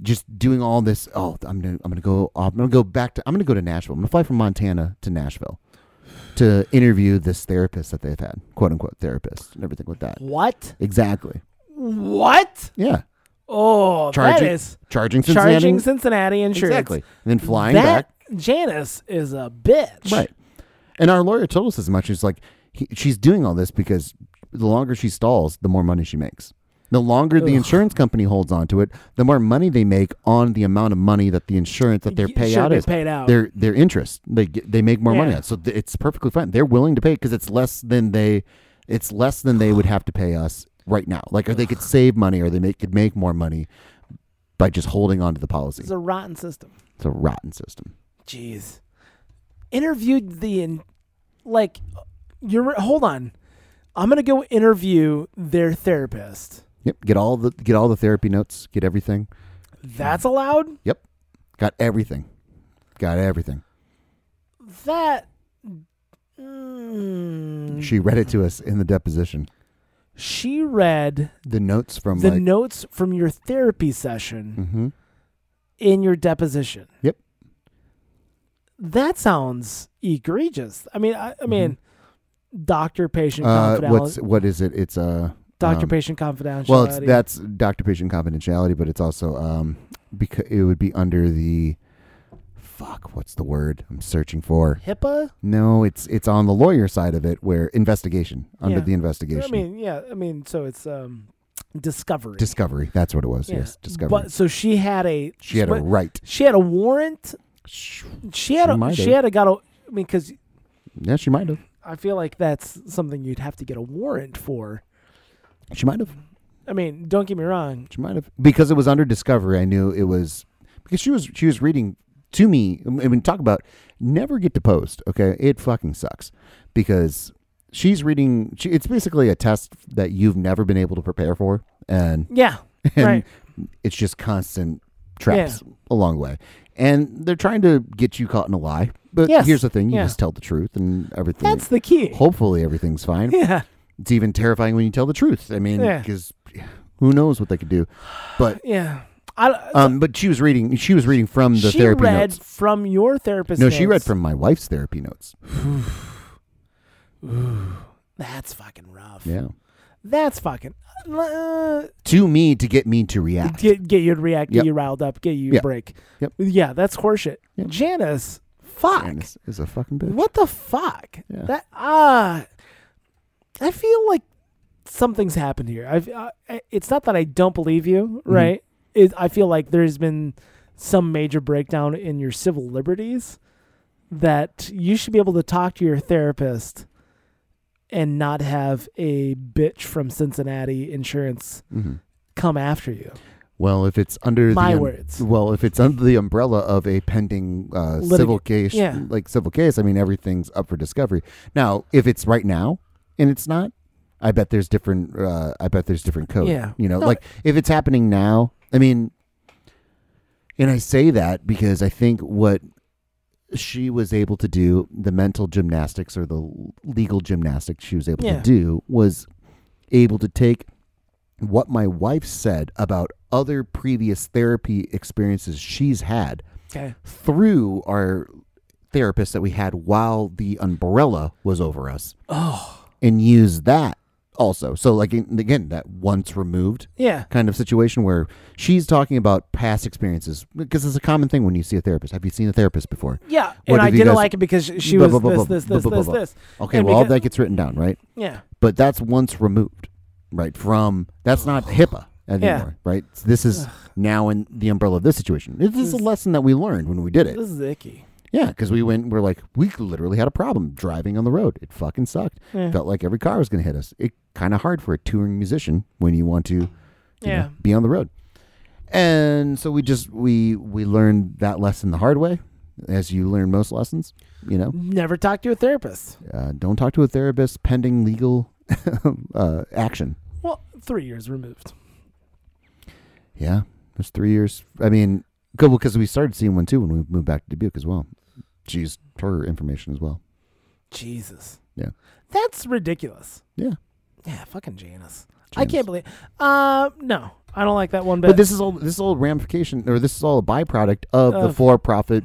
Speaker 1: just doing all this oh I'm gonna I'm gonna go off I'm gonna go back to I'm gonna go to Nashville. I'm gonna fly from Montana to Nashville to interview this therapist that they've had, quote unquote therapist and everything like that.
Speaker 2: What?
Speaker 1: Exactly.
Speaker 2: What?
Speaker 1: Yeah.
Speaker 2: Oh,
Speaker 1: Charging
Speaker 2: that is
Speaker 1: charging Cincinnati.
Speaker 2: charging Cincinnati insurance.
Speaker 1: Exactly. And then flying back.
Speaker 2: That Janice is a bitch.
Speaker 1: Right. And our lawyer told us as much. It's like he, she's doing all this because the longer she stalls, the more money she makes. The longer the
Speaker 2: Ugh.
Speaker 1: insurance company holds on to it, the more money they make on the amount of money that the insurance that their
Speaker 2: Y- should
Speaker 1: payout
Speaker 2: be
Speaker 1: is.
Speaker 2: paid out.
Speaker 1: Their their interest. They get, they make more money
Speaker 2: Yeah.
Speaker 1: on. it. So th- it's perfectly fine. They're willing to pay because it's less than they it's less than they would have to pay us right now. Like or they could save money or they make could make more money by just holding on to the policy.
Speaker 2: It's a rotten system.
Speaker 1: It's a rotten system.
Speaker 2: Jeez. Interviewed the in, like you're hold on. I'm gonna go interview their therapist.
Speaker 1: Yep. Get all the get all the therapy notes, get everything.
Speaker 2: That's allowed?
Speaker 1: Yep. Got everything. Got everything.
Speaker 2: That mm,
Speaker 1: She read it to us in the deposition.
Speaker 2: she read
Speaker 1: The notes from
Speaker 2: the
Speaker 1: like
Speaker 2: notes from your therapy session
Speaker 1: mm-hmm.
Speaker 2: in your deposition.
Speaker 1: Yep.
Speaker 2: That sounds egregious. I mean, I, I mean, doctor patient
Speaker 1: Mm-hmm. uh,
Speaker 2: confidentiality.
Speaker 1: what's what is it? It's uh
Speaker 2: doctor
Speaker 1: um,
Speaker 2: patient confidentiality.
Speaker 1: well, it's that's doctor patient confidentiality, but it's also um because it would be under the fuck. What's the word I'm searching for?
Speaker 2: HIPAA.
Speaker 1: No, it's it's on the lawyer side of it where investigation under
Speaker 2: Yeah.
Speaker 1: the investigation
Speaker 2: I mean, yeah. I mean, so it's um discovery.
Speaker 1: discovery. That's what it was.
Speaker 2: Yeah.
Speaker 1: Yes, discovery.
Speaker 2: But so she had a
Speaker 1: she had a
Speaker 2: but
Speaker 1: right.
Speaker 2: she had a warrant. She had
Speaker 1: She
Speaker 2: a
Speaker 1: might
Speaker 2: she
Speaker 1: have.
Speaker 2: had a got a. I mean, because
Speaker 1: Yeah, she might have.
Speaker 2: I feel like that's something you'd have to get a warrant for.
Speaker 1: She might have.
Speaker 2: I mean, don't get me wrong.
Speaker 1: She might have because it was under discovery. I knew it was because she was she was reading to me. I mean, talk about never get to post. Okay, it fucking sucks because she's reading. She, it's basically a test that you've never been able to prepare for, and
Speaker 2: Yeah.
Speaker 1: and
Speaker 2: Right.
Speaker 1: it's just constant traps along the way. And they're trying to get you caught in a lie. But
Speaker 2: Yes.
Speaker 1: here's the thing: you
Speaker 2: Yeah.
Speaker 1: just tell the truth, and everything.
Speaker 2: That's the key.
Speaker 1: hopefully everything's fine.
Speaker 2: Yeah.
Speaker 1: It's even terrifying when you tell the truth. I mean,
Speaker 2: Yeah.
Speaker 1: because who knows what they could do. But
Speaker 2: Yeah. I, uh,
Speaker 1: um, but she was reading. She was reading from Um, the
Speaker 2: she
Speaker 1: therapy
Speaker 2: read
Speaker 1: notes.
Speaker 2: from your therapist.
Speaker 1: No, she read
Speaker 2: notes.
Speaker 1: from my wife's therapy notes.
Speaker 2: That's fucking rough.
Speaker 1: Yeah,
Speaker 2: That's fucking. Uh,
Speaker 1: to me to get me to react.
Speaker 2: get get you to react,
Speaker 1: Yep.
Speaker 2: get you riled up, get you
Speaker 1: Yep.
Speaker 2: a break.
Speaker 1: Yep.
Speaker 2: Yeah, that's horseshit.
Speaker 1: Yep.
Speaker 2: Janice, fuck.
Speaker 1: And this is a fucking bitch.
Speaker 2: What the fuck?
Speaker 1: Yeah.
Speaker 2: That ah, I feel like something's happened here. I've, uh, I it's not that I don't believe you,
Speaker 1: Mm-hmm.
Speaker 2: right? It, I feel like there's been some major breakdown in your civil liberties that you should be able to talk to your therapist and not have a bitch from Cincinnati insurance
Speaker 1: Mhm.
Speaker 2: come after you.
Speaker 1: Well, if it's under
Speaker 2: My
Speaker 1: the um,
Speaker 2: words.
Speaker 1: Well, if it's under the umbrella of a pending uh,
Speaker 2: Litig-
Speaker 1: civil case,
Speaker 2: yeah.
Speaker 1: like civil case, I mean everything's up for discovery. Now, if it's right now and it's not, I bet there's different. Uh, I bet there's different code.
Speaker 2: Yeah.
Speaker 1: you know,
Speaker 2: No.
Speaker 1: like if it's happening now, I mean, and I say that because I think what she was able to do, the mental gymnastics or the legal gymnastics she was able
Speaker 2: Yeah.
Speaker 1: to do, was able to take what my wife said about other previous therapy experiences she's had
Speaker 2: Okay.
Speaker 1: through our therapist that we had while the umbrella was over us
Speaker 2: Oh.
Speaker 1: and use that also. So, like, in- again, that once removed
Speaker 2: Yeah.
Speaker 1: kind of situation where she's talking about past experiences because it's a common thing when you see a therapist. Have you seen a therapist before?
Speaker 2: Yeah,
Speaker 1: What
Speaker 2: and I
Speaker 1: have you
Speaker 2: didn't
Speaker 1: guys-
Speaker 2: like it because sh- she
Speaker 1: Blah,
Speaker 2: was
Speaker 1: blah, blah,
Speaker 2: this,
Speaker 1: blah,
Speaker 2: this,
Speaker 1: blah,
Speaker 2: this, this,
Speaker 1: blah, blah.
Speaker 2: this.
Speaker 1: Okay,
Speaker 2: And
Speaker 1: well, all
Speaker 2: because-
Speaker 1: that gets written down, right?
Speaker 2: Yeah,
Speaker 1: But that's once removed, right? From that's not HIPAA anymore, right? This is now in the umbrella of this situation. This is a
Speaker 2: This-
Speaker 1: lesson that we learned when we did it.
Speaker 2: this is icky.
Speaker 1: Yeah, because we went. We're like, we literally had a problem driving on the road. It fucking sucked.
Speaker 2: Yeah.
Speaker 1: Felt like every car was going to hit us. It kind of hard for a touring musician when you want to, you know,
Speaker 2: Yeah.
Speaker 1: be on the road. And so we just we we learned that lesson the hard way, as you learn most lessons. You know,
Speaker 2: Never talk to a therapist.
Speaker 1: uh, don't talk to a therapist pending legal uh, action.
Speaker 2: Well, three years removed.
Speaker 1: Yeah, it was three years. I mean, because we started seeing one too when we moved back to Dubuque as well. She's her information as well.
Speaker 2: Jesus.
Speaker 1: Yeah.
Speaker 2: That's ridiculous.
Speaker 1: Yeah.
Speaker 2: Yeah, fucking Janus. I
Speaker 1: Janice.
Speaker 2: can't believe. Uh, no, I don't like that one bit.
Speaker 1: But this is all this is all ramification, or this is all a byproduct of the
Speaker 2: Of-
Speaker 1: for-profit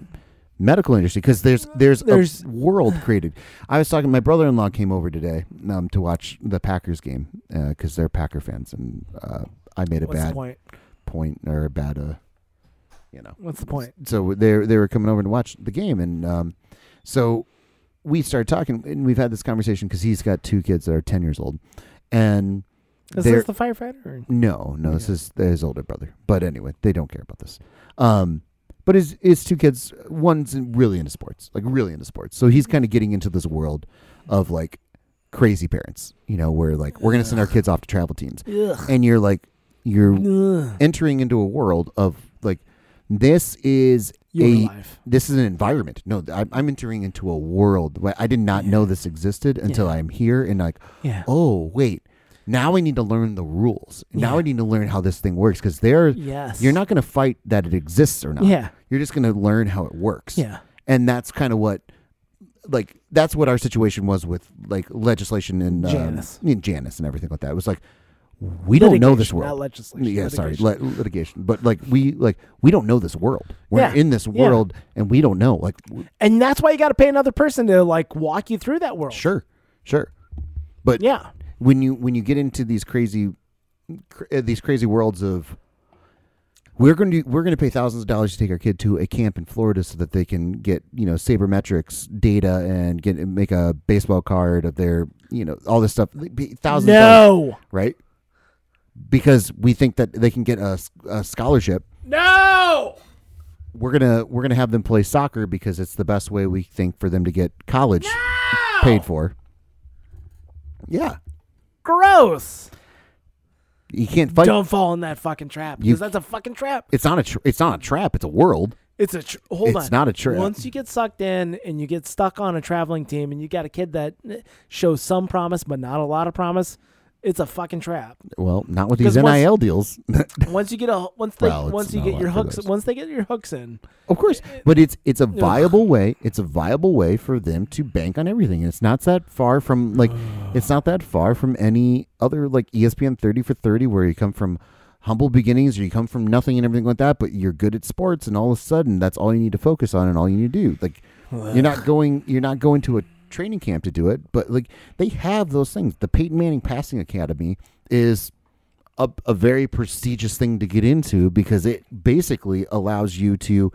Speaker 1: medical industry because there's there's
Speaker 2: There's-
Speaker 1: a world created. I was talking. My brother-in-law came over today um, to watch the Packers game because they're Packer fans, and uh, I made a
Speaker 2: What's the
Speaker 1: bad
Speaker 2: point?
Speaker 1: point or a bad, uh, you know.
Speaker 2: What's the point?
Speaker 1: So they they were coming over to watch the game, and um, so we started talking, and we've had this conversation because he's got two kids that are ten years old, and
Speaker 2: Is
Speaker 1: they're-
Speaker 2: this the firefighter? Or?
Speaker 1: no, no, this
Speaker 2: Okay.
Speaker 1: is his older brother. But anyway, they don't care about this. Um, but his his two kids, one's in- really into sports, like really into sports. So
Speaker 2: Mm-hmm.
Speaker 1: he's kind of getting into this world of like crazy parents, you know, where like we're gonna send our kids off to travel teams,
Speaker 2: Ugh.
Speaker 1: and you're like you're
Speaker 2: Ugh.
Speaker 1: entering into a world of like this is
Speaker 2: Your
Speaker 1: a-
Speaker 2: life.
Speaker 1: this is an environment. No, I'm, I'm entering into a world. where I did not
Speaker 2: Yeah.
Speaker 1: know this existed until
Speaker 2: Yeah.
Speaker 1: I'm here, and like
Speaker 2: Yeah.
Speaker 1: oh wait now i need to learn the rules now
Speaker 2: Yeah.
Speaker 1: i need to learn how this thing works because they're
Speaker 2: Yes.
Speaker 1: you're not going to fight that it exists or not
Speaker 2: Yeah.
Speaker 1: you're just going to learn how it works
Speaker 2: Yeah.
Speaker 1: and that's kind of what like that's what our situation was with like legislation and um,
Speaker 2: Janus.
Speaker 1: and Janus and everything like that it was like we don't know this
Speaker 2: Litigation, Not
Speaker 1: world
Speaker 2: legislation.
Speaker 1: yeah sorry
Speaker 2: litigation.
Speaker 1: lit- litigation but like we like we don't know this world we're
Speaker 2: Yeah.
Speaker 1: in this
Speaker 2: Yeah.
Speaker 1: world and we don't know like w-
Speaker 2: and that's why you got to pay another person to like walk you through that world.
Speaker 1: sure sure but
Speaker 2: Yeah.
Speaker 1: when you when you get into these crazy cr- uh, these crazy worlds of we're going to we're going to pay thousands of dollars to take our kid to a camp in Florida so that they can get you know sabermetrics data and get make a baseball card of their you know all this stuff Be- thousands of dollars,
Speaker 2: No.
Speaker 1: right because we think that they can get a, s- a scholarship
Speaker 2: No.
Speaker 1: we're gonna we're gonna have them play soccer because it's the best way we think for them to get college paid for yeah
Speaker 2: Gross.
Speaker 1: you can't fight
Speaker 2: Don't fall in that fucking trap
Speaker 1: You-
Speaker 2: because that's a fucking trap.
Speaker 1: it's not a tr it's not a trap. It's a world.
Speaker 2: It's a tr- hold on.
Speaker 1: it's not a trap.
Speaker 2: Once you get sucked in and you get stuck on a traveling team and you got a kid that eh, shows some promise but not a lot of promise, it's a fucking trap.
Speaker 1: well, not with these
Speaker 2: Because once-
Speaker 1: NIL deals,
Speaker 2: Once you get a once they
Speaker 1: Well, it's
Speaker 2: once you
Speaker 1: not
Speaker 2: get
Speaker 1: allowed
Speaker 2: your
Speaker 1: for
Speaker 2: hooks
Speaker 1: those.
Speaker 2: once they get your hooks in,
Speaker 1: of course. But it's it's a viable way. It's a viable way for them to bank on everything, and it's not that far from like it's not that far from any other like E ESPN thirty for thirty, where you come from humble beginnings or you come from nothing and everything like that, but you're good at sports, and all of a sudden that's all you need to focus on and all you need to do. Like you're not going you're not going to a training camp to do it, but like they have those things. The Peyton Manning Passing Academy is a, a very prestigious thing to get into because it basically allows you to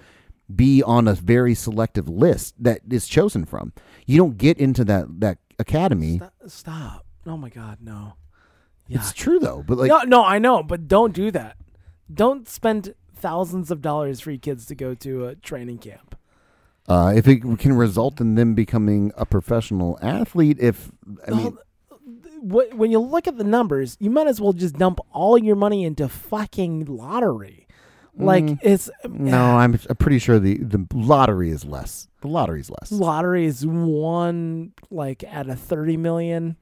Speaker 1: be on a very selective list that is chosen from. You don't get into that that academy.
Speaker 2: th- stop. Oh my god, no.
Speaker 1: It's true though, but like
Speaker 2: no, no, I know, but don't do that. Don't spend thousands of dollars for your kids to go to a training camp.
Speaker 1: uh, if it can result in them becoming a professional athlete, if I mean,
Speaker 2: Wh- When you look at the numbers, you might as well just dump all your money into fucking lottery. Like it's
Speaker 1: Mm. no, I'm, I'm pretty sure the the lottery is less. The lottery is less.
Speaker 2: lottery is one like out of thirty million.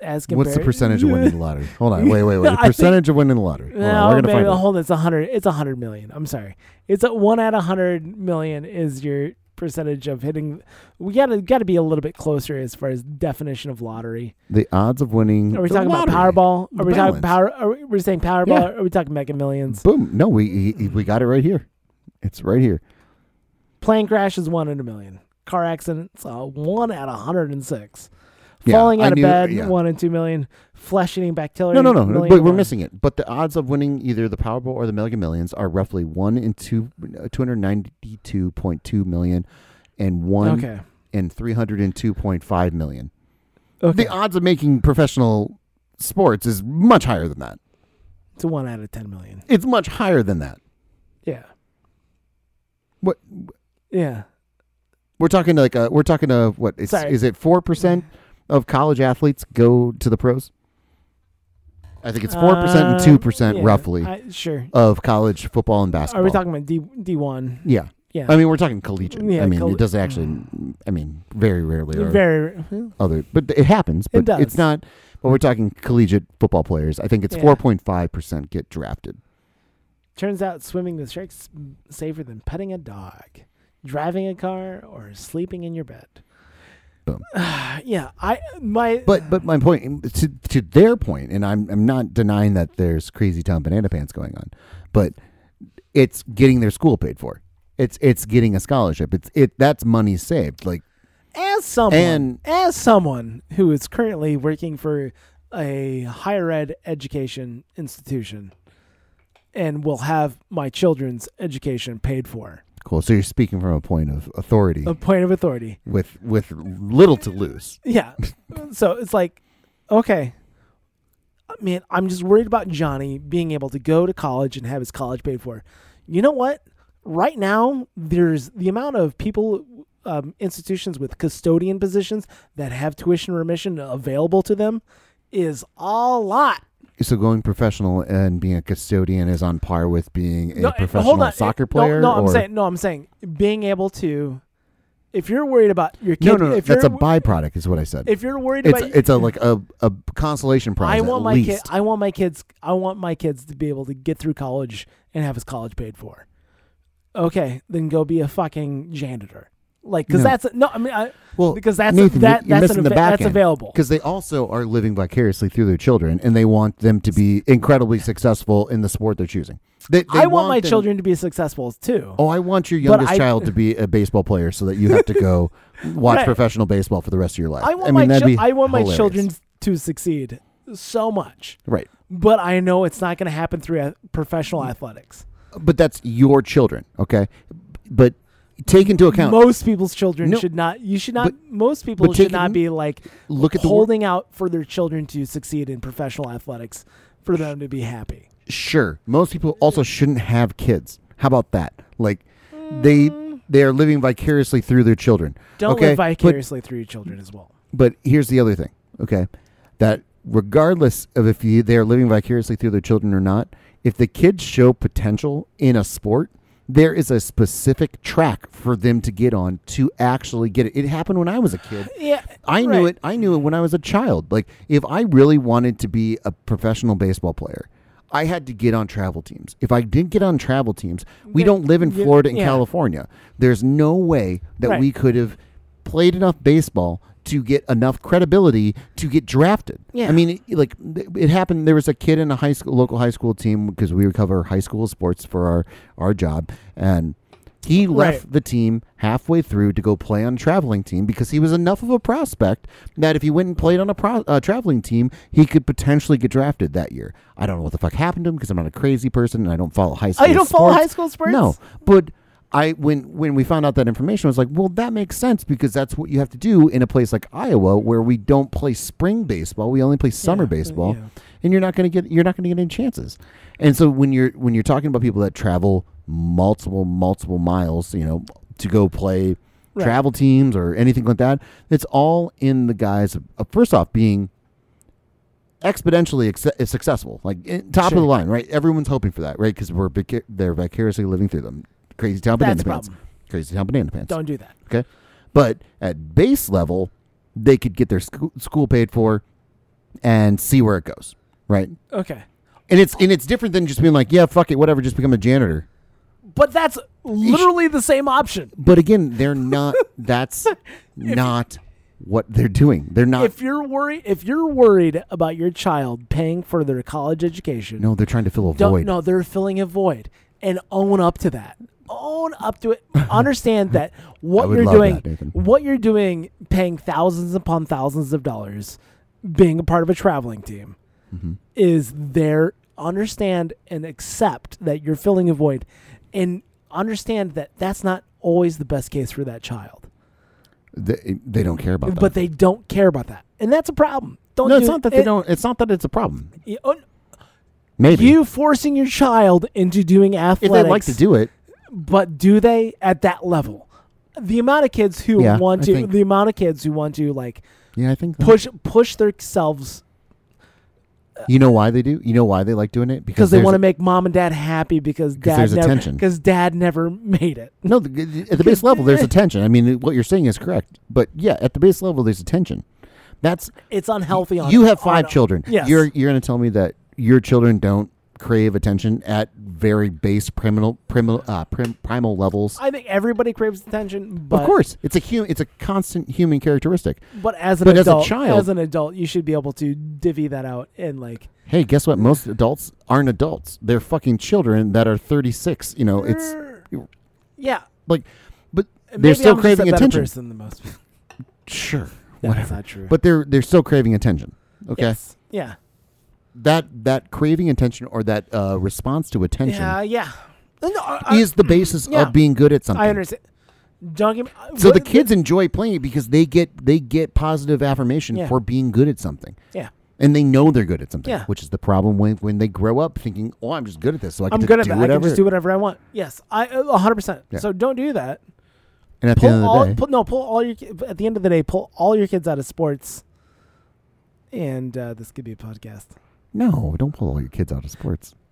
Speaker 2: As compared,
Speaker 1: What's the percentage of winning the lottery? Hold on, wait, wait, wait. The
Speaker 2: I think-
Speaker 1: percentage of winning the lottery. Hold on,
Speaker 2: No,
Speaker 1: we're gonna
Speaker 2: maybe,
Speaker 1: find out.
Speaker 2: hold on. It's a hundred. It's a hundred million. I'm sorry. It's a one out of hundred million is your percentage of hitting. We gotta gotta be a little bit closer as far as definition of lottery.
Speaker 1: the odds of winning.
Speaker 2: Are we
Speaker 1: the
Speaker 2: talking about
Speaker 1: lottery.
Speaker 2: Powerball?
Speaker 1: The
Speaker 2: Are we
Speaker 1: balance.
Speaker 2: talking power? Are we, we're saying Powerball?
Speaker 1: Yeah.
Speaker 2: Are we talking Mega Millions?
Speaker 1: Boom. No, we he- we got it right here. It's right here.
Speaker 2: Plane crash is one in a million. Car accidents uh, one out of hundred and six.
Speaker 1: Yeah,
Speaker 2: Falling
Speaker 1: I
Speaker 2: out of
Speaker 1: knew-
Speaker 2: bed
Speaker 1: yeah.
Speaker 2: one in two million. Flesh eating bacteria.
Speaker 1: No, no, no.
Speaker 2: million
Speaker 1: But
Speaker 2: in
Speaker 1: we're
Speaker 2: one.
Speaker 1: missing it. But the odds of winning either the Powerball or the Mega Millions are roughly one in two, uh, two hundred ninety-two point two million, and one
Speaker 2: Okay.
Speaker 1: in three hundred and two point five million.
Speaker 2: Okay.
Speaker 1: The odds of making professional sports is much higher than that.
Speaker 2: it's a one out of ten million.
Speaker 1: It's much higher than that.
Speaker 2: Yeah.
Speaker 1: What?
Speaker 2: Yeah.
Speaker 1: We're talking like a, we're talking to what it's,
Speaker 2: Sorry.
Speaker 1: is it four percent of college athletes go to the pros? I think it's four percent and
Speaker 2: Uh,
Speaker 1: two percent
Speaker 2: yeah,
Speaker 1: roughly
Speaker 2: I, sure.
Speaker 1: of college football and basketball.
Speaker 2: Are we talking about D D one?
Speaker 1: Yeah.
Speaker 2: Yeah.
Speaker 1: I mean, we're talking collegiate.
Speaker 2: Yeah,
Speaker 1: I mean,
Speaker 2: colle-
Speaker 1: it doesn't actually. I mean, very rarely are
Speaker 2: Very.
Speaker 1: other, but it happens. But
Speaker 2: does.
Speaker 1: it's not. But we're talking collegiate football players. I think it's
Speaker 2: Yeah.
Speaker 1: four point five percent get drafted.
Speaker 2: Turns out swimming with sharks safer than petting a dog, driving a car, or sleeping in your bed.
Speaker 1: Boom.
Speaker 2: yeah, I my
Speaker 1: But but my point to to their point, and I'm I'm not denying that there's crazy town banana pants going on, but it's getting their school paid for. It's it's getting a scholarship. It's it that's money saved. Like
Speaker 2: as someone
Speaker 1: And-
Speaker 2: as someone who is currently working for a higher ed education institution and will have my children's education paid for.
Speaker 1: cool. So you're speaking from a point of authority
Speaker 2: A point of authority.
Speaker 1: with with little to lose.
Speaker 2: Yeah. so it's like, okay. I mean, I'm just worried about Johnny being able to go to college and have his college paid for. You know what? Right now, there's the amount of people, um, institutions with custodian positions that have tuition remission available to them is a lot.
Speaker 1: So going professional and being a custodian is on par with being a
Speaker 2: No, eh, hold
Speaker 1: professional
Speaker 2: on.
Speaker 1: soccer
Speaker 2: Eh,
Speaker 1: player.
Speaker 2: No, no I'm
Speaker 1: or-
Speaker 2: saying, no, I'm saying being able to, if you're worried about your kid,
Speaker 1: no, no, no.
Speaker 2: if
Speaker 1: That's a
Speaker 2: you're,
Speaker 1: byproduct, is what I said.
Speaker 2: if you're worried
Speaker 1: it's
Speaker 2: about,
Speaker 1: it's a like a, a consolation prize.
Speaker 2: I want
Speaker 1: at
Speaker 2: my
Speaker 1: least.
Speaker 2: kid. I want my kids. I want my kids to be able to get through college and have his college paid for. Okay, then go be a fucking janitor. Like, because
Speaker 1: No.
Speaker 2: that's no. I mean, I,
Speaker 1: Well,
Speaker 2: because that's
Speaker 1: Nathan,
Speaker 2: that
Speaker 1: you're, you're
Speaker 2: that's
Speaker 1: missing
Speaker 2: an,
Speaker 1: the
Speaker 2: ava-
Speaker 1: back
Speaker 2: that's available.
Speaker 1: because they also are living vicariously through their children, and they want them to be incredibly successful in the sport they're choosing. They, they
Speaker 2: I want my
Speaker 1: them-
Speaker 2: children to be successful too.
Speaker 1: Oh, I want your
Speaker 2: But
Speaker 1: youngest
Speaker 2: I-
Speaker 1: child to be a baseball player, so that you have to go watch
Speaker 2: Right.
Speaker 1: professional baseball for the rest of your life.
Speaker 2: I want
Speaker 1: I mean,
Speaker 2: my
Speaker 1: that'd
Speaker 2: chil-
Speaker 1: be
Speaker 2: I want my
Speaker 1: hilarious.
Speaker 2: children to succeed so much,
Speaker 1: Right,
Speaker 2: but I know it's not going to happen through a- professional
Speaker 1: Mm.
Speaker 2: athletics.
Speaker 1: but that's your children, okay? But take into account.
Speaker 2: Most people's children
Speaker 1: No.
Speaker 2: should not. You should not.
Speaker 1: But-
Speaker 2: most people
Speaker 1: but
Speaker 2: should
Speaker 1: taking-
Speaker 2: not be like
Speaker 1: look at the wor-
Speaker 2: holding out for their children to succeed in professional athletics for them to be happy.
Speaker 1: sure most people also shouldn't have kids how about that like they they are living vicariously through their children
Speaker 2: Mm. Don't
Speaker 1: okay
Speaker 2: live
Speaker 1: but-
Speaker 2: vicariously through your children as well.
Speaker 1: but, here's the other thing okay that regardless of if you, they are living vicariously through their children or not if the kids show potential in a sport there is a specific track for them to get on to actually get it. It happened when I was a kid.
Speaker 2: Yeah,
Speaker 1: I
Speaker 2: right.
Speaker 1: knew it. I knew it when I was a child. Like if I really wanted to be a professional baseball player, I had to get on travel teams. If I didn't get on travel teams, we
Speaker 2: Then
Speaker 1: don't live in
Speaker 2: you-
Speaker 1: Florida and
Speaker 2: yeah.
Speaker 1: California. There's no way that
Speaker 2: Right.
Speaker 1: we could have played enough baseball to get enough credibility to get drafted.
Speaker 2: Yeah.
Speaker 1: I mean, it, like th- it happened. There was a kid in a high school, local high school team because we would cover high school sports for our our job, and he left
Speaker 2: Right.
Speaker 1: the team halfway through to go play on a traveling team because he was enough of a prospect that if he went and played on a pro- uh, traveling team, he could potentially get drafted that year. I don't know what the fuck happened to him because I'm not a crazy person and I don't follow high school.
Speaker 2: Oh, you don't follow
Speaker 1: sports.
Speaker 2: high school sports?
Speaker 1: No, but I when when we found out that information, I was like, well, that makes sense because that's what you have to do in a place like Iowa where we don't play spring baseball, we only play summer
Speaker 2: Yeah,
Speaker 1: baseball,
Speaker 2: yeah.
Speaker 1: and you're not going to get you're not going to get any chances. And so when you're when you're talking about people that travel multiple multiple miles, you know, to go play
Speaker 2: Right.
Speaker 1: travel teams or anything like that, it's all in the guise of, of first off being exponentially ex- successful, like in, top
Speaker 2: Sure.
Speaker 1: of the line, right? Everyone's hoping for that, right? Because we're vic- they're vicariously living through them. Crazy town banana
Speaker 2: That's a
Speaker 1: pants.
Speaker 2: problem.
Speaker 1: Crazy town banana pants.
Speaker 2: Don't do that.
Speaker 1: Okay, but at base level, they could get their sco- school paid for, and see where it goes, right?
Speaker 2: Okay,
Speaker 1: And it's and it's different than just being like, yeah, fuck it, whatever, just become a janitor.
Speaker 2: but that's literally the same option.
Speaker 1: But again, they're not. That's not what they're doing. They're not.
Speaker 2: If you're worried, if you're worried about your child paying for their college education,
Speaker 1: no, they're trying to fill a
Speaker 2: don't
Speaker 1: void.
Speaker 2: no, they're filling a void and own up to that. Own up to it. Understand that what
Speaker 1: would
Speaker 2: you're
Speaker 1: love
Speaker 2: doing,
Speaker 1: that, Nathan.
Speaker 2: what you're doing, paying thousands upon thousands of dollars, being a part of a traveling team,
Speaker 1: Mm-hmm.
Speaker 2: is there. Understand and accept that you're filling a void, and understand that that's not always the best case for that child.
Speaker 1: They, they don't care about that.
Speaker 2: But they don't care about that, and that's a problem. Don't
Speaker 1: no,
Speaker 2: you,
Speaker 1: it's not that they
Speaker 2: it-
Speaker 1: don't. It's not that it's a problem.
Speaker 2: you- oh,
Speaker 1: Maybe
Speaker 2: You forcing your child into doing
Speaker 1: if
Speaker 2: athletics
Speaker 1: they like to do it,
Speaker 2: but do they at that level? the amount of kids who
Speaker 1: Yeah,
Speaker 2: want
Speaker 1: I
Speaker 2: to
Speaker 1: think-
Speaker 2: the amount of kids who want to like
Speaker 1: Yeah, I think that-
Speaker 2: push push themselves
Speaker 1: You know why they do? You know why they like doing it?
Speaker 2: because they
Speaker 1: there's-
Speaker 2: want to make mom and dad happy because dad
Speaker 1: there's a
Speaker 2: never
Speaker 1: tension.
Speaker 2: because dad never made it.
Speaker 1: No, the, at the base level, there's a tension. I mean, what you're saying is correct, but yeah, at the base level, there's a tension. That's
Speaker 2: It's unhealthy. On
Speaker 1: you have
Speaker 2: on-
Speaker 1: five children.
Speaker 2: Yes.
Speaker 1: You're you're going to tell me that your children don't crave attention at very base primal primal uh, prim, primal levels.
Speaker 2: I think everybody craves attention, but
Speaker 1: of course, it's a human. It's a constant human characteristic.
Speaker 2: But as an
Speaker 1: But as a
Speaker 2: adult, as,
Speaker 1: child-
Speaker 2: an adult, you should be able to divvy that out and like
Speaker 1: Hey, guess what? Most adults aren't adults. They're fucking children that are 36. You know, it's
Speaker 2: yeah.
Speaker 1: like, but
Speaker 2: And
Speaker 1: they're
Speaker 2: Mm, maybe
Speaker 1: still
Speaker 2: I'm just a
Speaker 1: craving
Speaker 2: better
Speaker 1: attention.
Speaker 2: Person than most.
Speaker 1: Sure,
Speaker 2: That's
Speaker 1: whatever.
Speaker 2: not true.
Speaker 1: But they're they're still craving attention. Okay.
Speaker 2: Yes. yeah,
Speaker 1: that that craving attention or that uh, response to attention
Speaker 2: yeah, yeah. No, I, I-
Speaker 1: is the basis
Speaker 2: yeah.
Speaker 1: of being good at something.
Speaker 2: I understand. Don't give me, uh,
Speaker 1: So the
Speaker 2: what-
Speaker 1: kids enjoy playing it because they get they get positive affirmation
Speaker 2: Yeah.
Speaker 1: for being good at something,
Speaker 2: Yeah,
Speaker 1: and they know they're good at something,
Speaker 2: Yeah.
Speaker 1: which is the problem when when they grow up thinking, "Oh, I'm just good at this, so I can
Speaker 2: I'm
Speaker 1: just
Speaker 2: good at
Speaker 1: do
Speaker 2: that. I
Speaker 1: whatever."
Speaker 2: can just do whatever I want. Yes, I uh, 100%.
Speaker 1: Yeah.
Speaker 2: So don't do that.
Speaker 1: and at the
Speaker 2: Pull
Speaker 1: end
Speaker 2: all,
Speaker 1: of the day,
Speaker 2: pull, no, pull all your ki- at the end of the day, pull all your kids out of sports. And uh, this could be a podcast.
Speaker 1: no, don't pull all your kids out of sports.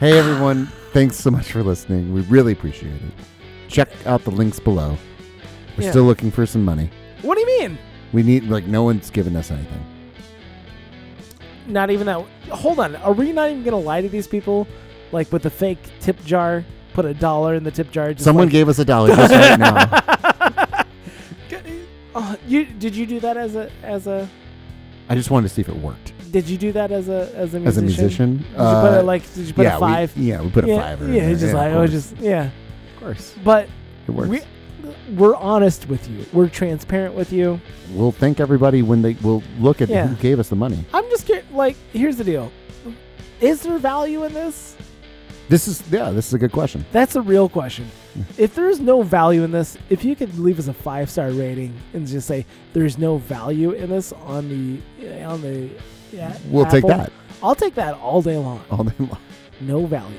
Speaker 1: hey everyone, thanks so much for listening. We really appreciate it. Check out the links below. We're
Speaker 2: Yeah.
Speaker 1: still looking for some money.
Speaker 2: What do you mean?
Speaker 1: We need like no one's given us anything.
Speaker 2: Not even that. Hold on. Are we not even gonna lie to these people? Like with the fake tip jar, put a dollar in the tip jar. Just
Speaker 1: Someone gave us a dollar just right now.
Speaker 2: Like, oh, you did you do that as a as a
Speaker 1: I just wanted to see if it worked.
Speaker 2: did you do that as a as a musician?
Speaker 1: As a musician,
Speaker 2: Did
Speaker 1: uh,
Speaker 2: you put a, like did you put
Speaker 1: yeah,
Speaker 2: a five?
Speaker 1: We, yeah, we put a
Speaker 2: yeah,
Speaker 1: five.
Speaker 2: Yeah, it's just like oh, just yeah.
Speaker 1: of course
Speaker 2: But
Speaker 1: it works.
Speaker 2: we we're honest with you. We're transparent with you.
Speaker 1: we'll thank everybody when they will look at
Speaker 2: Yeah.
Speaker 1: who gave us the money.
Speaker 2: I'm just curious, like here's the deal. Is there value in this?
Speaker 1: This is yeah, this is a good question.
Speaker 2: That's a real question.
Speaker 1: Hmm.
Speaker 2: If there's no value in this, if you could leave us a five star rating and just say there's no value in this on the on the yeah,
Speaker 1: We'll take
Speaker 2: Apple,"
Speaker 1: that
Speaker 2: I'll take that all day long.
Speaker 1: all day long.
Speaker 2: No value.